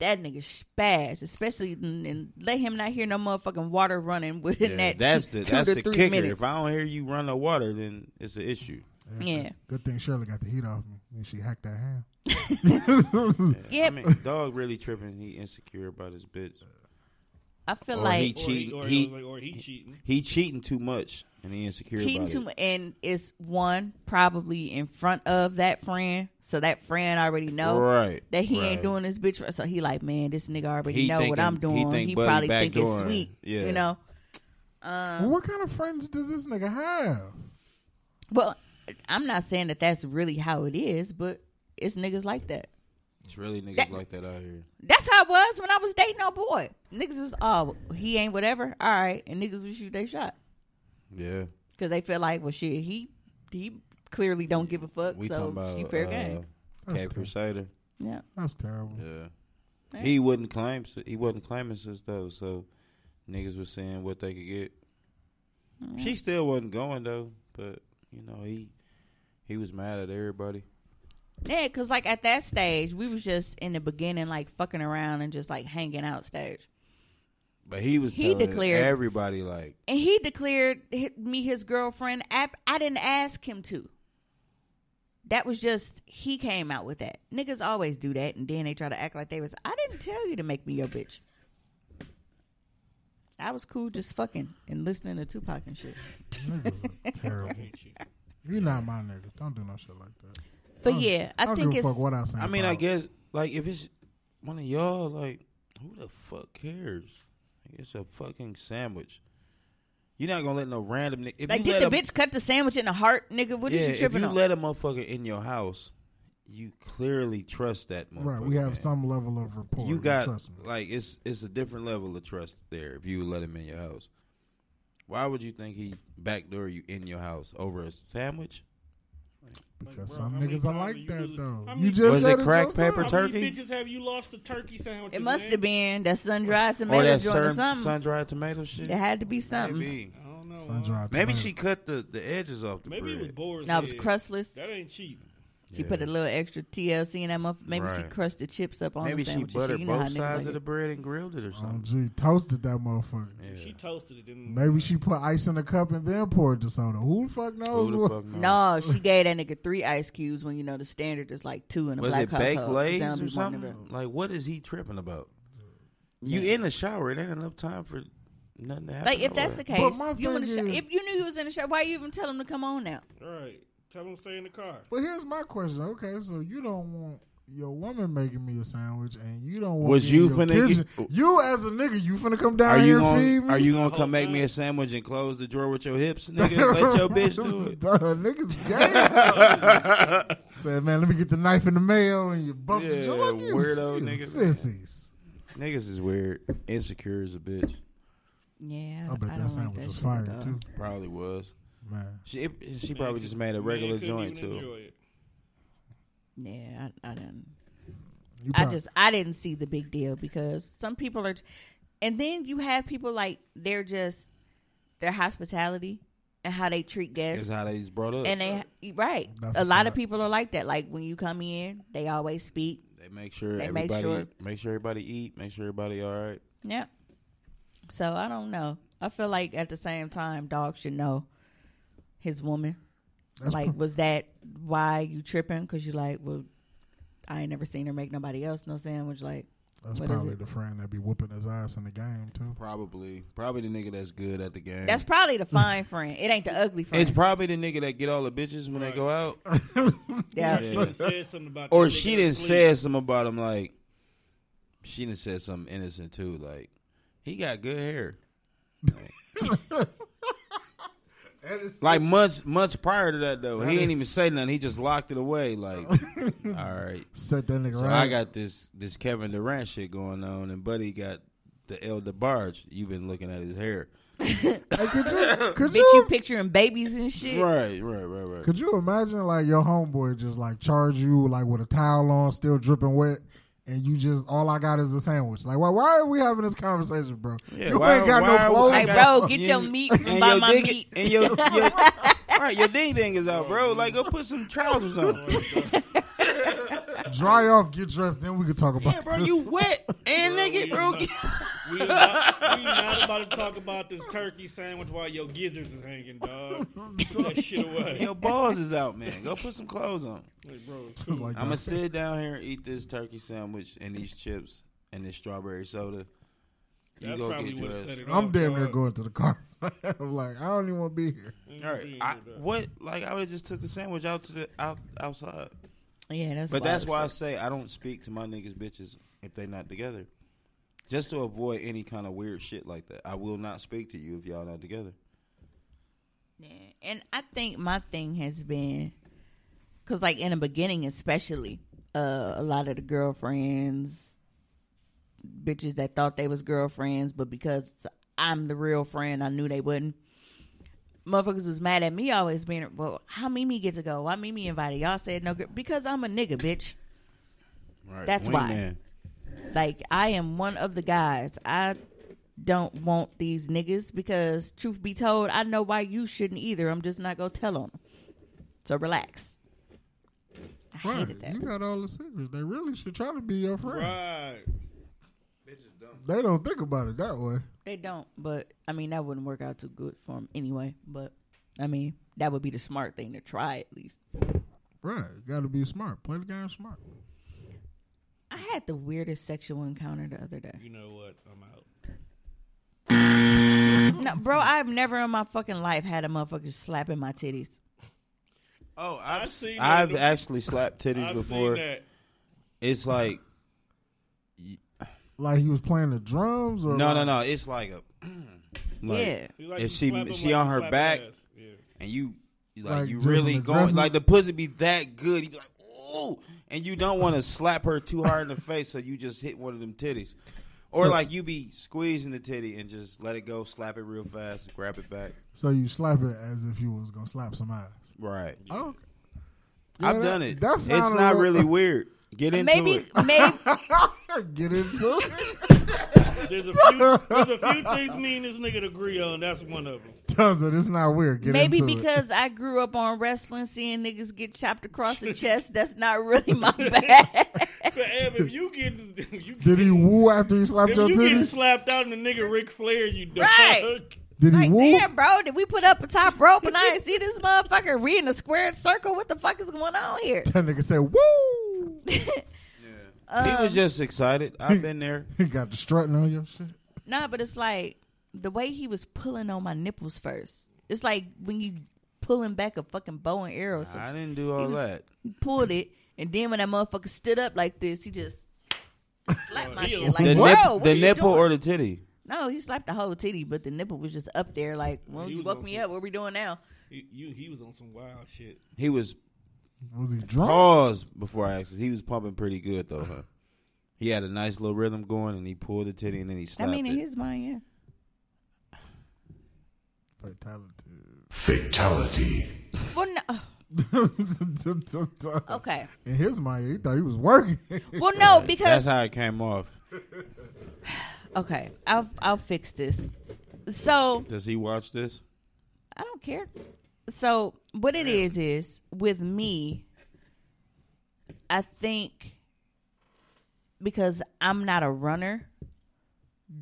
That nigga spaz, especially and, and let him not hear no motherfucking water running within Yeah, that. that's the two that's to the three kicker. Minutes. If I don't hear you run the water, then it's an issue. yeah, good thing Shirley got the heat off me when she hacked that ham. yeah, I mean, dog really tripping. He insecure about his bitch. I feel Or he like cheating. Or he, he, or, he, or he cheating. he cheating too much, and he insecure cheating about too it. much, and it's one probably in front of that friend, so that friend already know Right, that he right. ain't doing this bitch. right. So he like, man, this nigga already He know what thinking- I'm he doing. He, think Buddy probably back think it's door. sweet, Yeah. you know. Uh, well, what kind of friends does this nigga have? Well, I'm not saying that that's really how it is, but it's niggas like that. It's really niggas That- like that out here. That's how it was when I was dating a boy. Niggas was, oh, he ain't whatever. All right. And niggas would shoot they shot. Yeah, Because they feel like, well, shit, he he clearly don't give a fuck. we so talking about she fair uh, game. That's Cat tough. Crusader. Yeah. That's terrible. Yeah. He wouldn't claim. He wasn't claiming sis though, so niggas was saying what they could get. Mm. She still wasn't going though, but you know he he was mad at everybody. Yeah, because, like, at that stage, we was just in the beginning, like, fucking around and just, like, hanging out stage. But he was He telling declared- everybody like And he declared hi- me his girlfriend. ap- I didn't ask him to. That was just he came out with that. Niggas always do that, and then they try to act like they was. I didn't tell you to make me your bitch. I was cool just fucking and listening to Tupac and shit. Niggas are terrible. You not my nigga. Don't do no shit like that. But yeah, I, I don't think give a it's fuck what I say. I mean, I about- guess like if it's one of y'all, like who the fuck cares? Like, it's a fucking sandwich. You're not gonna let no random. ni- If like you did let the a- bitch cut the sandwich in the heart, nigga? What is yeah, you tripping if you on? let a motherfucker in your house, you clearly trust that motherfucker. Right, we have man. some level of rapport. you got trust me. like it's it's a different level of trust there if you let him in your house. Why would you think he backdoor you in your house over a sandwich? because bro, some how many niggas are times like you that lose- though. how you many- just Was said it crack yourself. paper How turkey? many bitches have you lost to turkey sandwiches? it must man? have been that sun dried or tomato Oh, that joint or sun, something. sun dried tomato shit? it had to be something. Maybe. I don't know. Sun dried Maybe tomato. she cut the, the edges off the Maybe bread. it was boar's No, it was head. crustless. That ain't cheap. She put a little extra TLC in that motherfucker. Maybe she Right. crushed the chips up on Maybe the she sandwich. buttered you know how both niggas sides like of the it. bread and grilled it or Oh, something. gee, toasted that motherfucker. She toasted it. Didn't Maybe she put ice in a cup and then poured the soda. Who the fuck knows? Who the Oh. what- fuck knows? No, she gave that nigga three ice cubes when you know the standard is like two in a Was black it baked household. lays Don't be or wanting something? to- Like, what is he tripping about? You in the shower? It ain't enough time for nothing to happen. Like if that's or- the But case, my you in the thing sho- is- if you knew he was in the shower, why you even tell him to come on now? Right. Tell them to stay in the car. But here's my question. Okay, so you don't want your woman making me a sandwich, and you don't want Was me in you your finna kitchen. get- you as a nigga, you finna come down Are here you and gonna feed me? Are you gonna come make me a sandwich and close the drawer with [laughs] your hips, nigga? Let your This bitch do is [laughs] it. done. Niggas [laughs] gay. Said, man, let me get the knife in the mail and you bump Yeah, the joint. You weirdo weirdo niggas. Sissies. Niggas is weird. Insecure as a bitch. Yeah, I bet that sandwich was fire, too. Probably was. Man. She it- she probably just made a regular Man couldn't joint even too. enjoy it. Yeah, I, I didn't. You I probably- just I didn't see the big deal because some people are, and then you have people like they're just their hospitality and how they treat guests Is how they was brought up. and they right. That's a a lot of fact. people are like that. Like when you come in, they always speak. They make sure They make everybody make sure. sure. everybody eat. Make sure everybody all right. Yep. So I don't know. I feel like at the same time, dog should know his woman. That's like, pr- was that why you tripping? Because you like, well, I ain't never seen her make nobody else no sandwich. Like, That's what is probably it? the friend that be whooping his ass in the game too. Probably, probably the nigga that's good at the game. that's probably the fine friend. It ain't the ugly friend. it's probably the nigga that get all the bitches when they go out, yeah. Yeah. Said something about or that she nigga didn't asleep. say something about him like she didn't said something innocent too, like he got good [laughs] hair. Like months, months prior to that though, he didn't even say nothing. He just locked it away. [laughs] Like, all right, Set that nigga So right. I got this this Kevin Durant shit going on, and Buddy got the El DeBarge. You've been looking at his hair, Hey, could you could Bitch, you you, picturing babies and shit. right, right, right, right. could you imagine like your homeboy just like charge you like with a towel on, still dripping wet, and you just all I got is a sandwich. Like why why are we having this conversation, bro? Yeah, you why- ain't got why- no clothes. Like, on. bro, get your meat from by your my ding- meat. and your, [laughs] your all right, your ding ding is out, bro. Like, go put some trousers on. dry off, get dressed, then we could talk about. yeah, bro, this. you [laughs] wet and nigga, bro. We not, we not about to talk about this turkey sandwich while your gizzards is hanging, dog. Put that shit [laughs] away. Your balls is out, man. Go put some clothes on. Like, bro, it's Just like I'm gonna that. sit down here and eat this turkey sandwich and these chips and this strawberry soda. You That's go probably get what dressed. set it I'm off, damn near dog. going to the car. I'm like, I don't even want to be here. Mm-hmm. All right, I, what? Like I would have just took the sandwich out to the out outside. Yeah, that's But wild that's as why I fuck. say I don't speak to my niggas bitches if they not together, just to avoid any kind of weird shit like that. I will not speak to you if y'all not together. Yeah. And I think my thing has been because, like, in the beginning, especially, uh, a lot of the girlfriends, bitches that thought they was girlfriends, but because I'm the real friend, I knew they wouldn't. Motherfuckers was mad at me always being, well, how Mimi get to go? Why Mimi invited? Y'all said no, gir-" because I'm a nigga, bitch. Right. That's why. Like I am one of the guys. I don't want these niggas because truth be told, I know why you shouldn't either. I'm just not gonna tell on them. So relax. I hated that. You got all the secrets. They really should try to be your friend. Right. They don't think about it that way. They don't, but I mean that wouldn't work out too good for them anyway. But I mean that would be the smart thing to try at least. Right. Got to be smart. Play the game [laughs] smart. I had the weirdest sexual encounter the other day. You know what? I'm out. No, [laughs] bro, I've never in my fucking life had a motherfucker slapping my titties. Oh, I've seen I've that. actually slapped titties I've before. seen that. It's like Like he was playing the drums or no, no, like- no. It's like a [clears throat] like, yeah. You like if you she slap 'em she like on you her slap back ass. Yeah. and you you like, Like, you just really an going aggressive- like the pussy be that good. You be like oh, and you don't want to slap her too hard in the face, so you just hit one of them titties, or like you be squeezing the titty and just let it go, slap it real fast, grab it back. So you slap it as if you was gonna slap some ass. Right, Oh, okay. I've Yeah, done that- it. that That's it's sounded not a little- really weird. Get into Maybe it. maybe [laughs] Get into it. There's [laughs] a few. there's a few things me and this nigga agree on. That's one of them. Does it? It's not weird. Get Maybe into it. because I grew up on wrestling, seeing niggas get chopped across [laughs] the chest. That's not really my bag. But Ev, if you get, [laughs] you Did he woo after he slapped If your you get titties? slapped out in the nigga Ric Flair, you dog. Right. Did he like, woo? damn, bro, did we put up a top rope and I didn't see this motherfucker? We in a squared circle. What the fuck is going on here? That nigga said woo. he Um, was just excited. I've been [laughs] there. He got the strutting on your shit. Nah, but it's like the way he was pulling on my nipples first. It's like when you pulling back a fucking bow and arrow. or some I shit. didn't do all was- that. He pulled it, and then when that motherfucker stood up like this, [laughs] he just slapped my Ew. shit. Like, The, bro, nip- what the you nipple doing? or the titty? No, he slapped the whole titty, but the nipple was just up there. Like, well, He you was woke on me some- up. What we doing now? He, [laughs] you, he was on some wild [laughs] shit. He was Was he drunk? Pause before I asked. He was pumping pretty good though, huh? He had a nice little rhythm going, and he pulled the titty, and then he I slapped mean, in it. his mind, yeah. Fatality. Well, [laughs] no, okay. In his mind, he thought he was working. Well, [laughs] no, That's because how it came off. okay, I'll I'll fix this. So Does he watch this? I don't care. So what it is is with me, I think because I'm not a runner,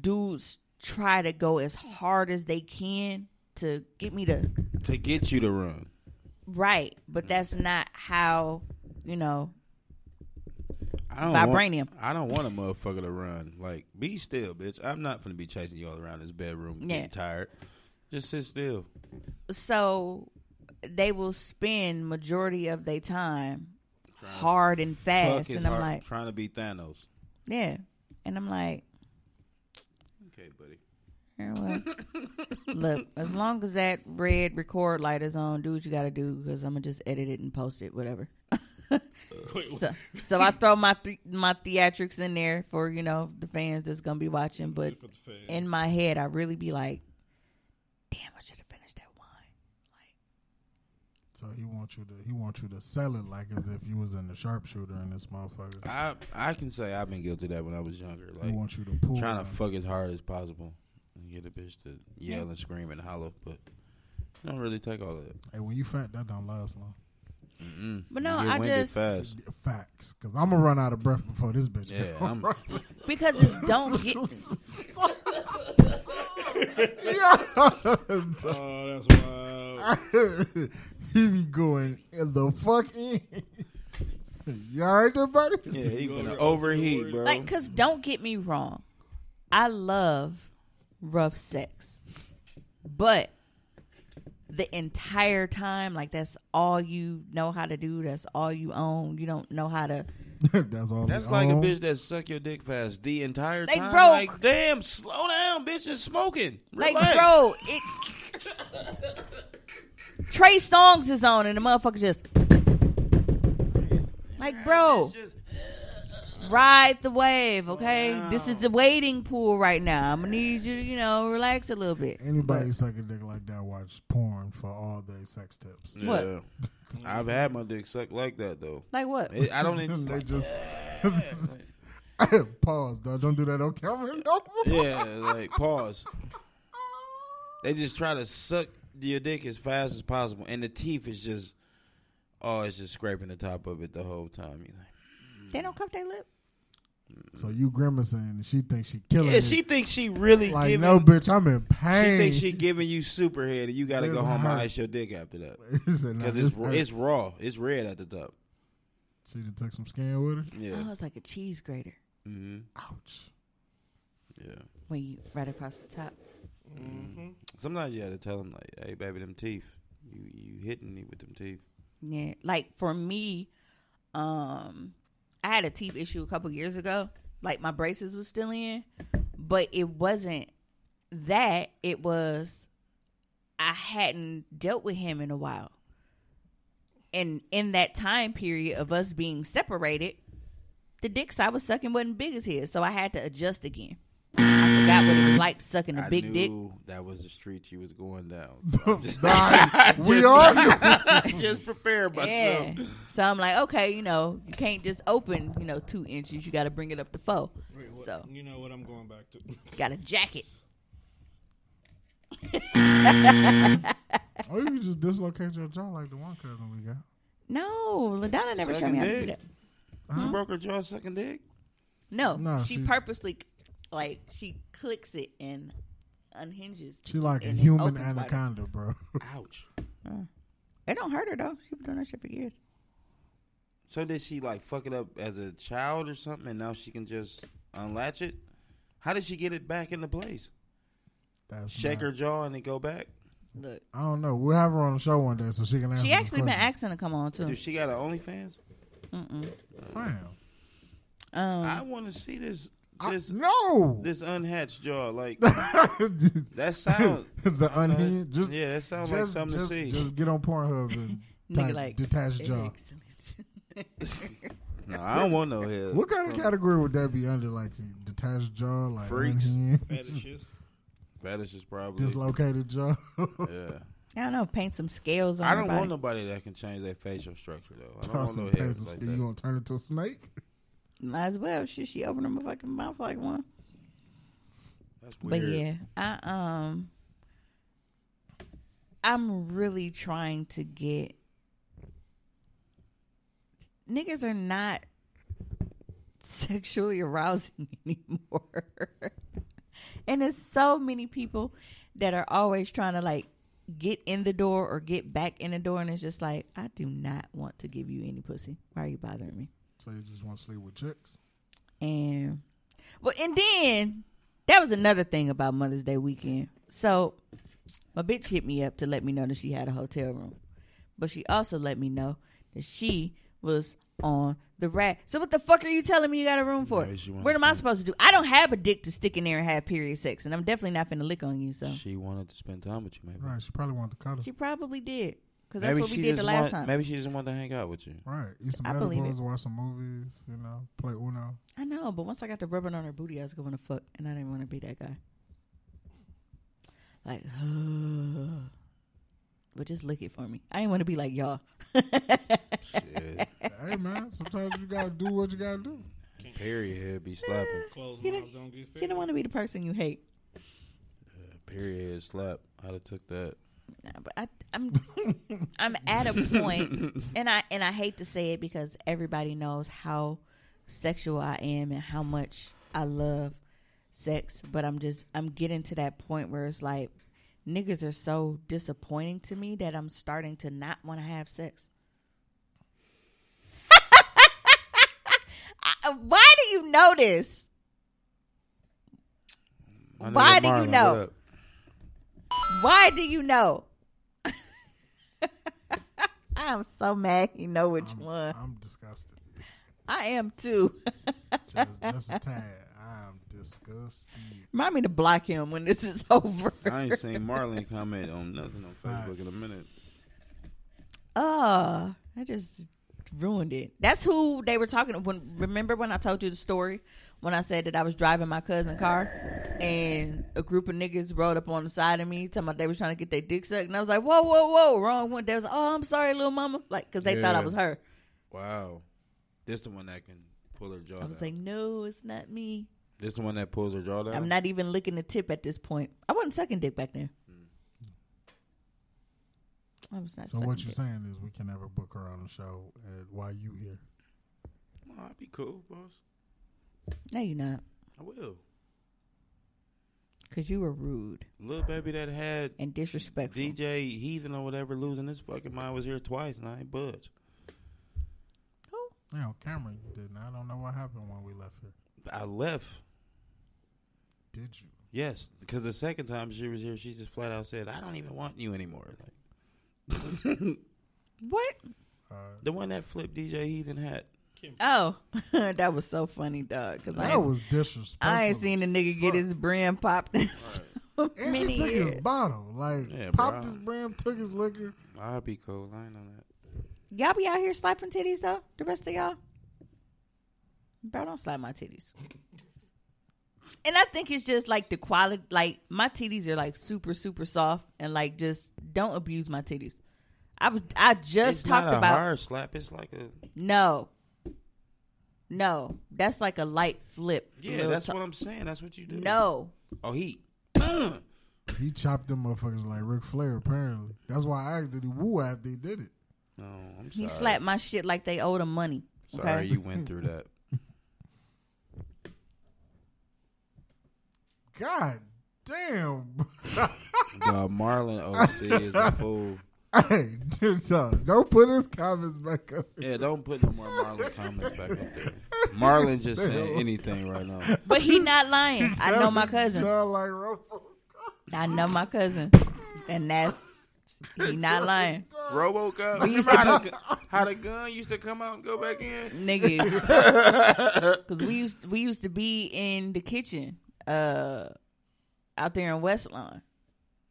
dudes try to go as hard as they can to get me to to get you to run. right, but that's not how you know. I don't Vibranium. Want, I don't want a motherfucker to run. Like, be still, bitch. I'm not gonna be chasing you all around this bedroom. Yeah. Getting tired. Just sit still. So they will spend majority of their time hard and fast, his and I'm heart, like, trying to be Thanos. yeah, and I'm like, Okay, buddy. Yeah, well, look, as long as that red record light is on, do what you got to do because I'm gonna just edit it and post it, whatever. so, so I throw my th- my theatrics in there for you know the fans that's gonna be watching, but in my head, I really be like, damn, I should have finished that wine. So he wants you to he wants you to sell it like as if you was in the sharpshooter in this motherfucker. I I can say I've been guilty of that when I was younger. he Like wants you to pull. trying to one. fuck as hard as possible and get a bitch to yell and scream and holler, but I don't really take all of that. Hey, when you fat, that don't last long. But no, You get I winded [laughs] just fast. Facts, because I'm gonna run out of breath before this bitch. Yeah, I'm, because it's don't get [laughs] Oh, that's wild. he be going in the fuck in. you all right there, buddy? yeah, he gonna overheat, bro. like because don't get me wrong, I love rough sex, but the entire time, like that's all you know how to do. That's all you own. You don't know how to. That's all. That's they like a own. bitch that suck your dick fast the entire They time. broke. Like, damn, slow down, bitch. It's smoking. Like, Relax. bro, it. Trey Songs is on, and the motherfucker just. Like, bro, Just- ride the wave, okay? This is the waiting pool right now. I'm gonna need you to, you know, relax a little bit. Anybody sucking dick like that watch porn for all their sex tips. What? Yeah. I've had my dick sucked like that though. Like, what? It- [laughs] I don't. even- they just [laughs] pause. Though. Don't do that on camera. No more. yeah, like pause. They just try to suck your dick as fast as possible, and the teeth is just, oh, it's just scraping the top of it the whole time. You're like, They don't cuff their lip. So you grimacing, and she thinks she killing. yeah, it. she thinks she really like giving. no, bitch. I'm in she pain. thinks she giving you superhead, and you got to It go doesn't home and hurt. ice your dick after that She said, nah, because this it's ra- it's hurts. raw, it's red at the top. She done took some skin with her. Yeah, Oh, it's like a cheese grater hmm Ouch. yeah. when you right across the top. Sometimes you got to tell them like, hey, baby, them teeth, you you hitting me with them teeth. Yeah, like for me, um, I had a teeth issue a couple years ago. Like my braces was still in, but it wasn't that. It was I hadn't dealt with him in a while, and in that time period of us being separated, the dicks I was sucking wasn't big as his, so I had to adjust again. I forgot what it was like sucking a I big dick. knew that was the street you was going down. So I just, [laughs] Nah, we are. I just prepared myself. Yeah. So I'm like, okay, you know, you can't just open, you know, two inches. You got to bring it up to four. What- So you know what I'm going back [laughs] to. got to jacket. or you can just dislocate your jaw like the one cousin we got. No, Ladonna never showed Sucking me how to do dick. that. She broke her jaw sucking dick. No, No, she, she- purposely, like, she clicks it and unhinges. She [laughs] like a and it human opens wider. anaconda, bro. Ouch. It don't hurt her though. She been doing that shit for years. So did she like fuck it up as a child or something, and now she can just unlatch it? How did she get it back into place? That's Shake not- her jaw and it go back? Look, I don't know. We'll have her on the show one day so she can answer. she this actually been question. asking to come on too. Does she got an OnlyFans? Fam. Um, I want to see this I- this no. this unhatched jaw. [laughs] Like Just- that sound. the [laughs] unhinged. Just, yeah, that sounds like just, something just, to see. Just get on Pornhub and [laughs] nigga, type like detached jaw. excellence. [laughs] no, I don't want no head. What kind of category would that be under? Like detached jaw, like Freaks. [laughs] unhinged, Fetishes. Fetishes probably. dislocated jaw. yeah. [laughs] I don't know. Paint some scales on. I her don't body. want nobody that can change their facial structure though. I don't Toss want no some heads pencils. like you that. gonna turn into a snake? Might as well. She she opened her fucking mouth like one. That's But weird. yeah, I um I'm really trying to get niggas are not [laughs] sexually arousing anymore. And there's so many people that are always trying to like get in the door or get back in the door, and it's just like, I do not want to give you any pussy. Why are you bothering me? So you just want to sleep with chicks? And well, and then that was another thing about Mother's Day weekend. So my bitch hit me up to let me know that she had a hotel room, but she also let me know that she was on the rack. So what the fuck are you telling me you got a room for? No, she wanted what am I to- supposed to do? I don't have a dick to stick in there and have period sex, and I'm definitely not finna lick on you. So She wanted to spend time with you, maybe. Right. She probably wanted to cuddle. she probably did because that's Maybe what we she did just the last want- time. Maybe she just wanted to hang out [laughs] with you. Right. Eat some I believe edibles, watch some movies, you know, play Uno. I know, but once I got the rubbing on her booty, I was going to fuck, and I didn't want to be that guy. Like, [sighs] but just lick it for me. I didn't want to be like y'all. Shit. hey man, sometimes you gotta do what you gotta do. Period head be slapping. Close You mouths didn't- don't get You fed. don't want to be the person you hate. Period head slap. I'd have took that. Nah, but I, I'm I'm at a point, and I and I hate to say it because everybody knows how sexual I am and how much I love sex, but I'm just I'm getting to that point where it's like niggas are so disappointing to me that I'm starting to not want to have sex. [laughs] I- Why do you know this? My nigga Why do you Marlon, know? what up? Why do you know? [laughs] I'm so mad you know which I'm, one. I'm disgusted. I am too. Just, just a tad. I'm disgusted. [laughs] Remind me to block him when this is over. I ain't seen Marlon comment on nothing on Facebook in a minute. Oh, I just ruined it. That's who they were talking to. When, remember when I told you the story when I said that I was driving my cousin's car and a group of niggas rolled up on the side of me talking about they was trying to get their dick sucked. And I was like, whoa, whoa, whoa, wrong one. They was like, oh, I'm sorry, little mama. Like, because they thought I Yeah. was her. Wow. This the one that can pull her jaw I down. was like, no, it's not me. this the one that pulls her jaw down? I'm not even licking the tip at this point. I wasn't sucking dick back then. I was not So sucking what you dick. saying is we can never book her on the show and why you here? Oh, I'd be cool, boss. No, you're not. I will. Because you were rude Little baby that had and disrespectful. DJ Heathen or whatever losing his fucking mind was here twice and I ain't budge. Who? Yeah, on camera you didn't. I don't know what happened when we left here. I left. Did you? Yes, because the second time she was here, she just flat out said, "I don't even want you anymore." Like What? the one that flipped DJ Heathen hat. Oh, [laughs] that was so funny, dog. Because I, That ain't- was disrespectful. I ain't seen a nigga get his brim popped in so [laughs] And she many took years. his bottle, like Yeah, popped bro. his brim, took his liquor. I'll be cool. I ain't on that. Y'all be out here slapping titties, though? The rest of y'all? Bro, don't slap [laughs] my titties. and I think it's just like the quality, like my titties are like super, super soft and like just don't abuse my titties. I was, I just it's talked not a about. hard slap. It's like a No. No. That's like a light flip. yeah. Little that's to- what I'm saying. That's what you do. No. Oh, he. Boom. He chopped them motherfuckers like Ric Flair. Apparently, that's why I asked did he woo after he did it. No, I'm sorry. He slapped my shit like they owed him money. Okay. Sorry, you went through that. God damn. [laughs] bro. [laughs] the Marlon OC is a fool. hey, dude, [laughs] so don't put his comments back up. Yeah, don't put no more Marlon comments back up there. Marlon's just [laughs] saying anything right now. but he not lying. [laughs] I know my cousin. Sound like Rofo. I know my cousin. And that's he not lying. RoboCop. Remember how the, gu- how the gun used to come out and go back in? Nigga. Cause we used we used to be in the kitchen, uh out there in West Lawn.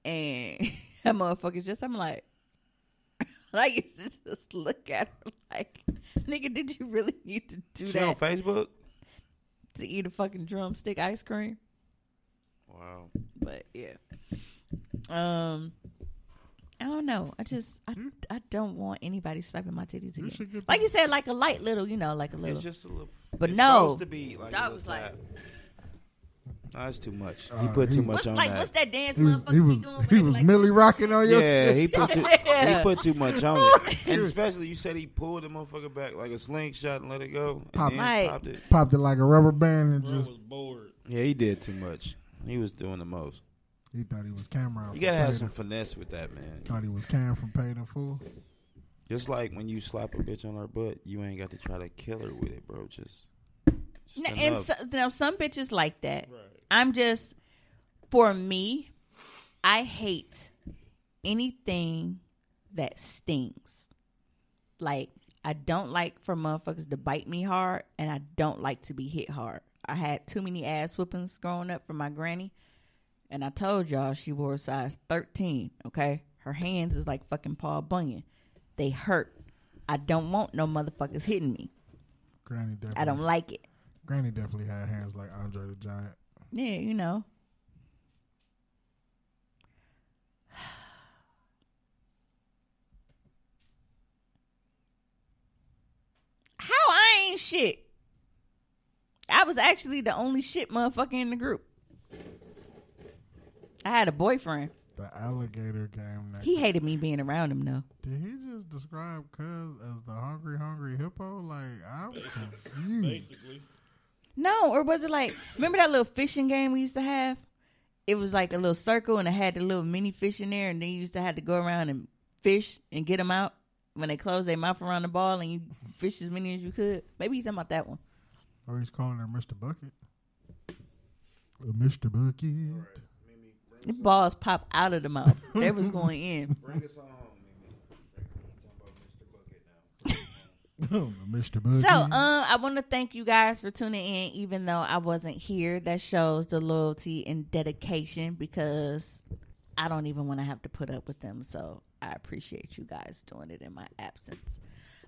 And [laughs] that motherfucker just I'm like [laughs] I used to just look at her like, nigga, did you really need to do She on that Facebook? to eat a fucking drumstick ice cream? Wow. But yeah. Um I don't know. I just I, I don't want anybody slapping my titties again. should get like you said, like a light little, you know, like a little. It's just a little. But it's no. supposed to be like. Dog a was was like- like. Nah, that's too much. He put too much What's on like? that. Oh, What's that dance? He was motherfucker he was be doing when he they was like, Millie rocking on you. Yeah, he put [laughs] too, Yeah. he put too much on it, [laughs] and especially you said he pulled the motherfucker back like a slingshot and let it go, and Pop- then Right. popped it. Popped it like a rubber band and Bro just was bored. Yeah, he did too much. He was doing the most. He thought he was Cameron. You from gotta have Paid some in- finesse with that, man. Thought he was Cam from Paid in Full. Just like when you slap a bitch on her butt, you ain't got to try to kill her with it, bro. Just, just N- and enough. so, now some bitches like that. I'm just for me, I hate anything that stings. Like I don't like for motherfuckers to bite me hard, and I don't like to be hit hard. I had too many ass whoopings growing up from my granny, and I told y'all she wore a size 13. Okay, her hands is like fucking Paul Bunyan. They hurt. I don't want no motherfuckers hitting me. Granny definitely. I don't like it. Granny definitely had hands like Andre the Giant. Yeah, you know. How I ain't shit. I was actually the only shit motherfucker in the group. I had a boyfriend. The alligator game. That, He hated me being around him though. did he just describe Cuz as the hungry, hungry hippo? Like I'm confused. Basically, No, or was it like remember that little fishing game we used to have? It was like a little circle and it had the little mini fish in there, and then you used to have to go around and fish and get them out when they close their mouth around the ball and you fish as many as you could. Maybe he's talking about that one. Or he's calling her Mr. Bucket. Uh, Mr. Bucket. The balls pop out of the mouth. they was going in. Bring us on home, Mimi. Talking about Mr. Bucket now. Mr. Bucket. So, um, I want to thank you guys for tuning in, even though I wasn't here. That shows the loyalty and dedication because I don't even want to have to put up with them. So, I appreciate you guys doing it in my absence.